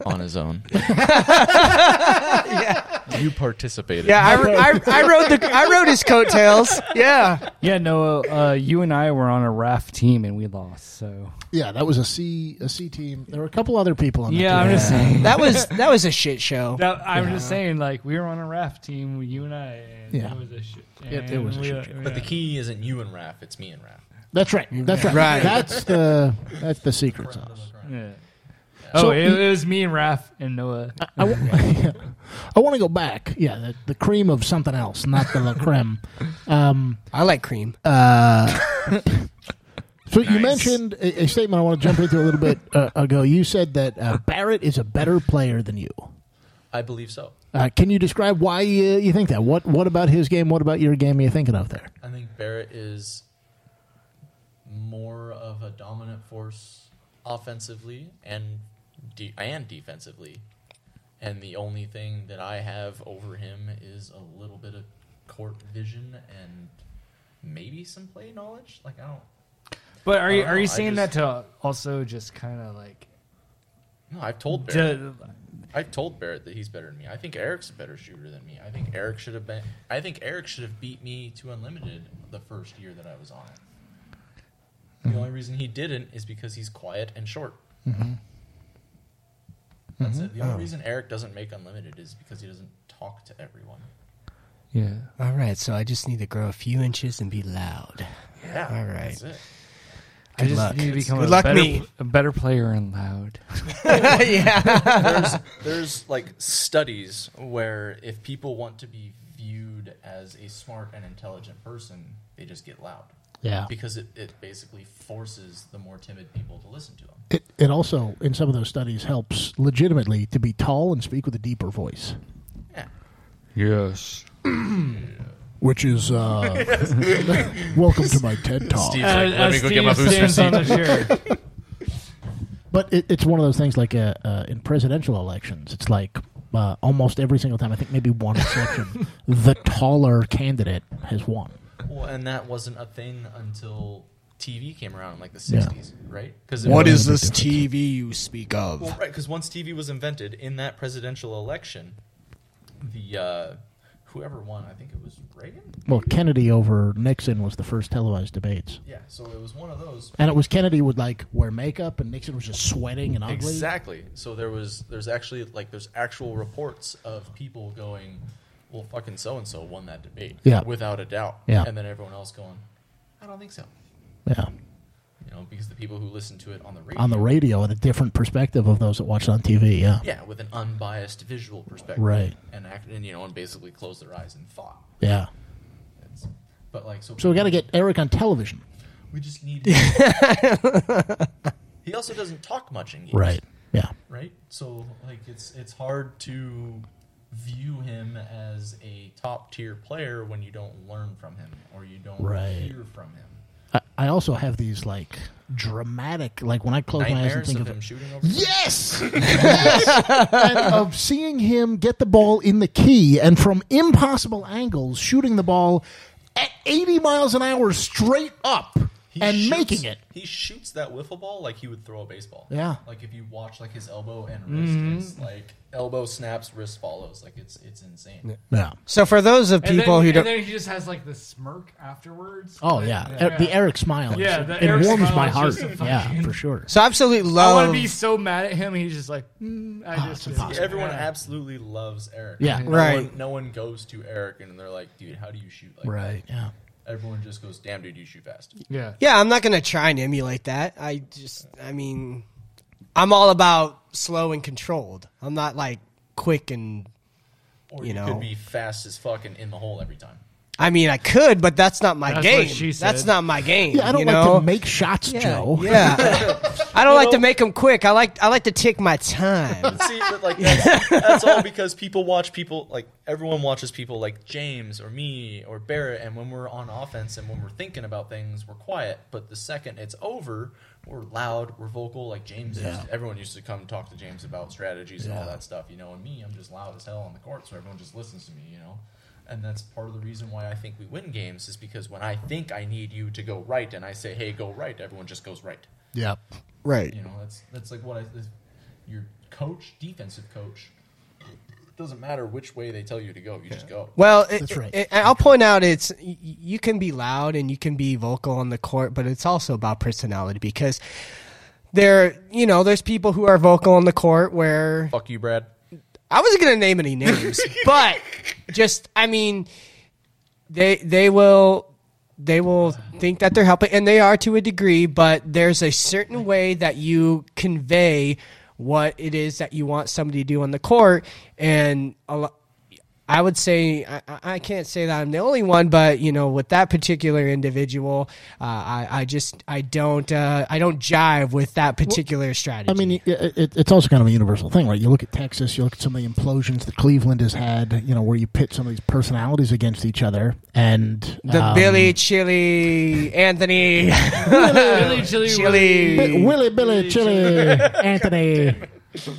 on his own. You participated. Yeah, I, I, I rode the I rode his coattails. Yeah, Yeah, Noah, uh, you and I were on a raft team and we lost. So Yeah, that was a C a C team. There were a couple other people on that yeah, team. I'm just saying. that was that was a shit show. That, I'm just saying, like we were on a raft team, you and I. And Yeah. it was a shit. Yeah, it was a and shit show. But the key isn't you and Raph, it's me and Raph. That's right. That's right. Right. That's the that's the secret sauce. Yeah. Oh, So- it, it was me and Raph and Noah. I, want to go back. Yeah, the, the cream of something else, not the la creme. Um, I like cream. Uh, so you mentioned a, a statement I want to jump into a little bit uh, ago. You said that uh, Barrett is a better player than you. I believe so. Uh, can you describe why you, you think that? What what about his game? What about your game? Are you thinking of there? I think Barrett is more of a dominant force offensively and de- and defensively. And the only thing that I have over him is a little bit of court vision and maybe some play knowledge. Like I don't But are you are I you don't know, I saying just- that to also just kind of like? No, I've told Barrett. To, I've told Barrett that he's better than me. I think Eric's a better shooter than me. I think Eric should have been I think Eric should have beat me to unlimited the first year that I was on it. The only reason he didn't is because he's quiet and short. Mm-hmm. That's it. Oh. The only reason Eric doesn't make unlimited is because he doesn't talk to everyone. yeah. All right, so I just need to grow a few inches and be loud. Yeah. All right. That's it. I just luck. need to become Good a, luck better, me. a better player and loud. yeah, there's there's like studies where if people want to be viewed as a smart and intelligent person, they just get loud Yeah. because it, it basically forces the more timid people to listen to them. It it also in some of those studies helps legitimately to be tall and speak with a deeper voice, Yeah. Yes. which is uh, welcome to my TED talk. Steve's like, let me go get my booster on the seat. chair. But it, it's one of those things like uh, uh, in presidential elections, it's like uh, almost every single time, I think maybe one exception, the taller candidate has won. Well, and that wasn't a thing until TV came around in like the Yeah. 60s, right? Because What Yeah. is this TV you speak of? Well, right, because once TV was invented in that presidential election, the uh, whoever won, I think it was Reagan. Well, Kennedy over Nixon was the first televised debates. Yeah, so it was one of those. And it was Kennedy would like wear makeup, and Nixon was just sweating and ugly. Exactly. So there was there's actually like there's actual reports of people going, well, fucking so and so won that debate, Yeah. without a doubt, Yeah. and then everyone else going, I don't think so, Yeah, you know, because the people who listen to it on the radio, on the radio, at a different perspective of those that watched on TV. Yeah, yeah, with an unbiased visual perspective, Right. and act, and you know, and basically close their eyes and thought. yeah. It's, but like so, So we got to get Eric on television, We just need. he also doesn't talk much in games, right? Yeah, right? So like it's it's hard to view him as a top tier player when you don't learn from him or you don't Right. hear from him. I, I also have these like dramatic, like when I close my eyes and Nightmares think of of him shooting over. Yes! Yes! and of seeing him get the ball in the key and from impossible angles shooting the ball at 80 miles an hour straight up He and shoots- making it. He shoots that wiffle ball like he would throw a baseball. Yeah. Mm-hmm. Like if you watch like his elbow and wrist, it's like elbow snaps, wrist follows. Like it's it's insane. Yeah. So for those of people and then, who and don't, then he just has like the smirk afterwards. Oh, yeah. Er- The Eric smile. Yeah, It- the it Eric warms smile my is heart. just a Yeah, fucking- for sure. so I absolutely I love. want to be so mad at him. He's just like, mm, I just it's impossible. Everyone Yeah. absolutely loves Eric. Yeah. no Right. One, no one goes to Eric and they're like, "Dude, how do you shoot?" Like, that?" Right. Yeah. Everyone just goes, "Damn, dude, you shoot fast." Yeah. yeah, I'm not gonna try and emulate that. I just, I mean, I'm all about slow and controlled. I'm not like quick and. Or You you, know. could be fast as fuck and in the hole every time. I mean, I could, but that's not my That's game. what she said. That's not my game. Yeah, I don't you like know? to make shots, Yeah, Joe. Yeah, I don't like to make them quick. I like I like to take my time. See, but like that's, that's all because people watch people like everyone watches people like James or me or Barrett, and when we're on offense and when we're thinking about things, we're quiet. But the second it's over, we're loud, we're vocal. Like James, is everyone used to come talk to James about strategies and all that stuff, you know. And me, I'm just loud as hell on the court, so everyone just listens to me, you know. And that's part of the reason why I think we win games is because when I think I need you to go right, and I say, "Hey, go right," everyone just goes right Yeah. Right. you know that's that's like what I, your coach, defensive coach. It doesn't matter which way they tell you to go. You just go. Well, it, That's right. it- and I'll point out it's y- you can be loud and you can be vocal on the court, but it's also about personality because there, you know, there's people who are vocal on the court where Fuck you, Brad. I wasn't gonna name any names, but just I mean, they they will they will think that they're helping, and they are to a degree, but there's a certain way that you convey what it is that you want somebody to do on the court, and a lot. I would say I, I- I can't say that I'm the only one, but you know, with that particular individual, uh, I, I just I don't uh, I don't jive with that particular strategy. I mean, it, it, it's also kind of a universal thing, right? You look at Texas, you look at some of the implosions that Cleveland has had, you know, where you pit some of these personalities against each other, and The um, Billy, Chili, Anthony, Chili, chili, Chili, Bi- Willie, Billy, Chili, Anthony,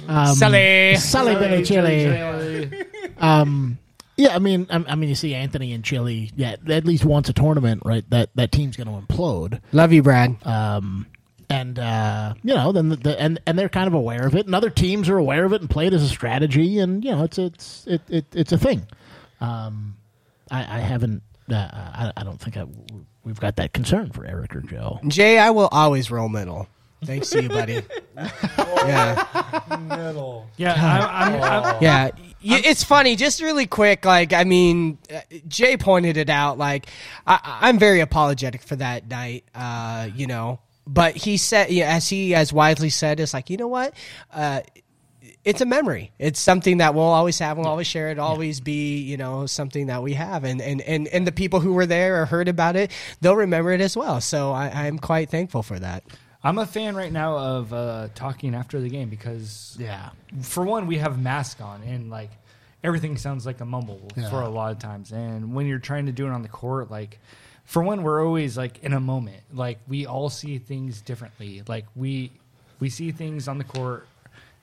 um, Sully. Sully, Billy, Chili. Um, yeah, I mean, I, I mean, you see Anthony and Chili, yeah, at least once a tournament, right? That that team's going to implode. Love you, Brad. Uh, um, and uh, you know, then the, the and and they're kind of aware of it, and other teams are aware of it and play it as a strategy, and you know, it's it's it, it it's a thing. Um, I, I haven't. Uh, I, I don't think I, we've got that concern for Eric or Joe. Jay, I will always roll middle. Thanks to you, buddy. yeah, Middle. Yeah, I'm, I'm, I'm, yeah. Y- it's funny, just really quick. Like, I mean, uh, Jay pointed it out. Like, I, I- I'm very apologetic for that night. Uh, you know, but he said, yeah, as he as wisely said, it's like, you know what? Uh, it's a memory. It's something that we'll always have. We'll always share. it always be, you know, something that we have. And, and, and, and the people who were there or heard about it, they'll remember it as well. So I, I'm quite thankful for that. I'm a fan right now of uh, talking after the game because Yeah, for one, we have masks on, and like everything sounds like a mumble Yeah. for a lot of times. And when you're trying to do it on the court, like for one, we're always like in a moment. Like we all see things differently. Like we we see things on the court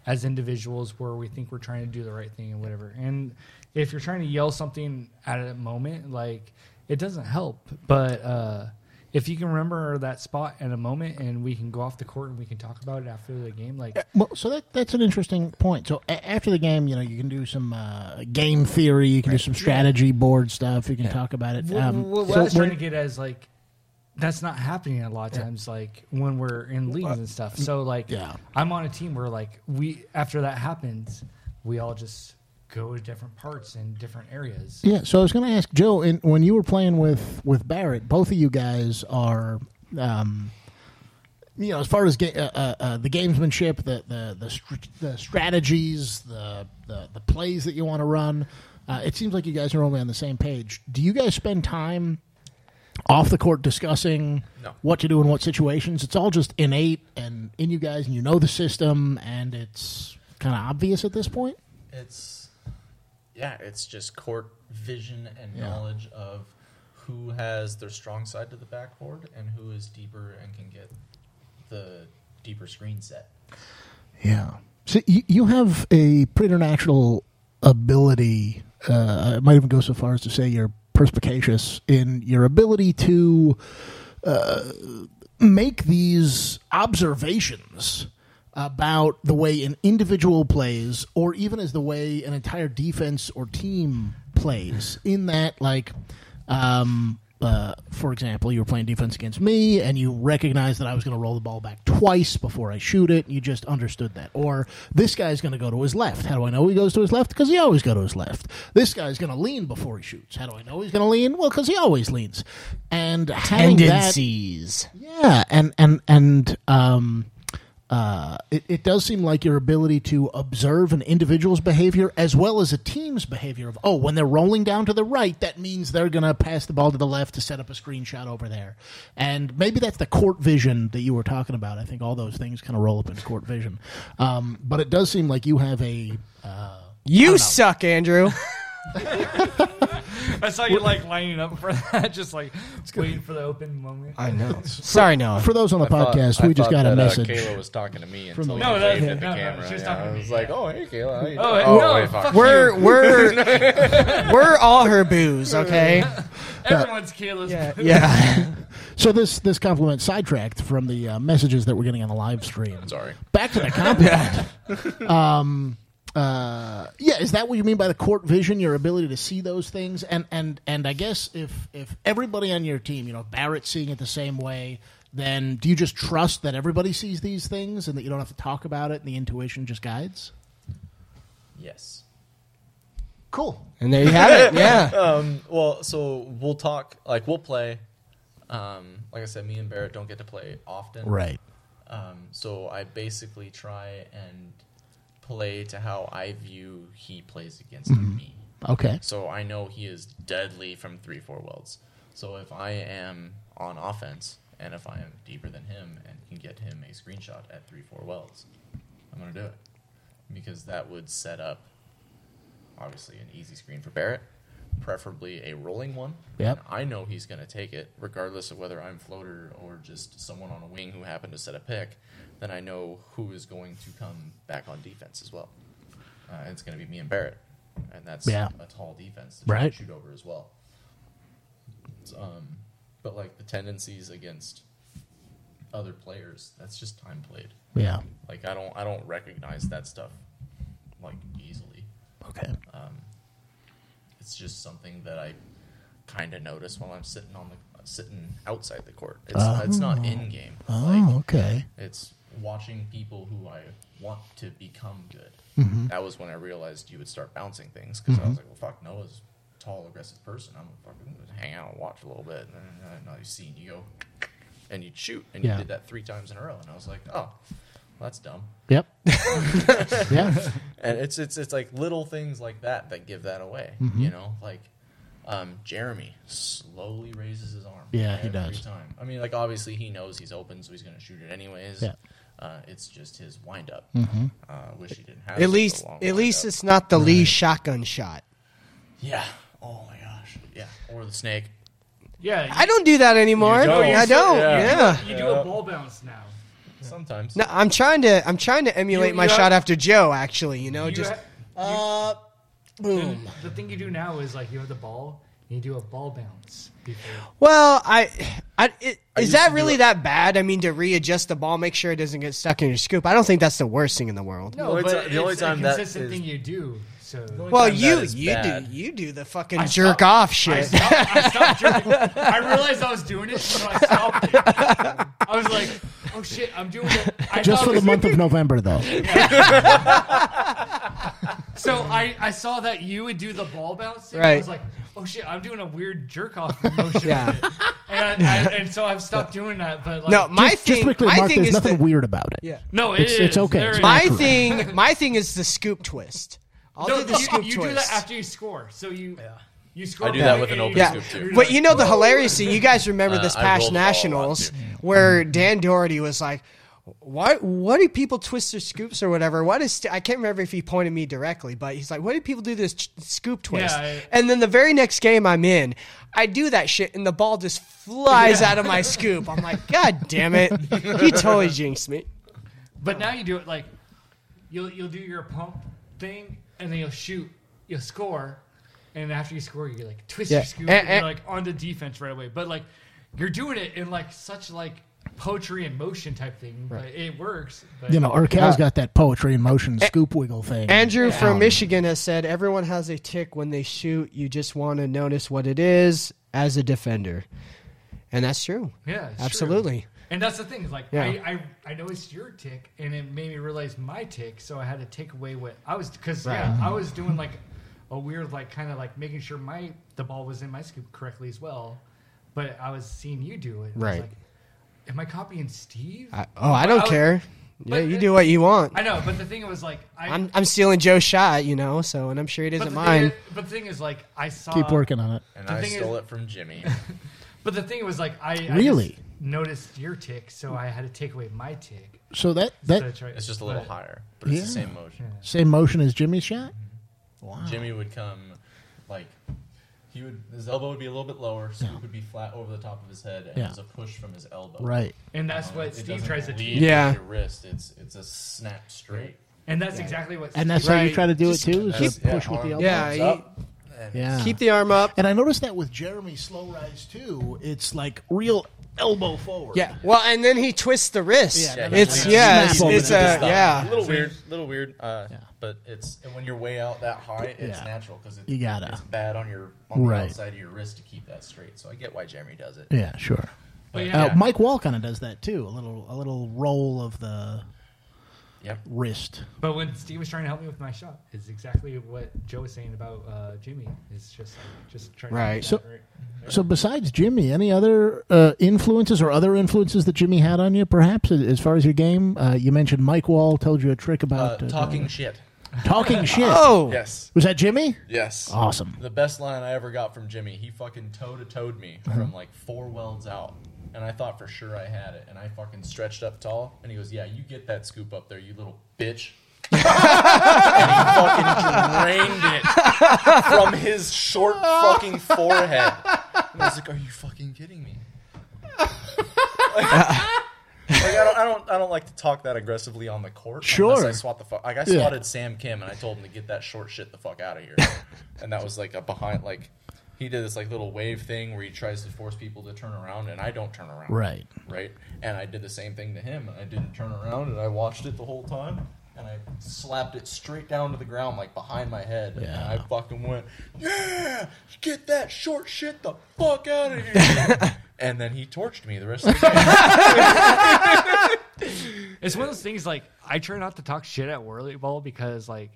as individuals where we think we're trying to do the right thing and whatever. And if you're trying to yell something at a moment, like it doesn't help. But uh, if you can remember that spot at a moment, and we can go off the court and we can talk about it after the game, like Well, so that that's an interesting point. So a- after the game, you know, you can do some uh, game theory, you can do some strategy board stuff, you can talk about it. Well, Um, well, what so I was trying to when- get at is like that's not happening a lot of times, like when we're in leagues and stuff. So like, yeah. I'm on a team where like we after that happens, we all just go to different parts and different areas. Yeah, so I was going to ask Joe, in, when you were playing with with Barrett, both of you guys are, um, you know, as far as ga- uh, uh, uh, the gamesmanship, the the the, str- the strategies, the, the the plays that you want to run, uh, it seems like you guys are only on the same page. Do you guys spend time off the court discussing No. what to do in what situations? It's all just innate and in you guys, and you know the system, and it's kind of obvious at this point. it's yeah, it's just court vision and knowledge of who has their strong side to the backboard and who is deeper and can get the deeper screen set. Yeah. So you, you have a preternatural ability. Uh, I might even go so far as to say you're perspicacious in your ability to uh, make these observations about the way an individual plays, or even as the way an entire defense or team plays. In that, like, um, uh, for example, you were playing defense against me, and you recognized that I was going to roll the ball back twice before I shoot it. And you just understood that. Or this guy's going to go to his left. How do I know he goes to his left? Because he always go to his left. This guy's going to lean before he shoots. How do I know he's going to lean? Well, because he always leans. And having that, yeah, and and and um, uh, it, it does seem like your ability to observe an individual's behavior as well as a team's behavior of oh, when they're rolling down to the right, that means they're gonna pass the ball to the left to set up a screenshot over there, and maybe that's the court vision that you were talking about. I think all those things kind of roll up into court vision, um, but it does seem like you have a. Uh, You suck, Andrew. I saw you like lining up for that, just like waiting for the open moment. I know. Sorry, Noah. For those on the podcast, Thought- I we just thought got a that, uh, message. Kayla was talking to me until the- you No, that- waved at the no, no, camera. she was yeah, talking to I me, was yeah. like, "Oh, hey, Kayla." How you Oh, doing?" no, wait, fuck you. We're we're we're all her booze, okay? Everyone's careless. Yeah, yeah. so this this compliment sidetracked from the uh, messages that we're getting on the live stream. Sorry. Back to the compliment. um, uh, yeah, is that what you mean by the court vision? Your ability to see those things, and and and I guess if if everybody on your team, you know, Barrett seeing it the same way, then do you just trust that everybody sees these things and that you don't have to talk about it, and the intuition just guides? Yes. Cool. And there you have it. Yeah. Um, well, so we'll talk. Like we'll play. Um, like I said, me and Barrett don't get to play often. Right. Um, so I basically try and play to how I view he plays against me. Okay. So I know he is deadly from three, four welds. So if I am on offense and if I am deeper than him and can get him a screenshot at three, four welds, I'm going to do it. Because that would set up, obviously, an easy screen for Barrett, preferably a rolling one. Yep. And I know he's going to take it, regardless of whether I'm floater or just someone on a wing who happened to set a pick. Then I know who is going to come back on defense as well. Uh, and it's going to be me and Barrett, and that's Yeah. a tall defense to try Right. and shoot over as well. It's, um, but like the tendencies against other players, that's just time played. Yeah. Like I don't, I don't recognize that stuff like easily. Okay. It's just something that I kind of notice while I'm sitting on the sitting outside the court. It's, it's not in game. Oh, okay. It's watching people who I want to become good. That was when I realized you would start bouncing things because I was like, well, fuck, Noah's a tall, aggressive person. I'm gonna fucking hang out and watch a little bit. And then I know you see and you go and you shoot. And Yeah. you did that three times in a row. And I was like, oh, well, that's dumb. Yep. yeah. And it's, it's, it's like little things like that that give that away. Mm-hmm. You know, like um, Jeremy slowly raises his arm. Yeah, he does. Time. I mean, like obviously he knows he's open, so he's going to shoot it anyways. Yeah. Mm-hmm. Uh, it's just his wind up. Uh, wish he didn't have such At a least long at wind least up. it's not the Lee shotgun shot. yeah. Oh my gosh. Yeah. Or the snake. yeah. I don't do that anymore. don't. I don't. Yeah. Yeah. You do a ball bounce now. Sometimes. No, I'm trying to I'm trying to emulate You- my you shot have- after Joe actually, you know, You just ha- uh boom. the thing you do now is like you have the ball and you do a ball bounce. Before. Well, I, I it, is used to that do really it- that bad? I mean, to readjust the ball, make sure it doesn't get stuck in your scoop. I don't think that's the worst thing in the world. No, The only but ti- the only it's time a that consistent is- thing you do. So Well, time that you is you bad. do you do the fucking jerk off I shit. stopped, I stopped jerking. I realized I was doing it, so I stopped it. I was like, "Oh shit, I'm doing it." I Just thought for it the was- month of November, though. So I, I saw that you would do the ball bounce. Thing. I Right. was like, "Oh shit, I'm doing a weird jerk off motion." Yeah. And, I, I, and so I've stopped doing that. But like, No, my just, thing just quickly, my Mark, thing there's is nothing the, weird about it. yeah. no, it It's- is. it's okay. There It's it My Accurate. thing my thing is the scoop twist. I'll No, do the you, scoop you twist. do that after you score. So you you score. I do back that with an and open you- Yeah, scoop too. but you know the hilarious thing. You guys remember this Uh, I past rolled ball a lot, nationals too. where Dan Doherty was like, "Why? Why do people twist their scoops or whatever? What is?" I can't remember if he pointed me directly, but he's like, "Why do people do this ch- scoop twist?" I- and then the very next game I'm in, I do that shit, and the ball just flies out of my scoop. I'm like, "God damn it! He totally jinxed me." But now you do it like you'll you'll do your pump thing and then you'll shoot, you'll score, and after you score, you like twist Yeah. your scoop Eh, and, eh. you're like on the defense right away. But like you're doing it in like such like poetry and motion type thing, but it works. But You know, Urkel's got that poetry in motion scoop wiggle thing. Andrew from Um, Michigan has said, "Everyone has a tick when they shoot. You just want to notice what it is as a defender." And that's true. yeah, it's true. Absolutely. And that's the thing, is like Yeah. I, I I noticed your tick and it made me realize my tick, so I had to take away what I was because yeah, I was doing like a weird like kind of like making sure my the ball was in my scoop correctly as well, but I was seeing you do it. and I was Right. like, Am I copying Steve? I, oh, I don't I was- care. Yeah, but you it- do what you want. I know, but the thing was like I I'm I'm stealing Joe's shot, you know. So, and I'm sure he but doesn't the mind. Thing is, but the thing is like I saw Keep working on it. and the I thing is- stole it from Jimmy. But the thing was like I I Really? just noticed your tick, so I had to take away my tick. So that So I that tried- It's just a little but- higher, but it's the Yeah. same motion. same motion as Jimmy's shot. Jimmy would come, like, he He would his elbow would be a little bit lower, so it would be flat over the top of his head, and Yeah. it was a push from his elbow. Right. and that's Um, what it Steve doesn't tries to lead do. with Yeah. Your wrist. It's it's a snap straight. And that's exactly what. And that's Steve- how you Right. try to do it too. Is That's- to push yeah, with the elbow. arm Yeah, comes he- up, and Yeah. Keep the arm up. and I noticed that with Jeremy Slow Rise too. It's like real elbow forward. Yeah. Well, and then he twists the wrist. Yeah, it's then yeah, it's uh, it's, snap it's over a the A yeah. little weird, little weird. Uh, Yeah. But it's and when you're way out that high, it's Yeah. natural because it, You gotta. it's bad on your on the Right. outside of your wrist to keep that straight. So I get why Jeremy does it. Yeah, sure. But yeah, Uh, Mike Wall kind of does that too. A little, a little roll of the Yep. wrist. But when Steve was trying to help me with my shot, is exactly what Joe was saying about uh, Jimmy. Is just just trying Right. to So- So, besides Jimmy, any other uh, influences or other influences that Jimmy had on you, perhaps uh, as- as far as your game? Uh, you mentioned Mike Wall told you a trick Uh, about uh, talking shit. talking shit. Oh, Yes. Was that Jimmy? Yes. Awesome. The best line I ever got from Jimmy, he fucking toe to toed me from like four welds out. And I thought for sure I had it. And I fucking stretched up tall. And he goes, Yeah, you get that scoop up there, you little bitch. and he fucking drained it from his short fucking forehead. And I was like, Are you fucking kidding me? like, I, don't, I don't, I don't like to talk that aggressively on the court. unless Sure. I swat the fuck. Like I Yeah. swatted Sam Kim and I told him to get that short shit the fuck out of here. and that was like a behind, like he did this like little wave thing where he tries to force people to turn around, and I don't turn around. Right. Right. And I did the same thing to him, and I didn't turn around, and I watched it the whole time. And I slapped it straight down to the ground, like behind my head. Yeah. And I fucking went, Yeah, get that short shit the fuck out of here. and then he torched me the rest of the game. It's one of those things like I try not to talk shit at Whirly Ball because like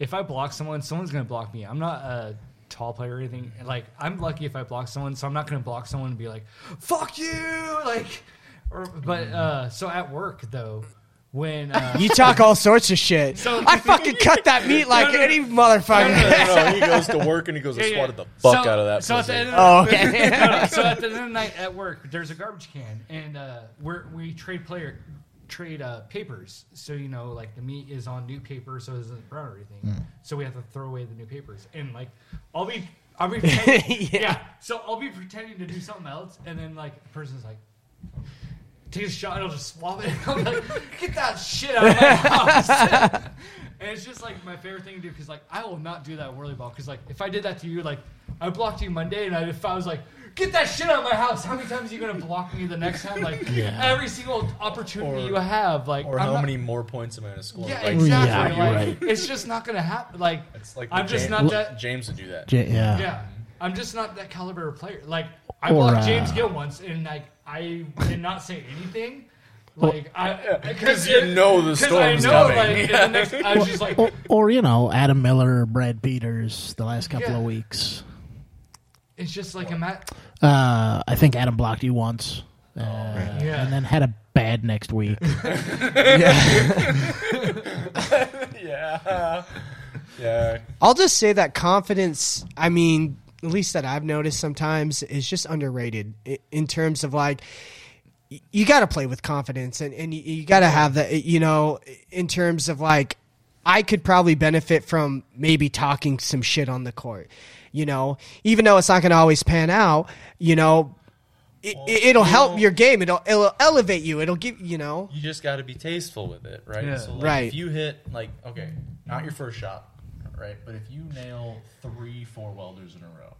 if I block someone, someone's gonna block me. I'm not a tall player or anything. Like I'm lucky if I block someone, so I'm not gonna block someone and be like, "Fuck you!" Like, or, but uh, so at work though, when uh, Mm-hmm. you talk all sorts of shit. So- I fucking cut that meat like no. any motherfucker. no, no, he goes to work and he goes, I Yeah, yeah. swatted the fuck So- out of that. So at the pussy." end of the Oh, okay. No, so at the end of the night at work, there's a garbage can, and uh, we're, we trade player trade uh, papers. So you know, like the meat is on new paper, so it isn't brown or anything. So we have to throw away the new papers, and like I'll be, I'll be, pretending, yeah. So I'll be pretending to do something else, and then like the person's like. Take a shot, and I'll just swab it. I'm like, get that shit out of my house. and it's just like my favorite thing to do because, like, I will not do that whirly ball. Because, like, if I did that to you, like, I blocked you Monday, and I, if I was like, get that shit out of my house, how many times are you going to block me the next time? Like, every single opportunity Or- you have, like, Or I'm how not- many more points am I going to score? Yeah, Like, exactly. Yeah, like, you're right. it's just not going to happen. Like, It's like I'm the just James- not that. James would do that. J- yeah. Yeah. I'm just not that caliber of player. Like I Or, blocked uh, James Gill once, and like I did not say anything. Like I Because you know the 'cause storm's I know, coming. Like, in the next, I was just like, Or, or you know, Adam Miller, Brad Peters, the last couple Yeah. of weeks. it's just like I'm at. Uh, I think Adam blocked you once, uh, Yeah. and then had a bad next week. Yeah. Yeah. I'll just say that confidence, I mean, at least that I've noticed sometimes, is just underrated i- in terms of like, y- you got to play with confidence and, and you, you got to have that, you know, in terms of like, I could probably benefit from maybe talking some shit on the court, you know, even though it's not going to always pan out, you know, it, it'll help your game. It'll, it'll elevate you. It'll give, you know, You just got to be tasteful with it, right? Yeah. So like, Right. If you hit like okay, not your first shot, right? But if you nail three, four welders in a row,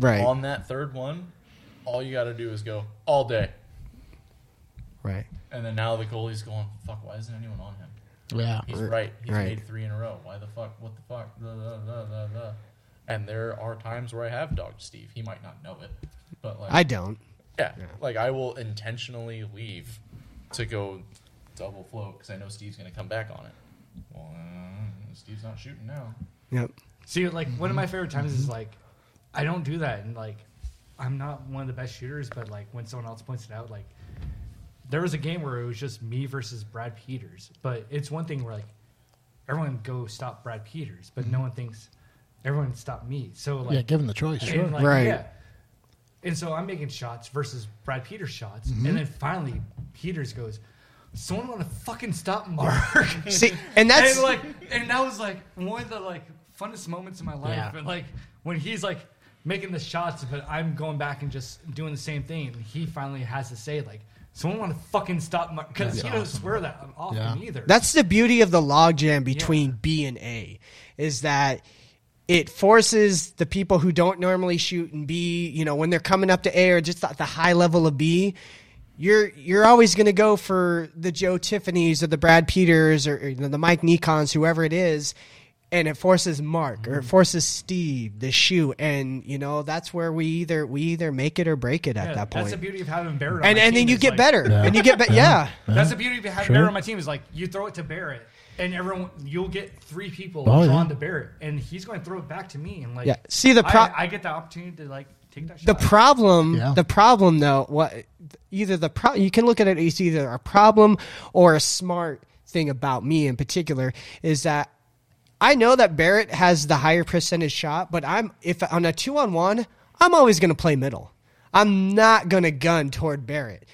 right, on that third one, all you got to do is go all day, right. and then now the goalie's going, fuck, why isn't anyone on him? yeah, He's right. He's Right. made three in a row. Why the fuck? What the fuck? Blah, blah, blah, blah, blah. And there are times where I have dogged Steve. He might not know it, but like I don't. Yeah. Like I will intentionally leave to go double flow because I know Steve's going to come back on it. Well, uh, Steve's not shooting now. Yep. See, like one of Mm-hmm. my favorite times is like I don't do that, and like I'm not one of the best shooters, but like when someone else points it out, like there was a game where it was just me versus Brad Peters, but it's one thing where like everyone go stop Brad Peters, but no one thinks everyone stop me. So like Mm-hmm. yeah. Give him the choice. Sure. and, like, Right. Yeah. And so I'm making shots versus Brad Peters shots, Mm-hmm. and then finally Peters goes, "Someone want to fucking stop Mark." See, and that's and like, and that was like one of the like funnest moments in my life. Yeah. And like when he's like, making the shots, but I'm going back and just doing the same thing. And he finally has to say like, "Someone want to fucking stop my?" Because he doesn't swear that I'm often Yeah. either. That's the beauty of the logjam between B and A, is that it forces the people who don't normally shoot in B, you know, when they're coming up to A or just at the high level of B, you're you're always going to go for the Joe Tiffany's or the Brad Peters or, or, you know, the Mike Nikon's, whoever it is. And it forces Mark or it Mm-hmm. forces Steve to shoot, and you know that's where we either we either make it or break it at Yeah, that that's point. the beauty of having Barrett. on and my and then team you is, get like, better, and you get better. yeah. That's the beauty of having Barrett on my team is like you throw it to Barrett, and everyone you'll get three people Oh, yeah. drawn to Barrett, and he's going to throw it back to me, and like Yeah. See, the pro- I, I get the opportunity to like take that shot. the problem Yeah. the problem though what either the pro you can look at it as either a problem or a smart thing about me in particular is that i know that barrett has the higher percentage shot but i'm if on a two-on-one i'm always going to play middle i'm not going to gun toward barrett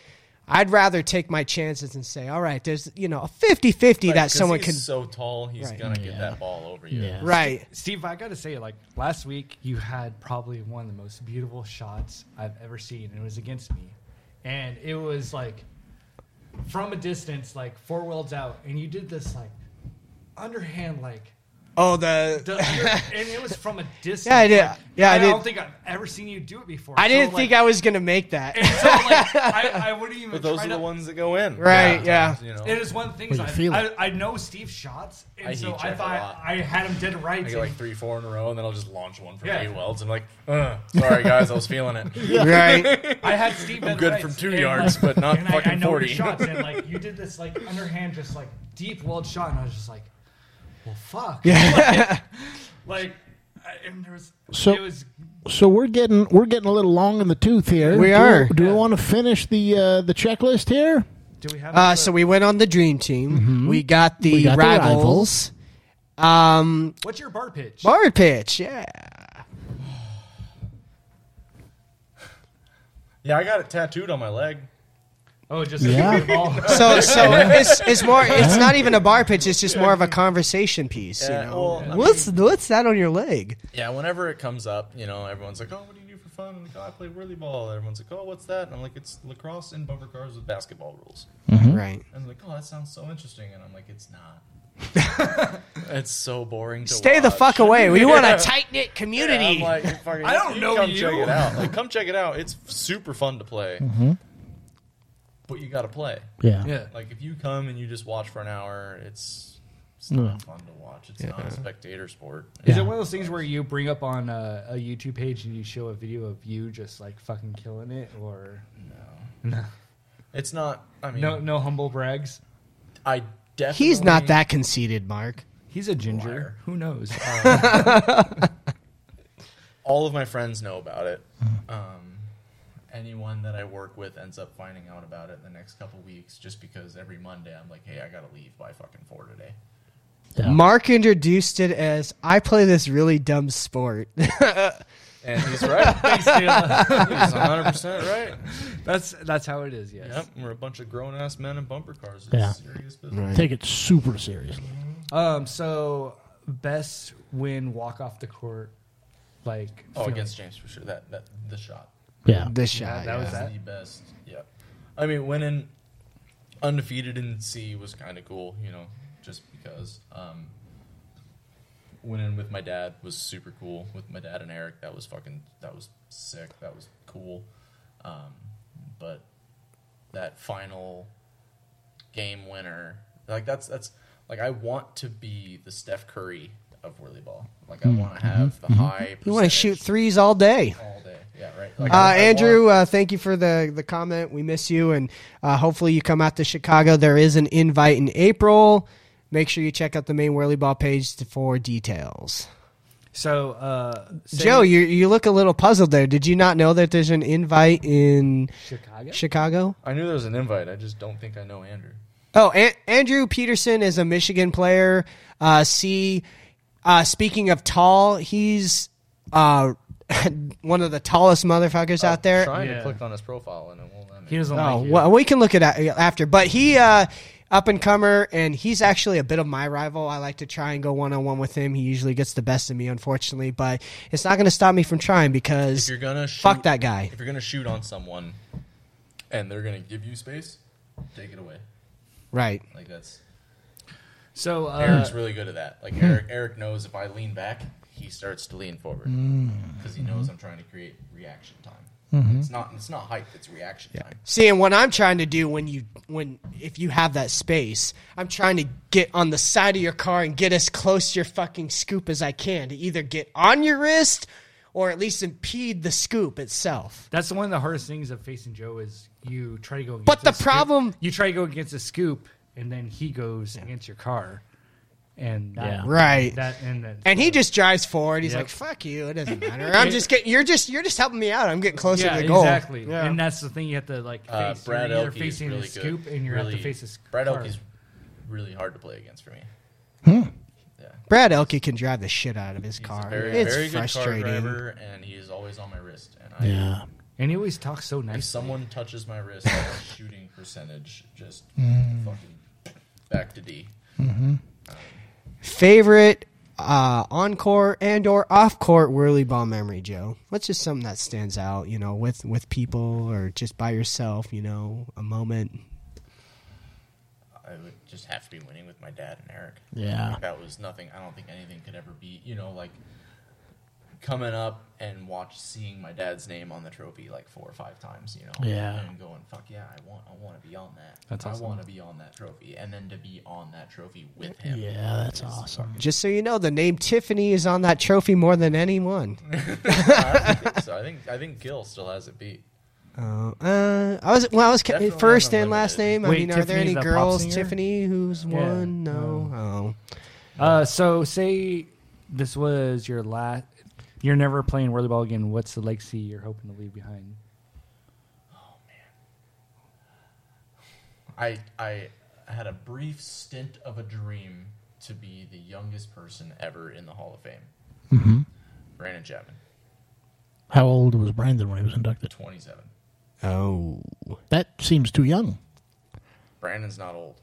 i'd rather take my chances and say all right there's you know a 50-50 that someone he's can so tall, he's Right. gonna get that ball over you. Yeah. right Steve, I gotta say, like last week, you had probably one of the most beautiful shots I've ever seen, and it was against me, and it was like from a distance, like four worlds out, and you did this like underhand, like oh the the, and it was from a distance. Yeah, I did. like, Yeah, I I, did. don't think I've ever seen you do it before. i So, didn't like- think i was going to make that And so, like, I, I wouldn't even. But those try are the to- ones that go in. Right, Yeah. yeah. You know, It is one thing. is you I, feel I, it. I know Steve's shots, and I heat so check I a thought lot. I had him dead right. I get like three, four in a row, and then I'll just launch one from Yeah. eight welds. I'm like, Ugh, sorry guys, I was feeling it. right I had Steve. Van I'm good Dyke, from two and, yards, but not and fucking I, I know 40. Your shots, and like you did this like underhand, just like deep walled shot, and I was just like, "Well, fuck." Yeah. like, I- and there was So- it was So we're getting we're getting a little long in the tooth here. We Do- are. Do we want to finish the uh, the checklist here? do we have Uh, so we went on the dream team. We got the Mm-hmm. We got the rivals. Um, what's your bar pitch? bar pitch, yeah. Yeah, I got it tattooed on my leg. Oh, just Yeah. the ball. So, so it's, it's more. It's not even a bar pitch. It's just more of a conversation piece. You Yeah, know? well, I mean- what's what's that on your leg? Yeah, whenever it comes up, you know, everyone's like, "Oh, what do you do for fun?" I'm like, "Oh, I play whirly ball." Everyone's like, "Oh, what's that?" And I'm like, "It's lacrosse in bumper cars with basketball rules." Hmm? Right. And I'm like, "Oh, that sounds so interesting," and I'm like, "It's not." it's so boring. To Stay the watch. fuck away. We want a Yeah. tight knit Yeah, I'm community. like, you fucking- I don't you know come you. check it out. Like, come check it out. It's super fun to play. Mm-hmm. But you got to play. Yeah. yeah. Like if you come and you just watch for an hour, it's it's not fun to watch. It's not a spectator sport. Is Yeah. it one of those things where you bring up on uh, a, a YouTube page and you show a video of you just like fucking killing it, or It's not. I mean, no, no humble brags? I definitely He's not that conceited, Mark. He's a ginger. Liar. Who knows? all of my friends know about it. Um, anyone that I work with ends up finding out about it in the next couple weeks, just because every Monday I'm like, hey, I gotta leave by fucking four today. Yeah. Mark introduced it as I play this really dumb sport. And he's right. he's 100 percent right. that's that's how it is. Yes. Yep, we're a bunch of grown ass men in bumper cars. It's Yeah. serious business. Take it super seriously. Um. So best win walk off the court, like Oh, feeling. against James for sure. That that the shot. Yeah. this shot. that was yeah. that. the best. Yeah. I mean, winning undefeated in C was kind of cool, you know, just because. Um, winning with my dad was super cool. With my dad and Eric, that was fucking, that was sick. That was cool. Um, but that final game winner, like that's, that's, like I want to be the Steph Curry of whirly ball. Like I want to have the high. Hmm. Mm-hmm. You want to percentage shoot threes all day. all day. Yeah, right. Like, Uh, I- I Andrew, want- uh, thank you for the, the comment. We miss you, and uh, hopefully you come out to Chicago. There is an invite in April. Make sure you check out the main Whirly Ball page to- for details. So uh, say- Joe, you you look a little puzzled there. Did you not know that there's an invite in Chicago. Chicago? I knew there was an invite. I just don't think I know Andrew. Oh, An- Andrew Peterson is a Michigan player. Uh, see, uh, speaking of tall, he's uh, one of the tallest Oh, motherfuckers out there. Trying Yeah. to click on his profile and it won't let me. he doesn't Oh, like you. well, we can look it at after. But he uh, up and comer, and he's actually a bit of my rival. I like to try and go one on one with him. He usually gets the best of me, unfortunately, but it's not going to stop me from trying If because you're gonna shoot, fuck that guy. If you're gonna shoot on someone, and they're gonna give you space, take it away. Right. Like that's So uh, hmm. Eric's really good at that. Like Eric, Eric knows if I lean back, he starts to lean forward Mm. because he Mm-hmm. knows I'm trying to create reaction time. It's not it's not hype, it's reaction time. See, and what I'm trying to do when you when if you have that space, I'm trying to get on the side of your car and get as close to your fucking scoop as I can to either get on your wrist or at least impede the scoop itself. That's one of the hardest things of facing Joe is you try to go. Against But the a scoop- problem- you try to go against a scoop, and then he goes against your car, and that, Yeah. Right. that and then and he just drives forward. He's Yep. like, "Fuck you! It doesn't matter. I'm just getting. You're just. You're just helping me out. I'm getting closer yeah to the goal. exactly, Yeah. and that's the thing you have to like face. Uh, Brad you're either Elke is facing really the scoop, good. and you're really, have to face this. Brad car. Elke's really hard to play against for me. Brad Elke can drive the shit out of his He's car. a very, it's very good car frustrating. driver, and he is always on my wrist. And I, Yeah. and he always talks so if nice. someone touches my wrist, my shooting percentage just fucking back to D. Favorite uh, on court and or off court whirly ball memory, Joe. What's just something that stands out? You know, with with people or just by yourself. You know, a moment. I would just have to be winning with my dad and Eric. Yeah. Like, that was nothing. I don't think anything could ever be. You know, like coming up and watch seeing my dad's name on the trophy like four or five times. You know, Yeah. and going fuck yeah, I want, I want to be on that. That's awesome. I want to be on that trophy, and then to be on that trophy with him. Yeah, that's awesome. Just so you know, the name Tiffany is on that trophy more than anyone. I think so I think I think Gil still has it beat. Uh, uh, I was well. I was ca- Definitely first on and last Unlimited. name. I Wait, mean, are there Tiffany's any that pop girls? singer? Tiffany, who's Yeah. one? No. Oh. Uh, so say this was your last. You're never playing whirly ball again. What's the legacy you're hoping to leave behind? I I had a brief stint of a dream to be the youngest person ever in the Hall of Fame. Brandon Chapman, How old was Brandon when he was inducted? twenty-seven. Oh. That seems too young. Brandon's not old.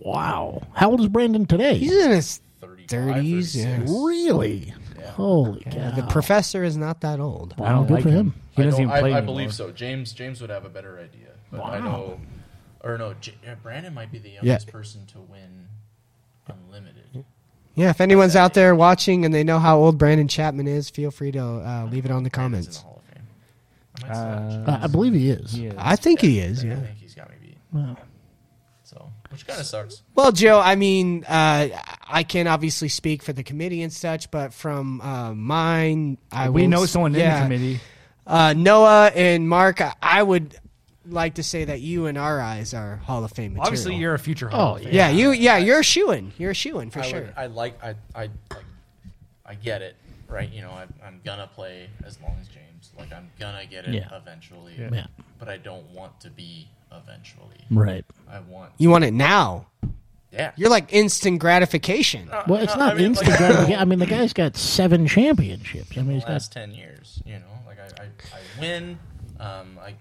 Wow. How old is Brandon today? He's in his 35, 30s, yeah. 36. Really? Holy Yeah, cow. the professor is not that old. Wow, I don't good like for him. He I, doesn't don't- even I- play I anymore. believe so. James James would have a better idea, but I Wow. know, or no, J- uh, Brandon might be the youngest person to win unlimited. Yeah, if anyone's out there watching and they know how old Brandon Chapman is, feel free to uh, leave it on the Brandon's in the comments. Hall of Fame. I might still have- I, I believe he is. Yeah. I think he is, I yeah. think he's got me beat. Wow. So, which kind of sucks. Well, Joe, I mean, uh, I can obviously speak for the committee and such, but from uh, mine, I we will know s- someone yeah. in the committee. Uh, Noah and Mark, I- I would like to say that you in our eyes are Hall of Fame material. Obviously, you're a future. Hall Oh, of Famer. Yeah, you. Yeah, you're a shoo in. You're a shoo in for I would- sure. I like. I I like. I get it, right? You know, I, I'm gonna play as long as James. Like, I'm gonna get it Yeah. eventually. Yeah. Yeah. Mm. But I don't want to be eventually. Right. I want. you want it now. Yeah. You're like instant gratification. Well, it's not instant gratification. I mean, the guy's got seven championships. I mean, he's got last ten years. You know, like I, I, I win. Um, I, I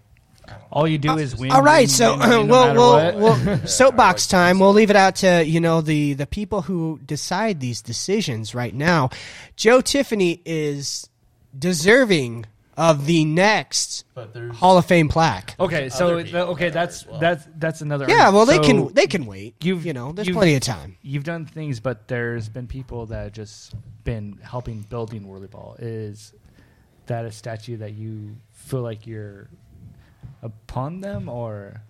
don't know. All you do is win. All right, win, so win, win, no we'll matter we'll, what. we'll soapbox time. We'll leave it out to you know the the people who decide these decisions right now. Joe Tiffany is deserving of the next But there's Hall of Fame plaque. Okay, so other the, people okay, that are that's as well. that's that's another. Yeah, well they Oh, so can they can wait. you've- you know there's you've- plenty of time. You've done things, but there's been people that have just been helping building Whirly Ball. Is that a statue that you feel like you're upon them, or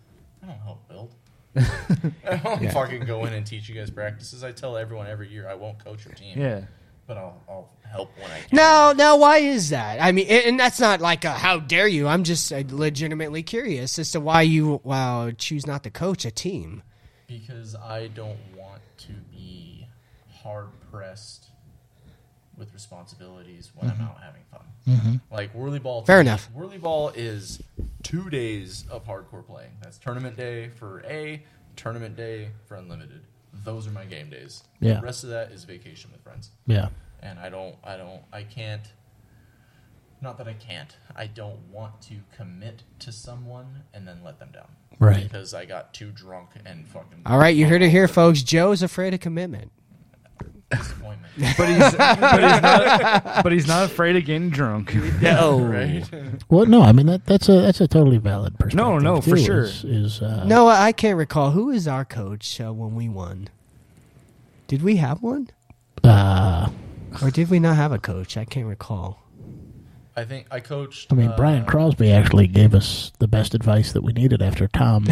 I don't help build. I don't fucking go in and teach you guys practices. I tell everyone every year I won't coach your team. yeah? But I'll, I'll help when I can. No, no. Why is that? I mean, and and that's not like a how dare you. I'm just uh, legitimately curious as to why you wow choose not to coach a team. Because I don't want to be hard pressed with responsibilities when I'm out having fun. Like whirly ball. Fair enough. Whirly ball is two days of hardcore playing. That's tournament day for A, tournament day for unlimited. Those are my game days. Yeah. The rest of that is vacation with friends. yeah. And I don't. I don't. I can't. Not that I can't. I don't want to commit to someone and then let them down. Right. because I got too drunk and fucking All right, you heard it here, folks. Joe's afraid of commitment. disappointment. But he's, but, he's not, but he's not afraid of getting drunk. No, Well, no, I mean that that's a that's a totally valid perspective. No, no, for too, sure. Is, is, uh, no, I can't recall who is our coach uh, when we won. Did we have one, uh, or did we not have a coach? I can't recall. I think I coached. I mean, uh, Brian Crosby actually gave us the best advice that we needed after Tom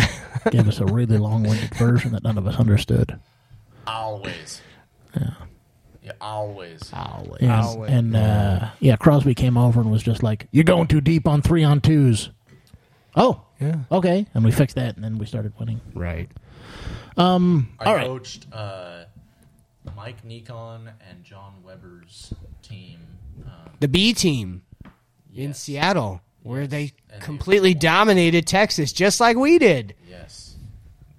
gave us a really long-winded version that none of us understood. always. Yeah. always. Uh, Always. And, and uh, yeah, Crosby came over and was just like, "You're going too deep on three on twos. Oh, Yeah. okay. And we fixed that, and then we started winning. Right. I All right. coached uh, Mike Nikon and John Weber's team. Um, The B team in yes. Seattle, where they And they completely won. dominated Texas, just like we did. Yes.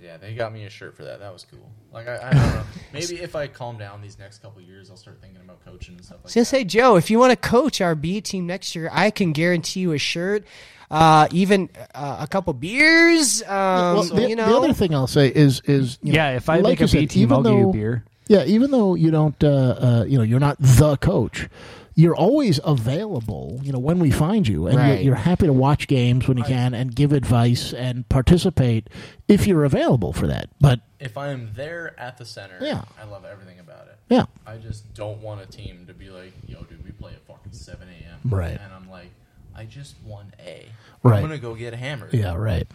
Yeah, they got me a shirt for that. That was cool. Like I, I don't know. Maybe if I calm down these next couple years, I'll start thinking about coaching and stuff I like was gonna that. say, Joe, if you want to coach our B team next year, I can guarantee you a shirt, uh, even uh, a couple beers. Um, well, the, you the know, other thing I'll say is is you know, Yeah, if I make like you a B said, team, even I'll give you though- a beer. Yeah, even though you don't, uh, uh, you know, you're not the coach, you're always available. You know, when we find you, and Right. you're, you're happy to watch games when you can and give advice and participate if you're available for that. But If I am there at the center, Yeah. I love everything about it. yeah, I just don't want a team to be like, yo, dude, we play at fucking 7 a.m. Right. And I'm like, I just won A. Right. I'm going to go get hammered. yeah, right,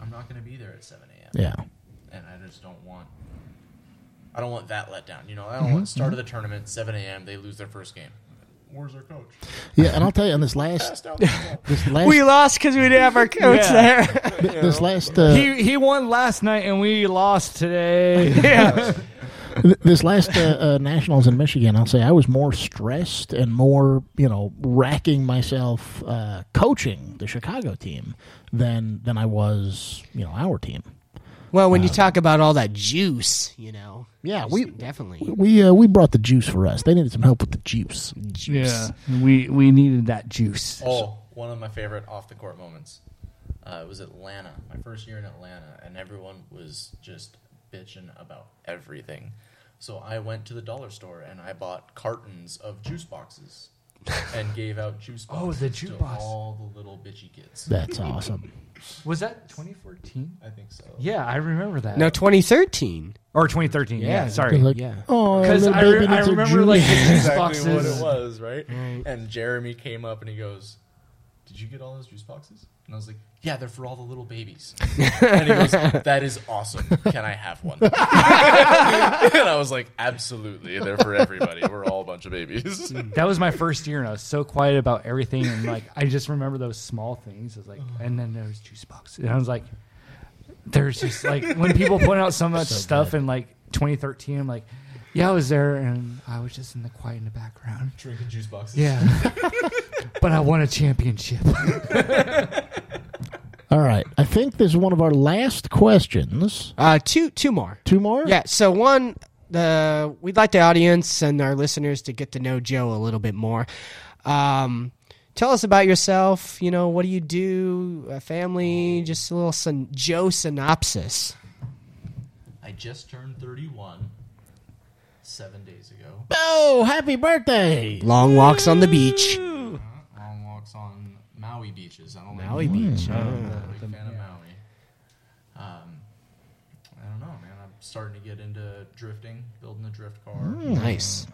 I'm not going to be there at 7 a.m. yeah, And I just don't want. I don't want that letdown. You know, I don't Mm-hmm. want start of the tournament, 7 a.m., they lose their first game. Where's our coach? yeah. And I'll tell you, on this last, Passed out the ball. this last, we lost because we didn't have our coach Yeah. there. th- this last, uh, He he won last night and we lost today. yeah. Th- this last uh, uh, nationals in Michigan, I'll say I was more stressed and more, you know, racking myself uh, coaching the Chicago team than than I was, you know, our team. Well, when you talk about all that juice, you know. Yeah, we definitely. we uh, we brought the juice for us. They needed some help with the juice. yeah, we we needed that juice. Oh, one of my favorite off the court moments. Uh, it was Atlanta, my first year in Atlanta, and everyone was just bitching about everything. So I went to the dollar store and I bought cartons of juice boxes and gave out juice Oh, boxes the juice to box. all the little bitchy kids. That's awesome. Was that 2014? I think so. Yeah, I remember that. No, 2013. or 2013. Yeah, Yeah. sorry. Like, Yeah. Oh, Because little I, baby re- I needs a remember like juice. the juice Exactly boxes. what it was, right? Right. And Jeremy came up and he goes, "Did you get all those juice boxes?" And I was like, "Yeah, they're for all the little babies." and he goes, "That is awesome. Can I have one?" and I was like, "Absolutely. They're for everybody. We're all a bunch of babies." That was my first year, and I was so quiet about everything. And like, I just remember those small things. I was like, and then there was juice box, and I was like, there's just like when people point out so much stuff in like 2013. I'm like, yeah, I was there, and I was just in the quiet in the background. Drinking juice boxes. Yeah, but I won a championship. All right, I think this is one of our last questions. Uh, two two more. Two more. Yeah. So one, the we'd like the audience and our listeners to get to know Joe a little bit more. Um, tell us about yourself. You know, what do you do? A family? Just a little syn- Joe synopsis. I just turned 31 7 days ago. Oh, happy birthday! Long walks on the beach. Long walks on Maui beaches. I don't like Maui Beach. I'm a big fan of Maui. Um, I don't know, man. I'm starting to get into drifting, building a drift car. Mm, Nice.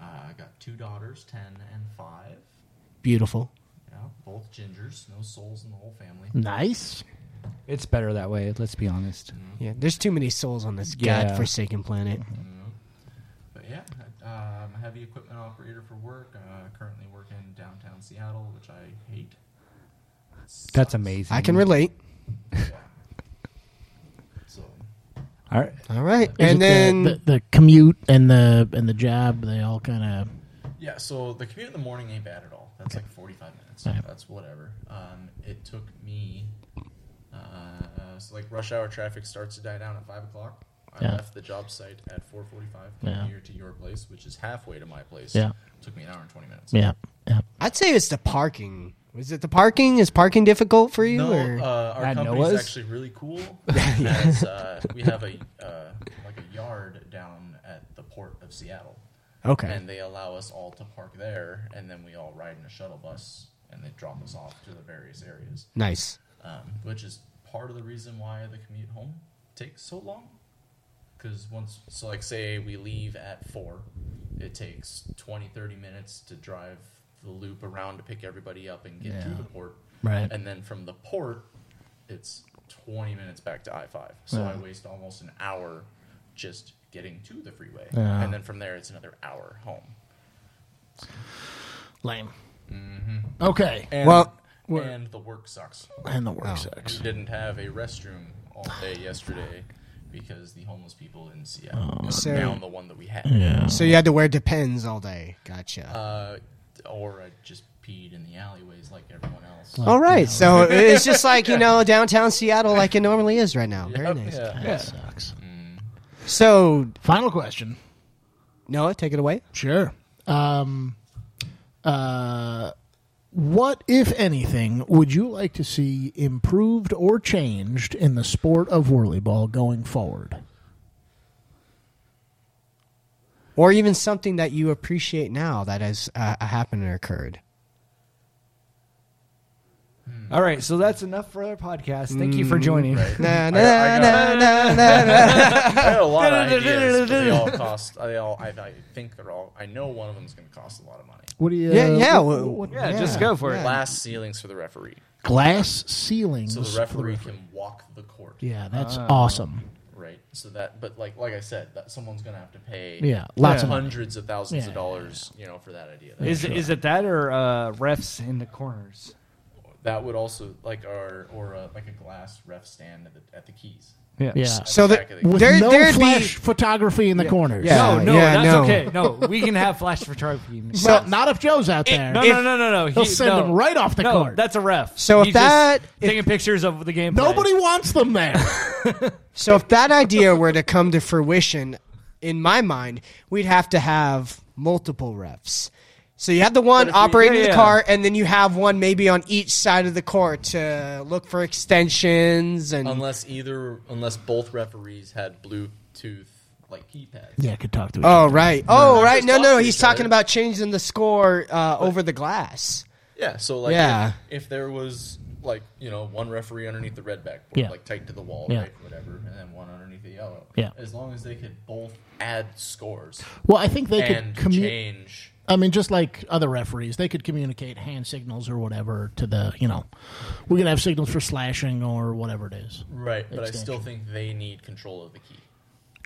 Uh, I got two daughters, ten and five. Beautiful. Yeah, both gingers, no souls in the whole family. Mm. Nice. it's better that way. Let's be honest. Yeah. There's too many souls on this Yeah. godforsaken planet. But yeah, I- uh, I'm a heavy equipment operator for work. Uh, currently work in downtown Seattle, which I hate. That's amazing. I can relate. So All right. All right. Is and it the- then the, the commute and the and the job, they all kind of Yeah, so the commute in the morning ain't bad at all. That's like 45 minutes. Yeah. That's whatever. Um, it took me, uh, so like rush hour traffic starts to die down at 5 o'clock. I Yeah. left the job site at 4.45 Yeah. here to your place, which is halfway to my place. Yeah. took me an hour and 20 minutes. yeah yeah. I'd say it's the parking Is it the parking? Is parking difficult for you? No, or? uh, our At company is Noah's? actually really cool. because, uh, we have a uh, like a yard down at the port of Seattle, okay. and they allow us all to park there, and then we all ride in a shuttle bus, and they drop us off to the various areas, Nice. um, which is part of the reason why the commute home takes so long. Because once, so like, say we leave at four, it takes 20, 30 minutes to drive the loop around to pick everybody up and get to Yeah. the port. Right. And then from the port, it's 20 minutes back to I 5. So I waste almost an hour just getting to the freeway. Yeah. And then from there, it's another hour home. Lame. Okay. Oh. And, Well, and the work sucks. Mm-hmm. And the work sucks. We didn't have a restroom all day yesterday because the homeless people in Seattle So- found the one that we had. So you had to wear Depends all day. Gotcha. Uh, or I just peed in the alleyways like everyone else. all right. So it's just like, you know, downtown Seattle like it normally is right now. Very nice. Yeah. That sucks. So, Final question. Noah, take it away. Sure. Um, uh, what, if anything, would you like to see improved or changed in the sport of whirlyball going forward? Or even something that you appreciate now that has uh, happened or occurred. All right, so that's enough for our podcast. Thank you for Mm, joining. Na, na, I got- na, na, na, na. I had a lot of ideas, but they all cost. They all. I, I think they're all. I know one of them's going to cost a lot of money. What do you? Yeah, yeah, what- w- what- Yeah, just go for it. Glass ceilings for the referee, Glass ceilings. so the referee can walk the court. Yeah, that's awesome. Right. So that. But like, like I said, that someone's going to have to pay. Yeah, lots Yeah. of money. Hundreds of thousands Yeah. of dollars, you know, for that idea. That, Is is it that or uh, refs in the corners? that would also like our or uh like a glass ref stand at the, at the keys. Yeah. At So the the- back of With With There- no there'd be- flash photography in the corners. Yeah. No, no, yeah, that's no. okay. No, we can have flash photography. So not if Joe's out there. No, If- no, no, no, no. He'll send no. them right off the no, court. That's a ref. So if He's just that- if- taking pictures of the game, Nobody wants them there. So if that idea were to come to fruition, in my mind, we'd have to have multiple refs. So you have the one if we- operating yeah, the yeah. car, and then you have one maybe on each side of the court to look for extensions and Mm-hmm. unless either, unless both referees had Bluetooth like keypads. yeah, could talk to. Each Oh right. Oh right. just No, no, talk no. to He's each talking other. about changing the score uh, over the glass. Yeah, so like Yeah. if, if there was like, you know, one referee underneath the red backboard, Yeah. like tight to the wall, Yeah. right, whatever, and then one underneath the yellow. Yeah. As long as they could both add scores Well, I think they could and communicate. change I mean, just like other referees, they could communicate hand signals or whatever to the, you know, we're going to have signals for slashing or whatever it is. Right, but I still Extension. think they need control of the key.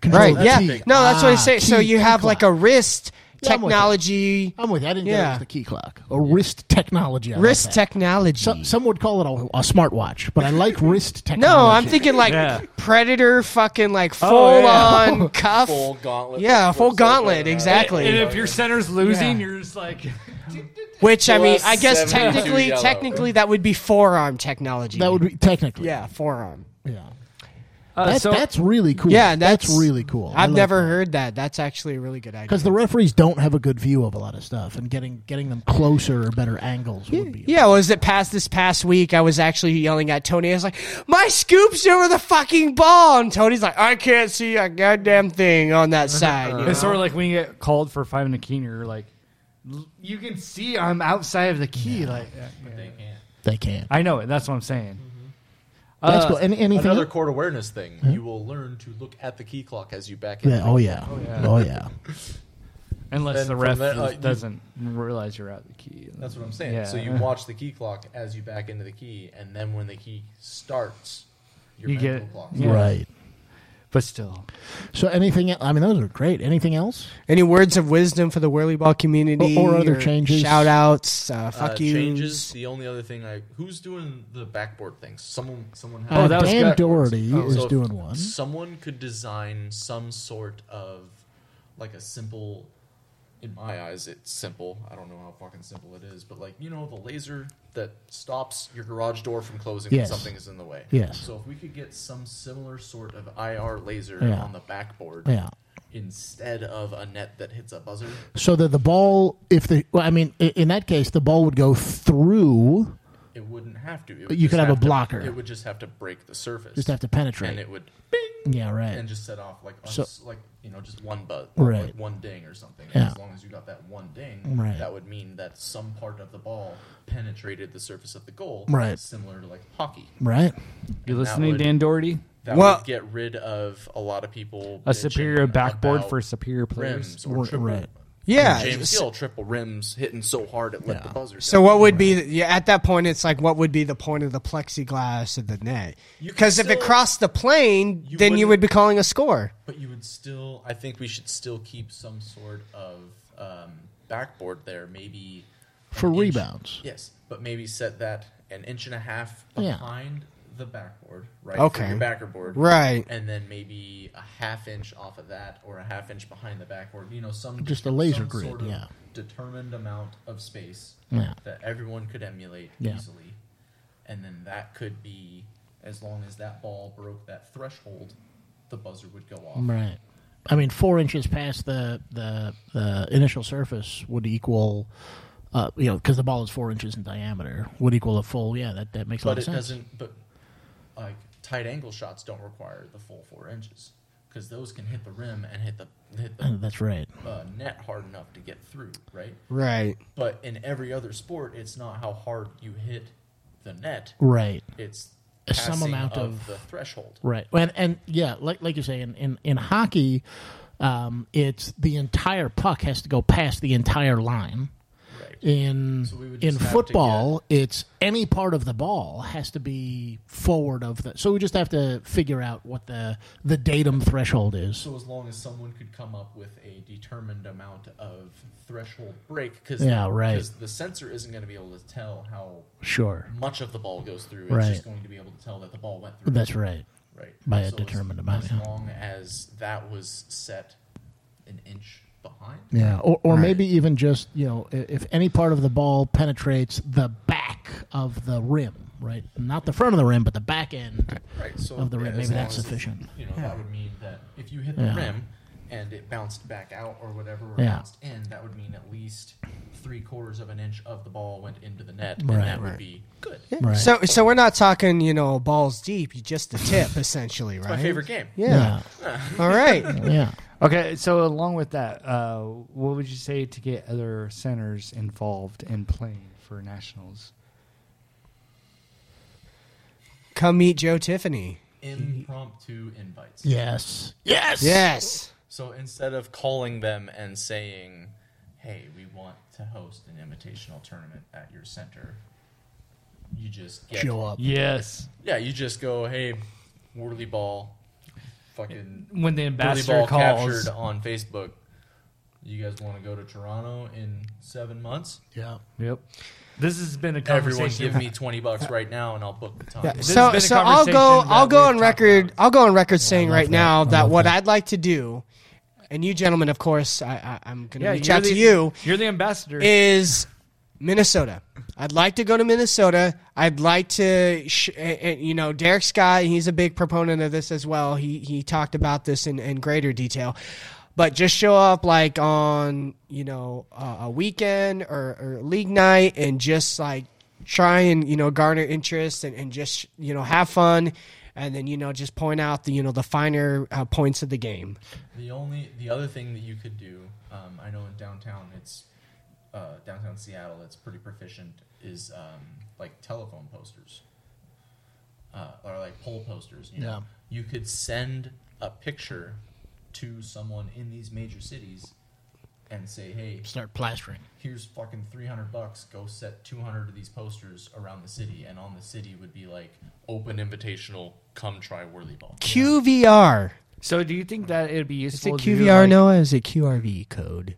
Control Right. the Yeah. key. No, that's what I Ah, say. So key- you key have like a clock. wrist Yeah, I'm with you. technology, I'm with you. I didn't Yeah. get it was the key clock. Or wrist technology. I like wrist that. technology. So, some would call it a, a smartwatch, but I like wrist technology. no, I'm thinking like Yeah. Oh, predator, fucking like full yeah. on cuff. Full gauntlet. Yeah, full Looks like gauntlet, a- exactly. And if your center's losing, Yeah. you're just like Which I mean, Plus I guess 72 technically, yellow. technically that would be forearm technology. That would be technically. yeah, forearm. Yeah. uh, That's, so. that's really cool. Yeah, that's, that's, really cool. I've never heard that. That's actually a really good idea. Because the referees don't have a good view of a lot of stuff, and getting getting them closer or better angles would be. Yeah, was it past this past week? I was actually yelling at Tony. I was like, "My scoop's over the fucking ball," and Tony's like, "I can't see a goddamn thing on that side." you know? Uh-huh. it's sort of like when you get called for five in a key, and you're like, "L- you can see I'm outside of the key. Like, They can't. They can't. I know it. That's what I'm saying. That's Uh, cool. Any, anything? Another else? court awareness thing. You will learn to look at the key clock as you back in. Yeah, oh yeah. Oh yeah. yeah. Unless Then the from ref that, uh, is- you- doesn't realize you're out of the key. That's what I'm saying. Yeah. So you watch the key clock as you back into the key, and then when the key starts, your You get- mental clock. yeah. Right. But still, So anything? el- I mean, those are great. Anything else? Any words of wisdom for the whirlyball community Or- or other changes? Shout outs, uh, Uh, fuck you. Changes. The only other thing I who's doing the backboard things. Someone. Someone. Has, Oh, that was Dan good. Doherty Oh. is So if doing one. Someone could design some sort of like a simple. In my eyes, it's simple. I don't know how fucking simple it is, but like you know, the laser that stops your garage door from closing Yes. when something is in the way. Yes. So if we could get some similar sort of IR laser Yeah. on the backboard, Yeah. instead of a net that hits a buzzer. So that the ball, if the, well, I mean, i- in that case, the ball would go through. It wouldn't have to. It would But you just could have a to- blocker. it would just have to break the surface. Just have to penetrate. And it would bing Yeah, right. and just set off like a- So- like you know just one buzz, Right. like one ding or something. Yeah. And as long as you got that one ding, Right. that would mean that some part of the ball penetrated the surface of the goal. Right. Similar to like hockey. right. That You're listening, would- Dan Doherty? That Well- would get rid of a lot of people. A superior bitching backboard about for superior players. rims or triple. right. Yeah. James Hill triple rims hitting so hard it let the buzzer. So down. what would be the, yeah, at that point? It's like what would be the point of the plexiglass of the net? You could Because if it still- crossed the plane, You then you wouldn't- would be calling a score. But you would still, I think we should still keep some sort of um, backboard there, maybe an For inch- rebounds. Yes, but maybe set that an inch and a half Yeah. behind the backboard, right? Okay. for your backboard, Right. and then maybe a half inch off of that, or a half inch behind the backboard. You know, some Just a laser some grid, sort of yeah. determined amount of space Yeah. that everyone could emulate Yeah. easily, and then that could be as long as that ball broke that threshold, the buzzer would go off. Right. I mean, four inches past the the, the initial surface would equal, uh, you know, because the ball is four inches in diameter, would equal a full. Yeah, that, that makes a lot of But it sense. doesn't. But like tight angle shots don't require the full four inches because those can hit the rim and hit the hit Uh, the That's right. uh, net hard enough to get through, right? Right. But in every other sport, it's not how hard you hit the net; Right. it's Some passing amount of, of- the threshold. Right. And and yeah, like like you say, in in, in hockey, um, it's the entire puck has to go past the entire line. Right. In So we would in just have to football, it's any part of the ball has to be forward of the. So we just have to figure out what the the datum threshold is. So as long as someone could come up with a determined amount of threshold break, because Yeah, right. the sensor isn't going to be able to tell how Sure. much of the ball goes through. It's Right. just going to be able to tell that the ball went through. That's right. Right. By a as- determined amount, As yeah. long as that was set an inch behind. Yeah, or, or maybe even just you know i- if any part of the ball penetrates the back of the rim, right? Not the front of the rim, but the back end. Right. So Of the rim, as maybe long that's as it's- sufficient. You know, that would mean that if you hit the Yeah. rim and it bounced back out or whatever, or Yeah. bounced in, that would mean at least three quarters of an inch of the ball went into the net, and Right, that right. would be good. Right. So so we're not talking you know balls deep, just the tip essentially, right? My favorite game. Yeah. All right. yeah, yeah. Okay, so along with that, uh, what would you say to get other centers involved in playing for nationals? Come meet Joe Tiffany. Impromptu invites. Yes, yes, Yes. So instead of calling them and saying, "Hey, we want to host an invitational tournament at your center," you just get Show up. Yes. Yeah, you just go, "Hey, Worley Ball, fucking When the Worley ambassador Ball calls. captured on Facebook. You guys want to go to Toronto in seven months? Yeah, Yep. This has been a Everyone, conversation. give me twenty bucks right now, and I'll book the time. This has So been a so I'll go conversation I'll that go we've on talked record about. I'll go on record saying love right that. now I that love what that. I'd like to do, and you gentlemen, of course, I, I, I'm going to Yeah, reach you're out the- to you. You're the ambassador. is Minnesota. I'd like to go to Minnesota. I'd like to, sh- uh, you know, Derek Scott. He's a big proponent of this as well. He he talked about this in, in greater detail, but just show up like on you know uh, a weekend or, or league night and just like try and you know garner interest and, and just you know have fun, and then you know just point out the you know the finer uh, points of the game. The only the other thing that you could do, um, I know in downtown it's uh, downtown Seattle, it's pretty proficient is um, like telephone posters uh, or like pole posters. You know? you could send a picture to someone in these major cities and say, "Hey, start plastering. here's fucking 300 bucks go set 200 of these posters around the city and on the city would be like open invitational come try worthy ball QVR. so do you think that it would be Is it useful to do, QVR, like- Noah? Is it QRV code?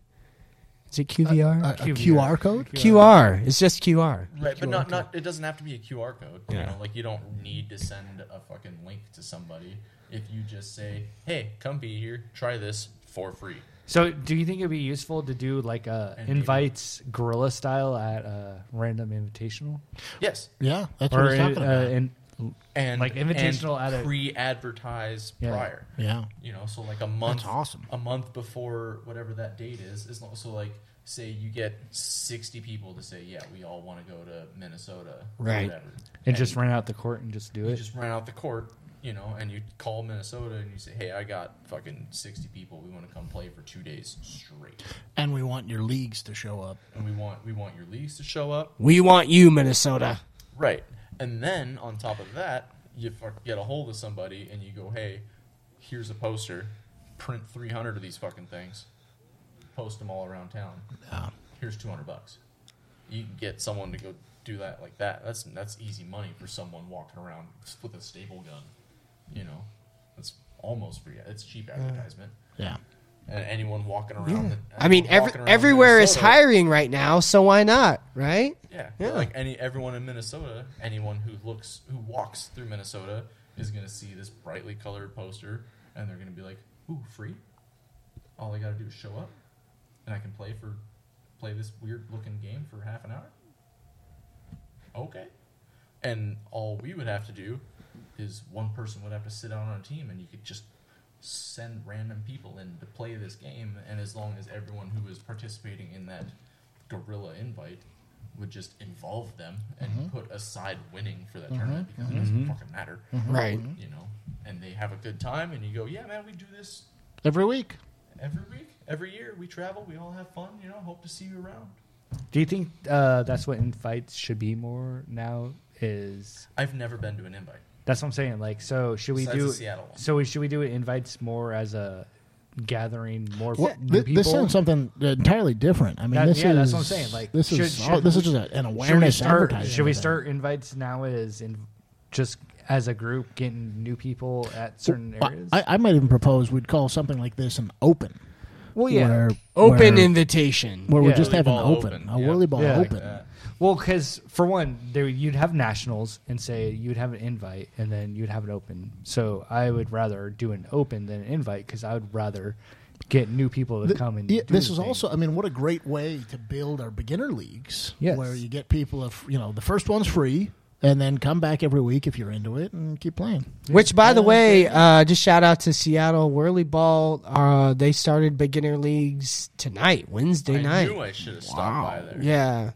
Is it QVR? A, a QR, QR. code. QR. It's just QR. Right, but not, not it doesn't have to be a QR code. You know, like you don't need to send a fucking link to somebody if you just say, "Hey, come be here, try this for free." So do you think it'd be useful to do like a And maybe- invites guerrilla style at a random invitational? Yes, Yeah, that's what or he's in, talking uh, about. in and Like invitational and at a- pre-advertise Yeah. prior. Yeah. You know, so like a month. awesome. A month before whatever that date is is not so like say you get sixty people to say yeah we all want to go to Minnesota or Right. whatever. and just run out the court and just do you it. just run out the court, you know, and you call Minnesota and you say, "Hey, I got fucking sixty people. We want to come play for two days straight, And we want your leagues to show up. and we want we want your leagues to show up, We want you, Minnesota. right?" And then on top of that, you fuck- get a hold of somebody and you go, "Hey, here's a poster. Print three hundred of these fucking things. Post them all around town. Here's two hundred bucks. You can get someone to go." Do that like that. That's that's easy money for someone walking around with a staple gun. you know, it's almost free. It's cheap advertisement. Yeah. And anyone walking around, I mean, anyone every, walking around everywhere is Minnesota- hiring right now, so why not, right? Yeah, Yeah. like any everyone in Minnesota, anyone who looks who walks through Minnesota is going to see this brightly colored poster, and they're going to be like, "Ooh, free! All I got to do is show up, and I can play for play this weird looking game for half an hour." Okay, and all we would have to do is one person would have to sit down on a team, and you could just send random people in to play this game, and as long as everyone who is participating in that gorilla invite would just involve them and put aside winning for that tournament because it doesn't fucking matter, Right. you know. And they have a good time, and you go, yeah, man, we do this Every week. every week, every year. We travel, we all have fun, you know. Hope to see you around. Do you think uh, that's what invites should be more now? Is I've never been to an invite. that's what I'm saying? Like, so should we Besides do? the Seattle one. So we, should we do invites more as a gathering more Well, new thi- people? this sounds something entirely different. I mean, That- this yeah, is that's what I'm saying, like, this is should- should- this is just a- should an we awareness start? advertising. Should we thing. start invites now? Is in just as a group getting new people at certain Well, areas? I, I might even propose we'd call something like this an open. well, yeah. Where, Open where, invitation. where we Yeah. just Willy have an ball open, open. a Yeah. willy ball Yeah. open. That. Well, because for one, there you'd have nationals and say you'd have an invite, and then you'd have an open. So I would rather do an open than an invite because I would rather get new people to Th- come and. yeah, do this the is thing. also, I mean, what a great way to build our beginner leagues, Yes. where you get people of, you know, the first one's free, and then come back every week if you're into it and keep playing. Which, by the way, uh, just shout out to Seattle Whirly Ball. Uh, they started beginner leagues tonight, Wednesday I night. knew I should have stopped by there. Yeah.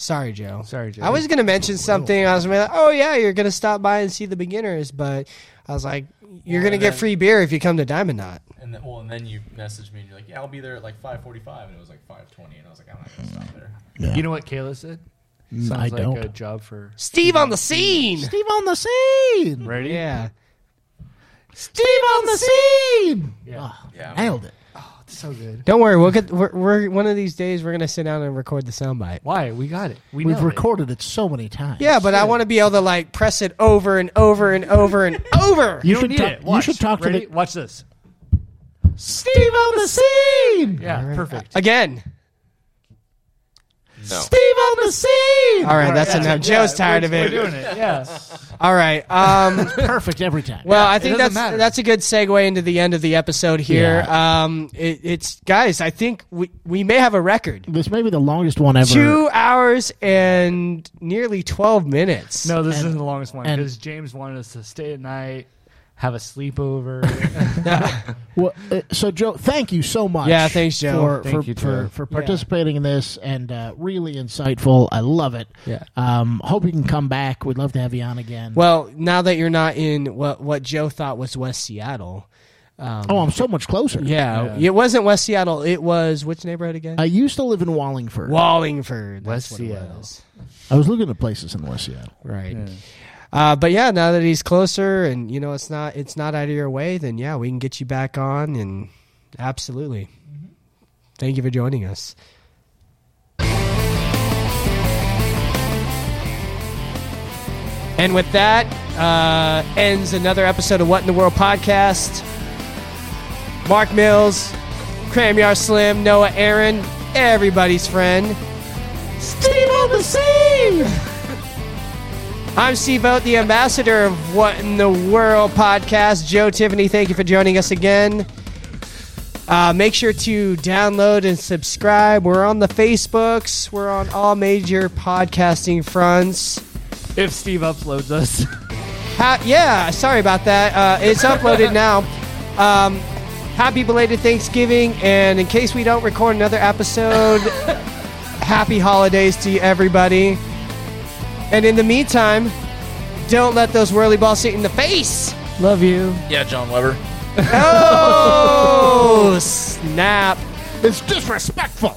Sorry, Joe. Sorry, Joe. I was gonna mention something. I was gonna be like, "Oh yeah, you're gonna stop by and see the beginners," but I was like, "You're Well, gonna and get then- free beer if you come to Diamond Knot." And then, well, and then you messaged me and you're like, "Yeah, I'll be there at like 5:45," and it was like 5:20, and I was like, "I'm not gonna stop there." you know what Kayla said. Sounds Mm, I like don't. a job for Steve on the scene. Steve on the scene! ready. Yeah. Steve on the scene! Yeah. Ah, Yeah. Nailed it. Oh, it's so good. Don't worry. We'll get. We're, we're one of these days. We're gonna sit down and record the soundbite. Why we got it? We We've know it. recorded it so many times. Yeah, but I want to be able to like press it over and over and over and over. You, You don't should need talk- it. you Watch. should talk to Ready? the- Watch this. Steve on the scene! Yeah, perfect. Again. No. Steve on the scene! All right, that's Yeah, enough. yeah, Joe's tired of we're- it. We're doing it. Yeah. All right. Um, Perfect every time. well, I it think that's doesn't matter. that's a good segue into the end of the episode here. Um, it, it's guys, I think we we may have a record. this may be the longest one ever. Two hours and nearly twelve minutes. No, this isn't the longest one and- because James wanted us to stay at night, have a sleepover. Well, uh, so Joe, thank you so much. Yeah, thanks, Joe. for Thank for, you, for, Joe. for participating in this and uh, really insightful. I love it. Yeah. Um, hope you can come back. We'd love to have you on again. Well, now that you're not in what what Joe thought was West Seattle. um, oh, I'm so much closer. Yeah, Yeah. it wasn't West Seattle. It was which neighborhood again? I used to live in Wallingford. Wallingford. West That's what it Seattle. was. I was looking at places in West Seattle. Right. Uh, but yeah, now that he's closer and you know it's not it's not out of your way, then yeah, we can get you back on and absolutely. Thank you for joining us. And with that uh, ends another episode of What in the World podcast. Mark Mills, Cramyar Slim, Noah Aaron, everybody's friend, Steve on the scene. I'm Steve Boat, the ambassador of What in the World podcast. Joe Tiffany, thank you for joining us again. Uh, make sure to download and subscribe. We're on the Facebooks, we're on all major podcasting fronts. if Steve uploads us. Ha- yeah, sorry about that. Uh, it's uploaded now. Um, happy belated Thanksgiving, and in case we don't record another episode, happy holidays to you, everybody. And in the meantime, don't let those whirly balls hit you in the face. Love you. Yeah, John Weber. Oh, snap. It's disrespectful.